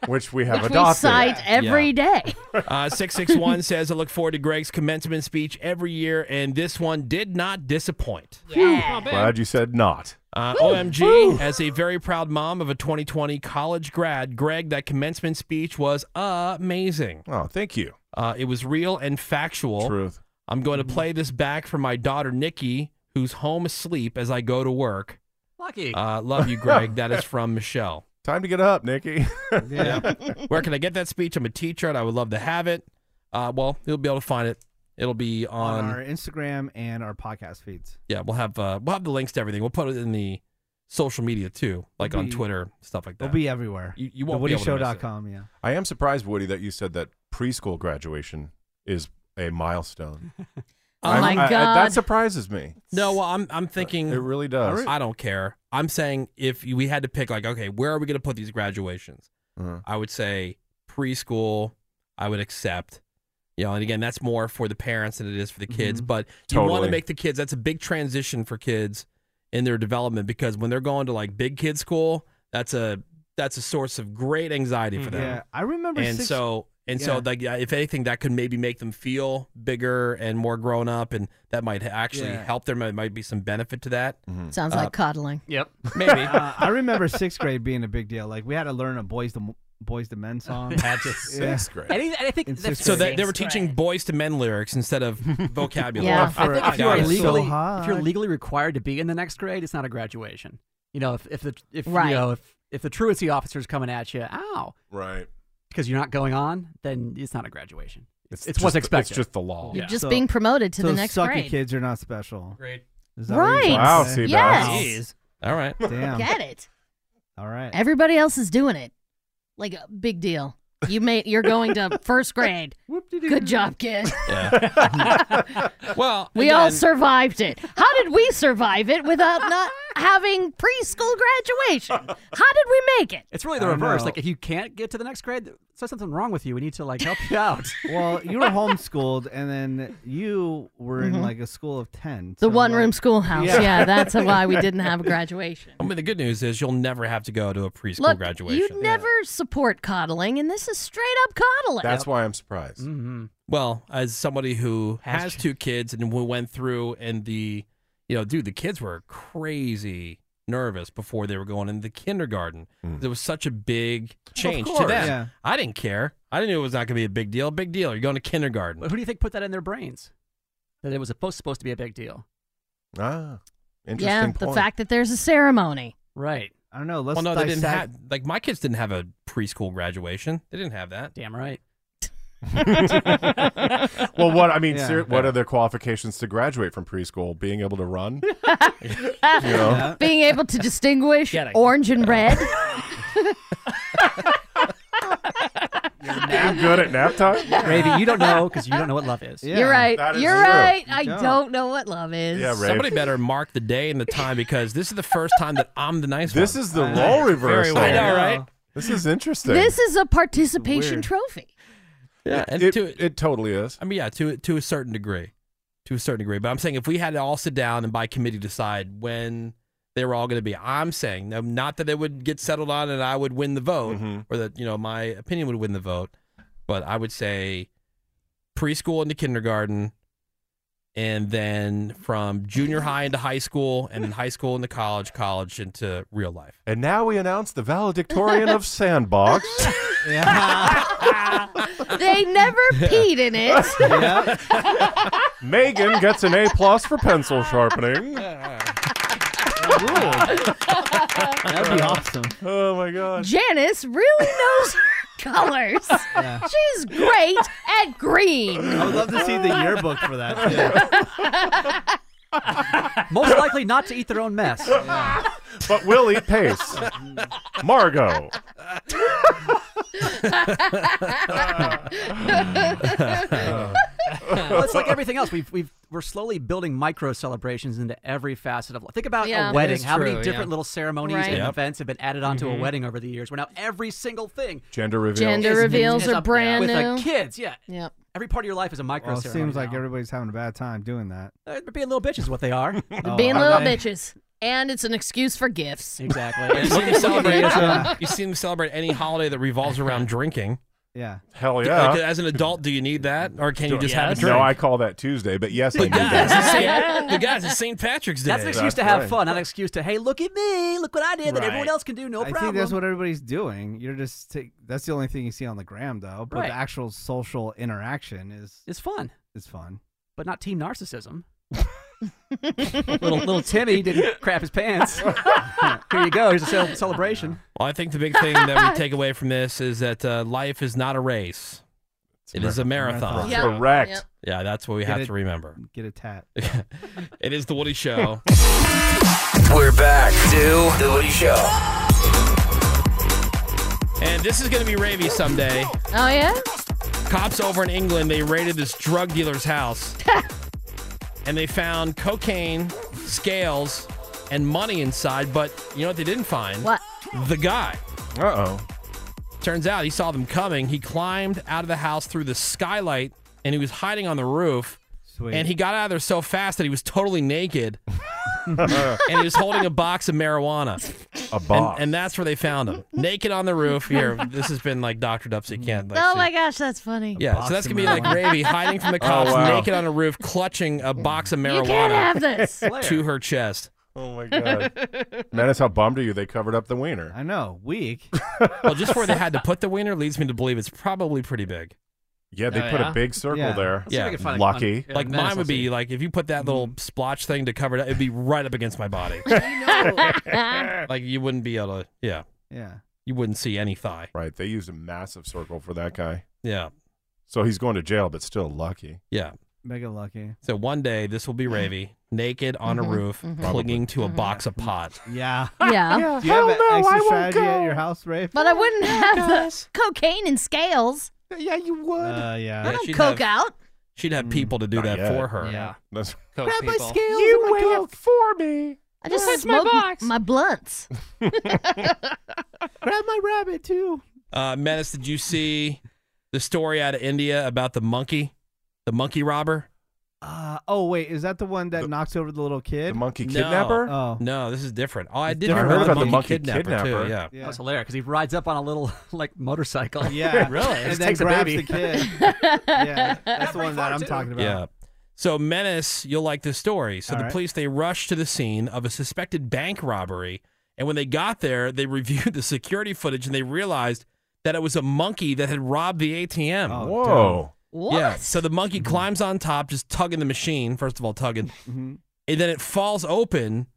Speaker 8: Which we have
Speaker 5: Which we
Speaker 8: adopted.
Speaker 5: cite every day.
Speaker 4: Uh, 661 says, I look forward to Greg's commencement speech every year, and this one did not disappoint.
Speaker 8: Glad you said not.
Speaker 4: Uh, OMG, as a very proud mom of a 2020 college grad, Greg, that commencement speech was amazing.
Speaker 8: Oh, thank you.
Speaker 4: Uh, it was real and factual.
Speaker 8: Truth.
Speaker 4: I'm going to play this back for my daughter, Nikki, who's home asleep as I go to work.
Speaker 14: Lucky.
Speaker 4: Uh, love you, Greg. that is from Michelle.
Speaker 8: Time to get up, Nikki.
Speaker 4: Yeah. Where can I get that speech? I'm a teacher and I would love to have it. Uh, well, you'll be able to find it. It'll be
Speaker 6: on
Speaker 4: on.
Speaker 6: our Instagram and our podcast feeds.
Speaker 4: yeah, we'll have uh, we'll have the links to everything. We'll put it in the social media too, like
Speaker 6: It'll
Speaker 4: on
Speaker 6: be-
Speaker 4: Twitter, stuff like that.
Speaker 6: It'll be everywhere.
Speaker 4: You, you won't
Speaker 6: The
Speaker 4: be able to miss it.
Speaker 6: woodyshow.com, yeah.
Speaker 8: I am surprised, Woody, that you said that preschool graduation is a milestone. oh
Speaker 4: my
Speaker 8: that
Speaker 4: God.
Speaker 8: surprises me.
Speaker 4: No, well, I'm
Speaker 6: uh,
Speaker 4: I'm thinking
Speaker 8: It really does.
Speaker 4: I don't care. I'm saying if we had to pick, like, okay, where are we going to put these graduations?
Speaker 8: Mhm.
Speaker 4: I would say preschool. I would accept. You know, and again, that's more for the parents than it is for the kids.
Speaker 6: Mm-hmm.
Speaker 8: Mhm.
Speaker 4: But you want
Speaker 8: Totally.
Speaker 4: to make the kids. That's a big transition for kids in their development because when they're going to like big kid school, that's a that's a source of great anxiety for them.
Speaker 6: Mm-hmm. Yeah, I remember
Speaker 4: And
Speaker 6: six-
Speaker 4: so and
Speaker 6: Yeah.
Speaker 4: so like yeah, if anything, that could maybe make them feel bigger and more grown up, and that might actually
Speaker 6: Yeah.
Speaker 4: help them. It might be some benefit to that.
Speaker 8: Mm-hmm.
Speaker 5: Sounds like coddling.
Speaker 7: Yep.
Speaker 4: Maybe.
Speaker 6: Uh, I remember sixth grade being a big deal. Like we had to learn a boys to boys to men song.
Speaker 4: That's just sixth grade.
Speaker 14: And I- and I think
Speaker 6: In
Speaker 14: that's-
Speaker 6: sixth
Speaker 4: So
Speaker 6: grade.
Speaker 4: they, they were teaching boys to men lyrics instead of vocabulary.
Speaker 14: Yeah, I think if you are
Speaker 4: Got it.
Speaker 14: legally
Speaker 6: hard.
Speaker 14: if you're legally required to be in the next grade, it's not a graduation. You know, if if the if
Speaker 5: Right.
Speaker 14: you know if if the truancy officer's coming at you, ow,
Speaker 8: Right.
Speaker 14: because you're not going on, then it's not a graduation. It's,
Speaker 8: It's
Speaker 14: what's
Speaker 8: just- it's
Speaker 14: expected.
Speaker 8: just the law.
Speaker 5: You're just being promoted to
Speaker 6: so
Speaker 5: the next
Speaker 6: sucky
Speaker 5: grade.
Speaker 6: kids are not special.
Speaker 4: Great.
Speaker 5: Right. Wow, see, Yes. Wow.
Speaker 4: All right.
Speaker 6: Damn.
Speaker 5: Get it.
Speaker 6: All right.
Speaker 5: Everybody else is doing it. Like a big deal. You may you're going to first grade. Good job, kid.
Speaker 8: Uh,
Speaker 4: Well,
Speaker 5: We all
Speaker 4: again,
Speaker 5: survived it. How did we survive it without not having preschool graduation? How did we make it?
Speaker 14: It's really the
Speaker 6: I
Speaker 14: reverse.
Speaker 6: know.
Speaker 14: Like if you can't get to the next grade, there's something wrong with you. We need to like help you out.
Speaker 6: Well, you were homeschooled, and then you were in like a school of ten.
Speaker 5: Mm-hmm. The
Speaker 6: so,
Speaker 5: one room
Speaker 6: like-
Speaker 5: schoolhouse.
Speaker 6: Yeah.
Speaker 5: Yeah. that's why we didn't have graduation.
Speaker 4: I mean, the good news is you'll never have to go to a preschool
Speaker 5: Look,
Speaker 4: graduation.
Speaker 5: you never support coddling, and this is straight up coddling.
Speaker 8: That's why I'm surprised.
Speaker 4: Well, as somebody who has two kids and who went through and the, you know, dude, the kids were crazy nervous before they were going into kindergarten.
Speaker 8: Mm.
Speaker 4: There was such a big change to
Speaker 14: course.
Speaker 4: them.
Speaker 6: Yeah.
Speaker 4: I didn't care. I didn't know it was not going to be a big deal. Big deal. You're going to kindergarten.
Speaker 14: But who do you think put that in their brains? That it was supposed supposed to be a big deal.
Speaker 8: Ah, interesting
Speaker 5: yeah,
Speaker 8: point.
Speaker 5: the fact that there's a ceremony.
Speaker 14: Right.
Speaker 6: I don't know. Let's
Speaker 4: well, no, they didn't
Speaker 6: dissect-
Speaker 4: have like my kids didn't have a preschool graduation. They didn't have that.
Speaker 14: Damn right.
Speaker 8: well, what I mean,
Speaker 6: Yeah.
Speaker 8: ser- what are their qualifications to graduate from preschool? Being able to run, you know?
Speaker 5: Being able to distinguish orange and red.
Speaker 8: I'm good at nap time.
Speaker 14: Ravy, you don't know because you don't know what love is.
Speaker 5: You're right.
Speaker 8: that is
Speaker 5: You're
Speaker 8: true.
Speaker 5: right.
Speaker 8: You
Speaker 5: I
Speaker 8: don't.
Speaker 5: don't. know what love is.
Speaker 8: Yeah, right.
Speaker 4: Somebody better mark the day and the time because this is the first time that I'm the nice
Speaker 8: This
Speaker 4: one.
Speaker 8: is the role reversal.
Speaker 4: I know, right?
Speaker 8: This is interesting.
Speaker 5: This is a participation
Speaker 6: Weird.
Speaker 5: trophy.
Speaker 4: Yeah, and
Speaker 8: it,
Speaker 4: to
Speaker 8: it totally is.
Speaker 4: I mean, yeah, to to a certain degree, to a certain degree. But I'm saying if we had to all sit down and by committee decide when they were all going to be, I'm saying no, not that they would get settled on and I would win the vote, or that you know my opinion would win the vote, but I would say preschool into kindergarten, and then from junior high into high school, and then high school into college, college into real life.
Speaker 8: And now we announce the valedictorian of Sandbox.
Speaker 5: They never peed in it.
Speaker 8: Megan gets an A plus for pencil sharpening.
Speaker 6: That'd be awesome.
Speaker 8: Oh my gosh.
Speaker 5: Janice really knows her colors. She's great at green.
Speaker 6: I would love to see the yearbook for that. too.
Speaker 14: Most likely not to eat their own mess.
Speaker 8: But will eat pace. Margot.
Speaker 14: Well, it's like everything else. We've we've we're slowly building micro celebrations into every facet of life. Think about
Speaker 5: Yeah.
Speaker 14: a
Speaker 5: That
Speaker 14: wedding.
Speaker 7: is
Speaker 14: How many
Speaker 7: true,
Speaker 14: different
Speaker 7: yeah.
Speaker 14: little ceremonies
Speaker 5: Right.
Speaker 14: and
Speaker 4: Yep.
Speaker 14: events have been added onto a wedding over the years? Where now every single thing
Speaker 8: Gender reveal.
Speaker 5: Gender reveals
Speaker 14: is
Speaker 5: are
Speaker 14: up
Speaker 5: brand
Speaker 14: with
Speaker 5: new.
Speaker 14: like kids. Yeah,
Speaker 5: Yep.
Speaker 14: every part of your life is a micro
Speaker 6: Well, it
Speaker 14: ceremony.
Speaker 6: seems like
Speaker 14: now.
Speaker 6: everybody's having a bad time doing that.
Speaker 14: Uh, they're being little bitches. What they are.
Speaker 6: Oh,
Speaker 5: Being
Speaker 6: are
Speaker 5: little
Speaker 6: they?
Speaker 5: bitches. And it's an excuse for gifts.
Speaker 14: exactly.
Speaker 4: You see them celebrate.
Speaker 6: Yeah.
Speaker 4: you see them celebrate any holiday that revolves around drinking.
Speaker 6: Yeah.
Speaker 8: Hell
Speaker 4: Like,
Speaker 8: yeah.
Speaker 4: as an adult, do you need that, or can you just have a drink?
Speaker 8: No, I call that Tuesday, but yes, I do
Speaker 4: guys,
Speaker 8: that.
Speaker 4: it's Saint, the guys, it's St. Patrick's Day.
Speaker 14: That's an excuse to
Speaker 8: That's
Speaker 14: have
Speaker 8: right.
Speaker 14: fun, not an excuse to hey, look at me, look what I did that
Speaker 7: Right.
Speaker 14: everyone else can do, no
Speaker 6: I
Speaker 14: problem.
Speaker 6: think that's what everybody's doing. You're just take, that's the only thing you see on the gram though. But
Speaker 14: Right.
Speaker 6: the actual social interaction is
Speaker 14: it's fun,
Speaker 6: is fun.
Speaker 14: but not team narcissism. little little Timmy didn't crap his pants. Here you go. Here's a cel- celebration.
Speaker 4: well, I think the big thing that we take away from this is that uh, life is not a race. It is a marathon.
Speaker 5: Yeah. Correct. Yep.
Speaker 4: Yeah, that's what we
Speaker 6: Get
Speaker 4: have
Speaker 6: a-
Speaker 4: to remember.
Speaker 6: Get a tat.
Speaker 4: it is the Woody Show.
Speaker 9: We're back to The Woody Show.
Speaker 4: and this is going to be Ravy someday.
Speaker 5: Oh yeah.
Speaker 4: Cops over in England, they raided this drug dealer's house. and they found cocaine, scales, and money inside, but you know what they didn't find?
Speaker 5: What?
Speaker 4: The guy.
Speaker 8: Uh oh.
Speaker 4: Turns out he saw them coming. He climbed out of the house through the skylight and he was hiding on the roof.
Speaker 6: Sweet.
Speaker 4: And he got out of there so fast that he was totally naked. and he was holding a box of marijuana.
Speaker 8: A
Speaker 4: And, and that's where they found him. Naked on the roof. Here, this has been like Dr. Dupsy can't. Like,
Speaker 5: oh
Speaker 4: see-
Speaker 5: my gosh, that's funny.
Speaker 4: yeah, so that's gonna be like Ravy hiding from the
Speaker 8: Oh,
Speaker 4: cops,
Speaker 8: wow.
Speaker 4: naked on a roof, clutching a box of marijuana
Speaker 5: You can't have this.
Speaker 4: to her chest.
Speaker 8: Oh my god. Menace, how bummed are you? They covered up the wiener.
Speaker 6: I know. Weak.
Speaker 4: Well, just where they had to put the wiener leads me to believe it's probably pretty big.
Speaker 8: Yeah, they
Speaker 4: Oh,
Speaker 8: put
Speaker 4: yeah?
Speaker 8: a big circle
Speaker 4: Yeah.
Speaker 8: there.
Speaker 4: Let's see if I can find a-
Speaker 8: Lucky.
Speaker 4: Like mine would be like if you put that little splotch thing to cover it, up, it'd be right up against my body. like you wouldn't be able to. Yeah.
Speaker 6: Yeah.
Speaker 4: You wouldn't see any thigh.
Speaker 8: Right. They used a massive circle for that guy.
Speaker 4: Yeah.
Speaker 8: So he's going to jail, but still lucky.
Speaker 4: Yeah.
Speaker 6: Mega lucky.
Speaker 4: So one day this will be
Speaker 6: Mm-hmm.
Speaker 4: Ravy naked on a
Speaker 6: Mhm,
Speaker 4: roof,
Speaker 6: mhm.
Speaker 4: clinging to a box of pot.
Speaker 6: Yeah.
Speaker 5: Yeah.
Speaker 6: Do you have
Speaker 5: Hell
Speaker 6: an
Speaker 5: no, I
Speaker 6: exit
Speaker 5: won't
Speaker 6: strategy at
Speaker 5: go.
Speaker 6: your house, Rafe?
Speaker 5: But I wouldn't have the cocaine and scales.
Speaker 8: Yeah, you would.
Speaker 6: Uh, yeah.
Speaker 5: I don't
Speaker 4: she'd
Speaker 5: coke
Speaker 4: have-
Speaker 5: out.
Speaker 4: She'd have people to do that
Speaker 8: yet.
Speaker 4: for her.
Speaker 6: Mm-hmm. Yeah.
Speaker 8: That's
Speaker 4: Coke people.
Speaker 5: You
Speaker 8: weigh it for me.
Speaker 5: I just
Speaker 6: Touch my
Speaker 5: smoked
Speaker 6: box.
Speaker 5: my blunts.
Speaker 6: Grab my rabbit too.
Speaker 4: Uh, Menace, did you see the story out of India about the monkey, the monkey robber?
Speaker 6: Uh, oh wait, is that the one that knocks over the little kid? The
Speaker 8: monkey
Speaker 4: No.
Speaker 6: Oh.
Speaker 4: No, this is different. Oh, I
Speaker 6: It's
Speaker 4: did
Speaker 6: different.
Speaker 4: hear
Speaker 6: I heard
Speaker 4: about
Speaker 6: about
Speaker 4: the
Speaker 6: the
Speaker 4: monkey
Speaker 8: monkey
Speaker 4: kidnapper,
Speaker 8: kidnapper.
Speaker 4: too. Yeah.
Speaker 6: Yeah.
Speaker 14: That's hilarious because he rides up on a little like motorcycle.
Speaker 6: Yeah.
Speaker 4: Really?
Speaker 6: And
Speaker 14: Just
Speaker 6: then
Speaker 14: takes a
Speaker 6: grabs
Speaker 14: baby.
Speaker 6: the kid. yeah. That's the one that I'm talking about.
Speaker 4: Yeah. So Menace, you'll like this story. So
Speaker 6: All
Speaker 4: the
Speaker 6: right.
Speaker 4: police they rushed to the scene of a suspected bank robbery, and when they got there, they reviewed the security footage and they realized that it was a monkey that had robbed the ATM.
Speaker 6: Oh.
Speaker 8: Whoa.
Speaker 4: Yeah. So the monkey
Speaker 6: Mm-hmm.
Speaker 4: climbs on top, just tugging the machine. First of all, tugging,
Speaker 6: Mm-hmm.
Speaker 4: and then it falls open.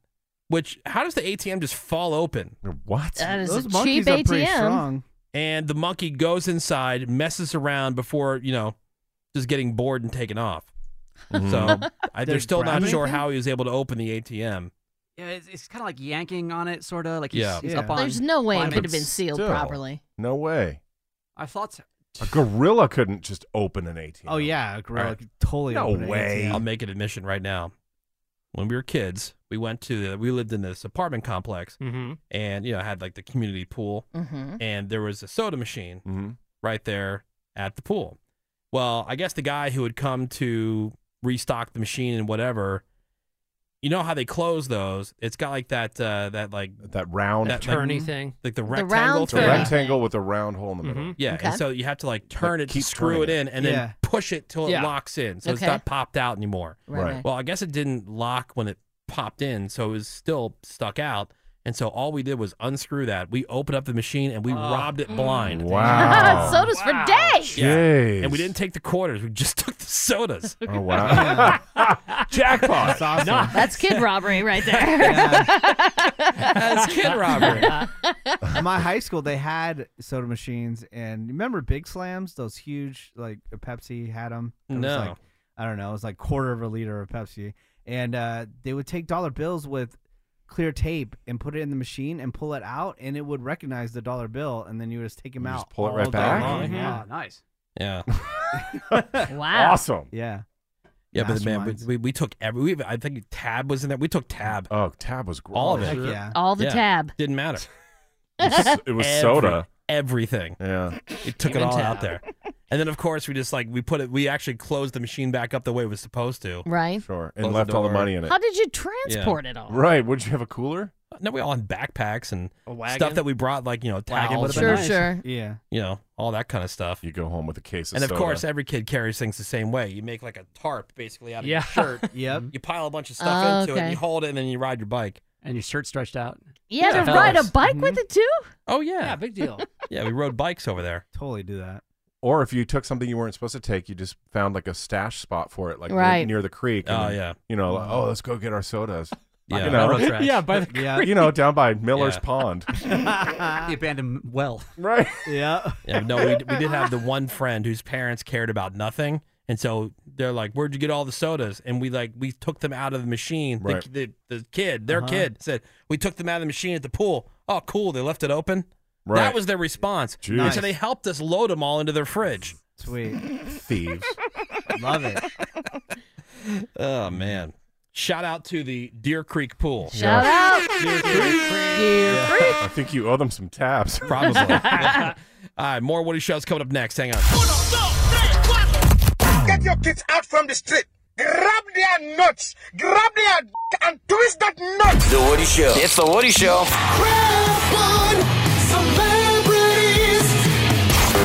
Speaker 4: Which how does the ATM just fall open?
Speaker 8: What?
Speaker 5: That is
Speaker 6: Those
Speaker 5: a cheap
Speaker 6: monkeys are pretty
Speaker 5: ATM.
Speaker 6: strong.
Speaker 4: And the monkey goes inside, messes around before you know, just getting bored and taking off. So I, they're
Speaker 6: Did it
Speaker 4: still
Speaker 6: grab
Speaker 4: not sure
Speaker 6: anything?
Speaker 4: how he was able to open the ATM.
Speaker 14: Yeah, it's, it's kind of like yanking on it, sort of like he's,
Speaker 4: Yeah.
Speaker 14: he's
Speaker 4: Yeah.
Speaker 14: up on.
Speaker 5: There's no way it
Speaker 14: climbing.
Speaker 5: could have been sealed
Speaker 8: Still.
Speaker 5: properly.
Speaker 8: No way.
Speaker 14: I thought so.
Speaker 8: A gorilla couldn't just open an ATM.
Speaker 6: Oh yeah, a gorilla
Speaker 4: Alright.
Speaker 6: could totally.
Speaker 8: No
Speaker 6: open an
Speaker 8: way.
Speaker 6: ATM.
Speaker 4: I'll make an admission right now. When we were kids, we went to the, we lived in this apartment complex,
Speaker 7: Mhm.
Speaker 4: and you know had like the community pool,
Speaker 5: Mhm.
Speaker 4: and there was a soda machine
Speaker 8: Mhm.
Speaker 4: right there at the pool. Well, I guess the guy who had come to restock the machine and whatever, you know how they close those? It's got like that uh, that like
Speaker 8: That round
Speaker 4: that like,
Speaker 7: Attorney thing.
Speaker 4: like the
Speaker 5: round
Speaker 4: rectangle
Speaker 8: It's a
Speaker 5: thing. Yeah.
Speaker 8: rectangle with a round hole in the middle.
Speaker 4: Yeah, and
Speaker 5: Okay.
Speaker 4: so you have to like turn
Speaker 8: Like,
Speaker 4: it,
Speaker 8: keep
Speaker 4: screw
Speaker 8: turning
Speaker 4: it
Speaker 8: it.
Speaker 4: in, and then
Speaker 6: Yeah.
Speaker 4: push it till
Speaker 7: Yeah.
Speaker 4: it locks in, so it's
Speaker 5: Okay.
Speaker 4: not popped out anymore.
Speaker 5: Right,
Speaker 8: Right.
Speaker 5: right.
Speaker 4: Well, I guess it didn't lock when it popped in, so it was still stuck out. And so all we did was unscrew that. We opened up the machine and
Speaker 7: Oh.
Speaker 4: we robbed
Speaker 7: Mm.
Speaker 4: it blind.
Speaker 8: Wow.
Speaker 5: Sodas for days.
Speaker 4: Yeah.
Speaker 8: Jeez.
Speaker 4: And we didn't take the quarters. We just took the sodas.
Speaker 8: Oh wow. Jackpot.
Speaker 6: That's awesome.
Speaker 5: That's kid robbery right there.
Speaker 4: That's kid robbery.
Speaker 6: my high school they had soda machines and remember big slams those huge like pepsi had them
Speaker 4: No.
Speaker 6: was like i don't know it was like quarter of a liter of pepsi and uh, they would take dollar bills with clear tape and put it in the machine and pull it out and it would recognize the dollar bill and then you would just take them
Speaker 8: You
Speaker 6: out
Speaker 8: just pull it
Speaker 6: all
Speaker 8: right
Speaker 6: day
Speaker 8: back?
Speaker 6: long.
Speaker 4: Mhm.
Speaker 6: yeah
Speaker 14: Oh, nice.
Speaker 4: Yeah.
Speaker 5: wow.
Speaker 8: Awesome.
Speaker 6: yeah
Speaker 4: Yeah, but man, we,
Speaker 6: Masterminds.
Speaker 4: we, we took every, we, I think Tab was in there. We took Tab.
Speaker 8: Oh, tab was gross.
Speaker 4: All of
Speaker 6: Heck
Speaker 4: it.
Speaker 6: yeah
Speaker 5: All the
Speaker 4: Yeah.
Speaker 5: tab.
Speaker 4: Didn't matter.
Speaker 8: It was
Speaker 4: Every-
Speaker 8: soda.
Speaker 4: Everything.
Speaker 8: Yeah.
Speaker 4: It took it
Speaker 7: Even
Speaker 4: all
Speaker 7: Tab.
Speaker 4: out there. And then, of course, we just like, we put it, we actually closed the machine back up the way it was supposed to.
Speaker 5: Right.
Speaker 8: Sure.
Speaker 4: Close
Speaker 8: And
Speaker 4: the
Speaker 8: left all the
Speaker 4: door.
Speaker 8: money in it.
Speaker 5: How did you transport it all?
Speaker 8: Right. Would you have a cooler?
Speaker 4: No, we all had backpacks and
Speaker 7: A wagon?
Speaker 4: stuff that we brought, like, you know, tagging,
Speaker 7: would've been
Speaker 5: Sure,
Speaker 7: nice.
Speaker 5: sure.
Speaker 6: yeah
Speaker 4: you know, all that kind of stuff.
Speaker 8: You go home with a case of
Speaker 4: And of
Speaker 8: soda.
Speaker 4: course, uh, every kid carries things the same way. You make like a tarp basically out of
Speaker 7: Yeah.
Speaker 4: your shirt.
Speaker 6: yep
Speaker 4: You pile a bunch of stuff
Speaker 5: Oh,
Speaker 4: into it,
Speaker 5: okay.
Speaker 4: and you hold it, and then you ride your bike.
Speaker 14: And your shirt stretched out.
Speaker 5: You had
Speaker 4: Yeah,
Speaker 5: to ride a
Speaker 4: fellas.
Speaker 5: bike
Speaker 8: Mm-hmm.
Speaker 5: with it too?
Speaker 4: Oh yeah,
Speaker 7: Yeah, big deal.
Speaker 4: yeah. We rode bikes over there.
Speaker 6: totally do that
Speaker 8: Or if you took something you weren't supposed to take, you just found like a stash spot for it, like
Speaker 5: Right.
Speaker 8: near the creek. and
Speaker 4: Oh
Speaker 8: then,
Speaker 4: yeah,
Speaker 8: You know, like, oh, let's go get our sodas. you know,
Speaker 14: railroad tracks.
Speaker 8: yeah, by the creek. you know, down by Miller's
Speaker 4: Yeah.
Speaker 8: Pond.
Speaker 14: the abandoned well.
Speaker 8: Right.
Speaker 6: Yeah.
Speaker 4: Yeah, no, we, we did have the one friend whose parents cared about nothing. And so they're like, "Where'd you get all the sodas?" And we like we took them out of the machine. The-
Speaker 8: Right.
Speaker 4: The, the, kid, their
Speaker 8: Uh-huh.
Speaker 4: kid, said we took them out of the machine at the pool. Oh, cool! They left it open.
Speaker 8: Right.
Speaker 4: That was their response.
Speaker 8: Jeez.
Speaker 4: And so they helped us load them all into their fridge.
Speaker 6: Sweet.
Speaker 8: Thieves.
Speaker 6: Love it.
Speaker 4: Oh man! Shout out to the Deer Creek pool.
Speaker 8: Shout
Speaker 5: out.
Speaker 8: Yeah. I think you owe them some tabs.
Speaker 4: Probably. all right, more Woody shows coming up next. Hang on.
Speaker 13: Get your kids out from the street. Grab their nuts. Grab their d- and twist that nut.
Speaker 9: The Woody Show. It's The Woody Show.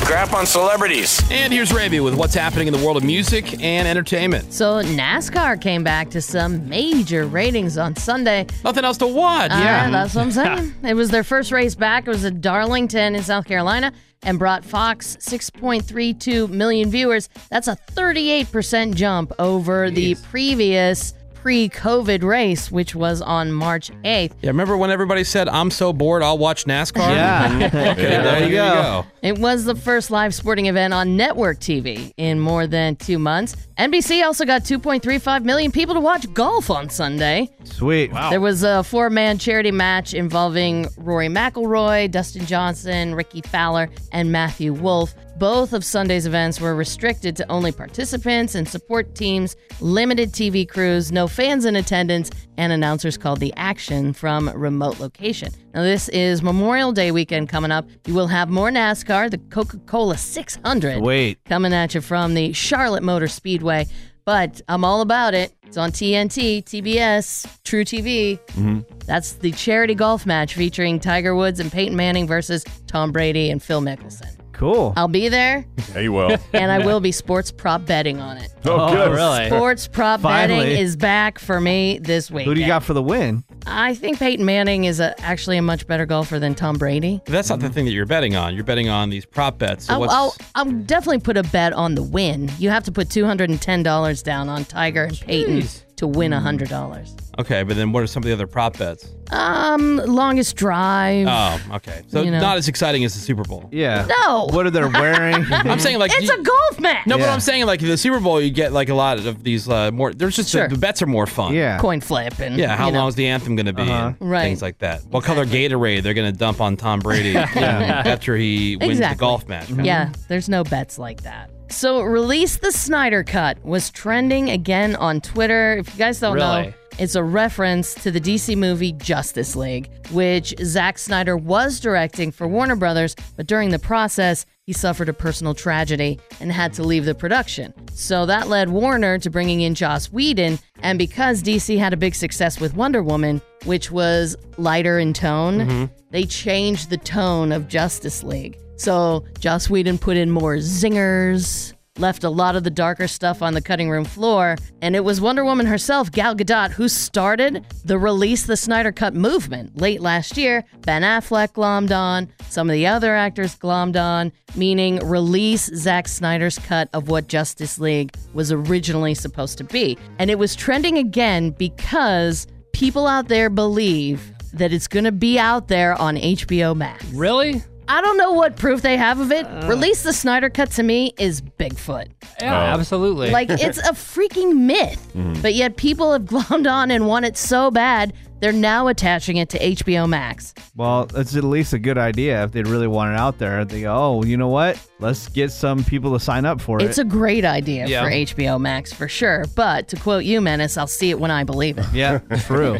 Speaker 9: Crap on celebrities.
Speaker 4: And here's Ravi with what's happening in the world of music and entertainment.
Speaker 5: So NASCAR came back to some major ratings on Sunday.
Speaker 4: Nothing else to watch.
Speaker 5: Uh,
Speaker 4: yeah.
Speaker 5: that's what I'm saying. it was their first race back. It was at Darlington in South Carolina and brought Fox 6.32 million viewers. That's a 38% jump over the previous pre-COVID race, which was on March 8th.
Speaker 4: Yeah, remember when everybody said, I'm so bored, I'll watch NASCAR?
Speaker 5: Yeah.
Speaker 4: okay,
Speaker 5: Yeah.
Speaker 4: there you go.
Speaker 5: It was the first live sporting event on network TV in more than two months. NBC also got 2.35 million people to watch golf on Sunday.
Speaker 6: Sweet.
Speaker 5: There was a four man charity match involving Rory McIlroy, Dustin Johnson, Ricky Fowler, and Matthew Wolf. Both of Sunday's events were restricted to only participants and support teams, limited TV crews, no fans in attendance, and announcers called the action from remote location. Now, this is Memorial Day weekend coming up. You will have more NASCAR, the Coca Cola 600
Speaker 6: Sweet.
Speaker 5: coming at you from the Charlotte Motor Speedway. But I'm all about it. It's on TNT, TBS, True TV.
Speaker 6: Mm-hmm.
Speaker 5: That's the charity golf match featuring Tiger Woods and Peyton Manning versus Tom Brady and Phil Mickelson.
Speaker 6: Cool.
Speaker 5: I'll be there,
Speaker 8: Yeah, you will.
Speaker 5: and I will be sports prop betting on it.
Speaker 6: Oh, Oh, good. really?
Speaker 5: Sports prop
Speaker 6: Finally.
Speaker 5: betting is back for me this week.
Speaker 6: Who do you got for the win?
Speaker 5: I think Peyton Manning is a, actually a much better golfer than Tom Brady.
Speaker 4: That's not the thing that you're betting on. You're betting on these prop bets. So
Speaker 5: I'll,
Speaker 4: what's,
Speaker 5: I'll, I'll definitely put a bet on the win. You have to put two hundred and ten dollars down on Tiger and Peyton to win hundred dollars.
Speaker 4: okay, but then what are some of the other prop bets?
Speaker 5: Um, longest drive.
Speaker 4: Oh, okay. So
Speaker 5: You know.
Speaker 4: not as exciting as the Super Bowl.
Speaker 6: Yeah.
Speaker 5: No.
Speaker 6: What are they wearing?
Speaker 4: I'm saying like
Speaker 5: it's
Speaker 4: you-
Speaker 5: a golf match.
Speaker 4: No, but I'm saying like the Super Bowl, you get like a lot of these uh, more. There's just the,
Speaker 5: Sure.
Speaker 4: the bets are more fun.
Speaker 6: Yeah.
Speaker 5: coin flip and
Speaker 4: Yeah, how
Speaker 5: you know.
Speaker 4: long is the anthem going to be?
Speaker 5: Uh-huh.
Speaker 4: and
Speaker 5: Right.
Speaker 4: Things like that. What color Gatorade they're going to dump on Tom Brady
Speaker 5: Yeah.
Speaker 4: after he wins
Speaker 5: Exactly.
Speaker 4: the golf match?
Speaker 5: Yeah, there's no bets like that. So, release the Snyder Cut was trending again on Twitter. If you guys don't know,
Speaker 7: Really?
Speaker 5: it's a reference to the DC movie Justice League, which Zack Snyder was directing for Warner Brothers, but during the process, he suffered a personal tragedy and had to leave the production. So that led Warner to bringing in Joss Whedon, and because DC had a big success with Wonder Woman, which was lighter in tone,
Speaker 17: Mhm.
Speaker 5: they changed the tone of Justice League. So Joss Whedon put in more zingers, left a lot of the darker stuff on the cutting room floor, and it was Wonder Woman herself, Gal Gadot, who started the release the Snyder Cut movement late last year. Ben Affleck glommed on, some of the other actors glommed on, meaning release Zack Snyder's cut of what Justice League was originally supposed to be. And it was trending again because people out there believe that it's going to be out there on HBO Max.
Speaker 7: Really?
Speaker 5: I don't know what proof they have of it. Release the Snyder Cut to me is Bigfoot.
Speaker 7: Yeah, absolutely.
Speaker 5: Like, it's a freaking myth.
Speaker 7: Mhm.
Speaker 5: But yet, people have glommed on and want it so bad, they're now attaching it to HBO Max.
Speaker 6: Well, it's at least a good idea if they really want it out there. They go, oh, you know what? Let's get some people to sign up for
Speaker 5: It's
Speaker 6: it.
Speaker 5: a great idea
Speaker 6: Yeah.
Speaker 5: for HBO Max for sure. But to quote you, Menace, I'll see it when I believe it.
Speaker 6: yeah, true.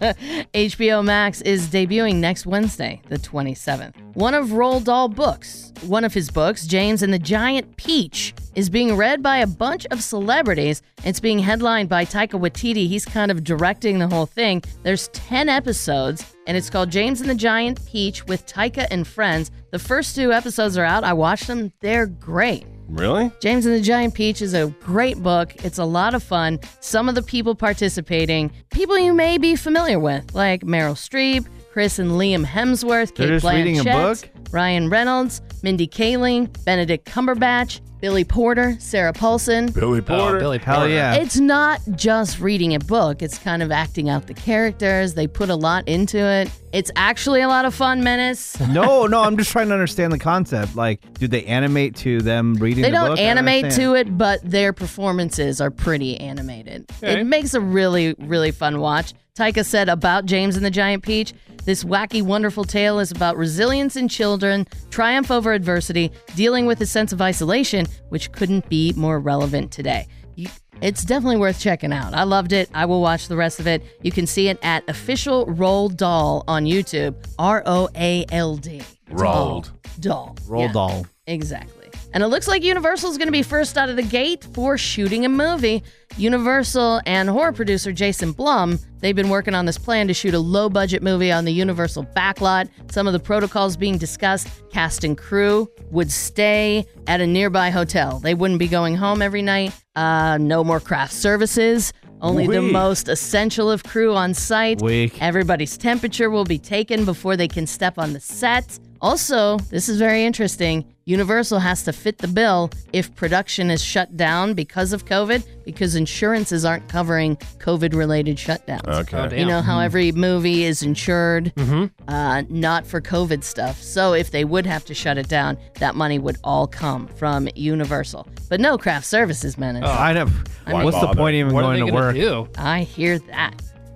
Speaker 5: HBO Max is debuting next Wednesday, the 27th. One of Roald Dahl books, one of his books, James and the Giant Peach, is being read by a bunch of celebrities. It's being headlined by Taika Waititi. He's kind of directing the whole thing. There's 10 episodes, and it's called James and the Giant Peach with Taika and Friends. The first two episodes are out. I watched them. They're great.
Speaker 8: Really?
Speaker 5: James and the Giant Peach is a great book. It's a lot of fun. Some of the people participating, people you may be familiar with, like Meryl Streep, Chris and Liam Hemsworth,
Speaker 6: They're
Speaker 5: Kate
Speaker 6: just reading a
Speaker 5: Blanchett,
Speaker 6: book?
Speaker 5: Ryan Reynolds, Mindy Kaling, Benedict Cumberbatch, Billy Porter, Sarah Paulson.
Speaker 4: Oh,
Speaker 8: Billy Porter.
Speaker 6: Billy Hell Porter. yeah.
Speaker 5: It's not just reading a book, it's kind of acting out the characters. They put a lot into it. It's actually a lot of fun, Menace.
Speaker 6: no, no, I'm just trying to understand the concept. Like, do they animate to them reading?
Speaker 5: They
Speaker 6: the
Speaker 5: don't
Speaker 6: book? I
Speaker 5: animate
Speaker 6: understand.
Speaker 5: to it, but their performances are pretty animated.
Speaker 6: Okay.
Speaker 5: It makes a really, really fun watch. Taika said about James and the Giant Peach this wacky, wonderful tale is about resilience in children, triumph over adversity, dealing with a sense of isolation, which couldn't be more relevant today. You, it's definitely worth checking out. I loved it. I will watch the rest of it. You can see it at Official Roll Doll on YouTube. R O A L D.
Speaker 8: Rolled.
Speaker 5: Doll.
Speaker 6: Roll
Speaker 5: Yeah.
Speaker 6: doll.
Speaker 5: Exactly. And it looks like Universal's going to be first out of the gate for shooting a movie. Universal and horror producer Jason Blum, they've been working on this plan to shoot a low budget movie on the Universal backlot. Some of the protocols being discussed cast and crew would stay at a nearby hotel. They wouldn't be going home every night. Uh, no more craft services. Only the
Speaker 6: Wee.
Speaker 5: most essential of crew on site.
Speaker 6: Weak.
Speaker 5: Everybody's temperature will be taken before they can step on the set. Also, this is very interesting. Universal has to fit the bill if production is shut down because of COVID, because insurances aren't covering COVID related shutdowns.
Speaker 8: Okay. Oh, damn.
Speaker 5: you know how
Speaker 8: Mhm.
Speaker 5: every movie is insured,
Speaker 8: Mhm.
Speaker 5: uh, not for COVID stuff. So if they would have to shut it down, that money would all come from Universal. But no craft services, man.
Speaker 8: Oh,
Speaker 6: I know.
Speaker 5: Why
Speaker 6: What's the
Speaker 5: bother?
Speaker 6: point even
Speaker 5: Oh. What are
Speaker 6: going
Speaker 5: they
Speaker 6: to
Speaker 5: gonna
Speaker 6: work?
Speaker 5: do? I hear that.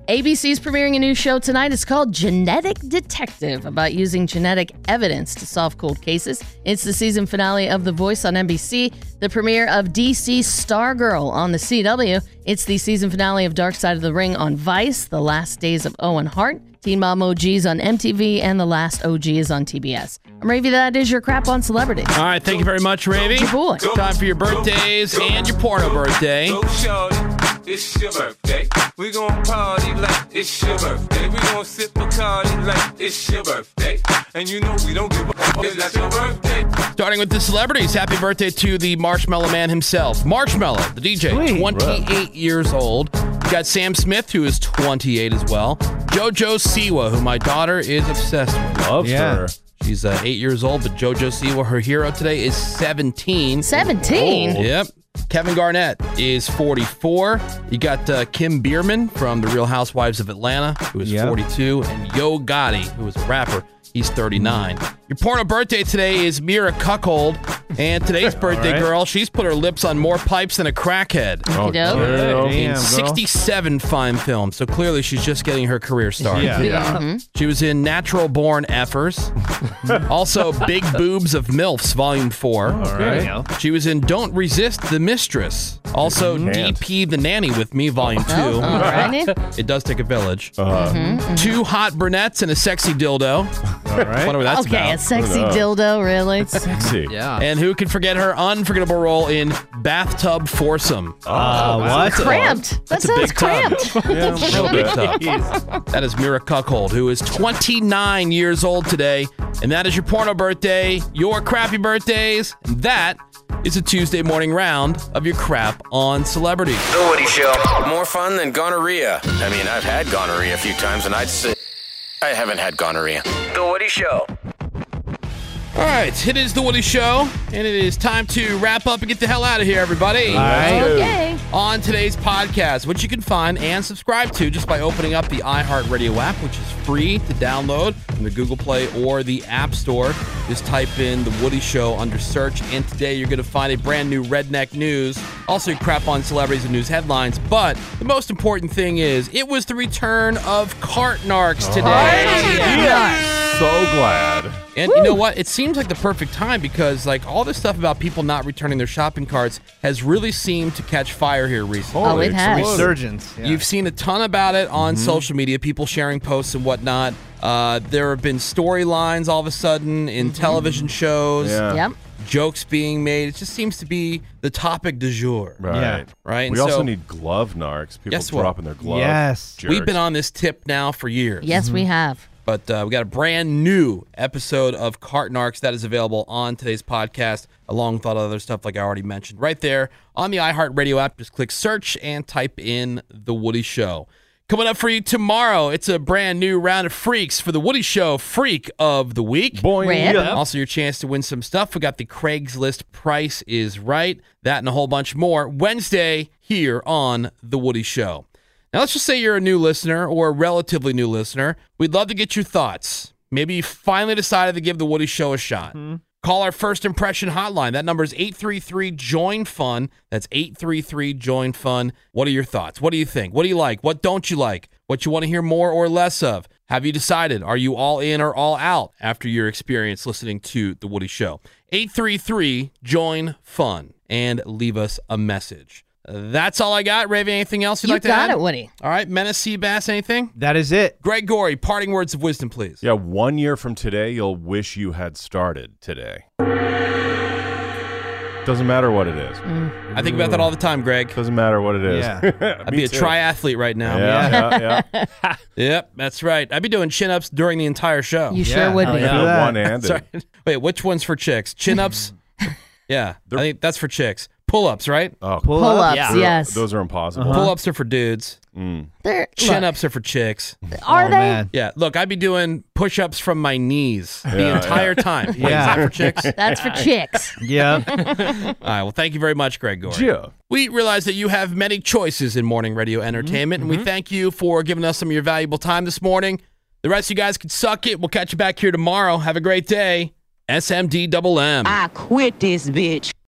Speaker 5: ABC's premiering a new show tonight. It's called Genetic Detective, about using genetic evidence to solve cold cases. It's the season finale of The Voice on NBC, the premiere of DC Stargirl on the CW. It's the season finale of Dark Side of the Ring on Vice, The Last Days of Owen Hart, Teen Mom OGs on MTV, and The Last OG is on TBS. I'm Ravy, that is your crap on celebrity.
Speaker 4: All right, thank you very much, Ravy. Time for your birthdays and your porno birthday.
Speaker 15: So shawty, it's your birthday. We gon' party like it's your birthday. We gon' sip a party like it's your birthday. And you know we don't give a fuck. It's not your birthday.
Speaker 4: Starting with the celebrities, happy birthday to the Marshmallow Man himself, Marshmallow, the DJ, 28 years old. We got Sam Smith, who is 28 as well. JoJo Siwa, who my daughter is obsessed with.
Speaker 8: Loves Yeah. her.
Speaker 4: She's uh, eight years old, but JoJo Siwa, her hero today, is 17.
Speaker 5: 17? Old.
Speaker 4: Yep. Kevin Garnett is 44. You got uh, Kim Bierman from The Real Housewives of Atlanta, who is 42, and Yo Gotti, who is a rapper. He's 39. Your porno birthday today is Mira Cuckold, and today's birthday
Speaker 8: right.
Speaker 4: girl, she's put her lips on more pipes than a crackhead.
Speaker 8: Oh, Okey-doke. girl. Damn,
Speaker 4: in
Speaker 8: girl.
Speaker 4: 67 fine films, so clearly she's just getting her career started.
Speaker 8: Yeah. Yeah.
Speaker 4: She was in Natural Born Effers, also Big Boobs of MILFs, Volume 4. All
Speaker 8: there you go.
Speaker 4: She was in Don't Resist the Mistress, also
Speaker 8: Can't.
Speaker 4: DP the Nanny with Me, Volume 2.
Speaker 5: Oh,
Speaker 8: uh-huh.
Speaker 5: all righty.
Speaker 4: It does take a village.
Speaker 8: Mm-hmm.
Speaker 4: Two hot brunettes and a sexy dildo. All
Speaker 8: right.
Speaker 4: Wonder what that's
Speaker 5: okay,
Speaker 4: about.
Speaker 5: a sexy dildo, really?
Speaker 8: sexy.
Speaker 4: Yeah. And who can forget her unforgettable role in Bathtub Foursome? Oh,
Speaker 5: That's Cramped. That
Speaker 4: That's a
Speaker 5: sounds
Speaker 4: big tub.
Speaker 5: cramped.
Speaker 4: Yeah, real big tub. That is Mira Cuckold, who is 29 years old today. And that is your porno birthday, your crappy birthdays. And that is a Tuesday morning round of your crap on celebrity.
Speaker 9: The Woody Show. More fun than gonorrhea. I mean, I've had gonorrhea a few times, and I'd say I haven't had gonorrhea. The Woody Show.
Speaker 4: All right, it is the Woody Show, and it is time to wrap up and get the hell out of here, everybody. All
Speaker 6: right.
Speaker 5: Okay.
Speaker 4: On today's podcast, which you can find and subscribe to just by opening up the iHeartRadio app, which is free to download from the Google Play or the App Store. Just type in the Woody Show under search, and today you're going to find a brand new Redneck News. Also, crap on celebrities and news headlines. But the most important thing is, it was the return of Cartnarks today.
Speaker 8: So glad.
Speaker 4: And you know what? It seems like the perfect time because like all this stuff about people not returning their shopping carts has really seemed to catch fire here recently.
Speaker 6: Oh, it Holy has. resurgence, yeah.
Speaker 4: You've seen a ton about it on
Speaker 6: Mhm.
Speaker 8: Mm-hmm.
Speaker 4: social media, people sharing posts and whatnot. Uh, there have been storylines all of a sudden in television shows.
Speaker 8: Mm-hmm. Yeah. Yep.
Speaker 4: Jokes being made. It just seems to be the topic du jour.
Speaker 8: Right.
Speaker 4: Right.
Speaker 8: We
Speaker 4: And
Speaker 8: also
Speaker 4: so-
Speaker 8: need glove narcs. People
Speaker 4: Guess what?
Speaker 8: dropping their gloves.
Speaker 4: We've been on this tip now for years.
Speaker 5: Yes, we have.
Speaker 4: But uh, we got a brand new episode of Cartnarks that is available on today's podcast, along with all the other stuff like I already mentioned. Right there on the iHeartRadio app, just click search and type in The Woody Show. Coming up for you tomorrow, it's a brand new round of freaks for the Woody Show Freak of the Week.
Speaker 8: Boy, Rip. yeah.
Speaker 4: Also, your chance to win some stuff. We got the Craigslist Price is Right, that and a whole bunch more Wednesday here on The Woody Show. Now, let's just say you're a new listener or a relatively new listener. We'd love to get your thoughts. Maybe you finally decided to give The Woody Show a shot. Call our first impression hotline. That number is 833 Join Fun. That's 833 Join Fun. What are your thoughts? What do you think? What do you like? What don't you like? What you want to hear more or less of? Have you decided? Are you all in or all out after your experience listening to The Woody Show? 833 Join Fun and leave us a message. That's all I got. Raven, anything else you'd
Speaker 5: You
Speaker 4: like to add?
Speaker 5: got it, Woody.
Speaker 4: All right, Menace Bass, anything?
Speaker 6: That is it.
Speaker 4: Greg Gorey, parting words of wisdom, please.
Speaker 8: Yeah, one year from today, you'll wish you had started today. Doesn't matter what it is.
Speaker 4: I think about that all the time, Greg.
Speaker 8: Doesn't matter what it is.
Speaker 4: I'd be
Speaker 8: Me
Speaker 4: a
Speaker 8: too.
Speaker 4: triathlete right now.
Speaker 8: Yeah, yeah,
Speaker 4: yep, that's right. I'd be doing chin ups during the entire show.
Speaker 5: You sure Yeah,
Speaker 8: Oh,
Speaker 5: would hell be. yeah. Do that.
Speaker 8: One-handed.
Speaker 4: Sorry. Wait, which one's for chicks? Chin ups? yeah, I think that's for chicks. Pull ups, right?
Speaker 8: Oh,
Speaker 5: Pull-ups, Yeah. yes.
Speaker 8: Those are impossible.
Speaker 5: Uh-huh.
Speaker 4: Pull ups are for dudes.
Speaker 5: They're-
Speaker 4: Chin
Speaker 5: look.
Speaker 4: ups are for chicks.
Speaker 5: Are Oh, they? man.
Speaker 4: Yeah. Look, I'd be doing push ups from my knees the
Speaker 8: Yeah,
Speaker 4: entire
Speaker 8: yeah.
Speaker 4: time. Wait,
Speaker 8: Yeah.
Speaker 4: Is that for chicks?
Speaker 5: That's for chicks.
Speaker 4: Yeah. All right. Well, thank you very much, Greg Gore.
Speaker 8: Yeah.
Speaker 4: We realize that you have many choices in morning radio entertainment,
Speaker 8: Mm-hmm.
Speaker 4: and we thank you for giving us some of your valuable time this morning. The rest of you guys can suck it. We'll catch you back here tomorrow. Have a great day. SMD double M.
Speaker 12: I quit this bitch.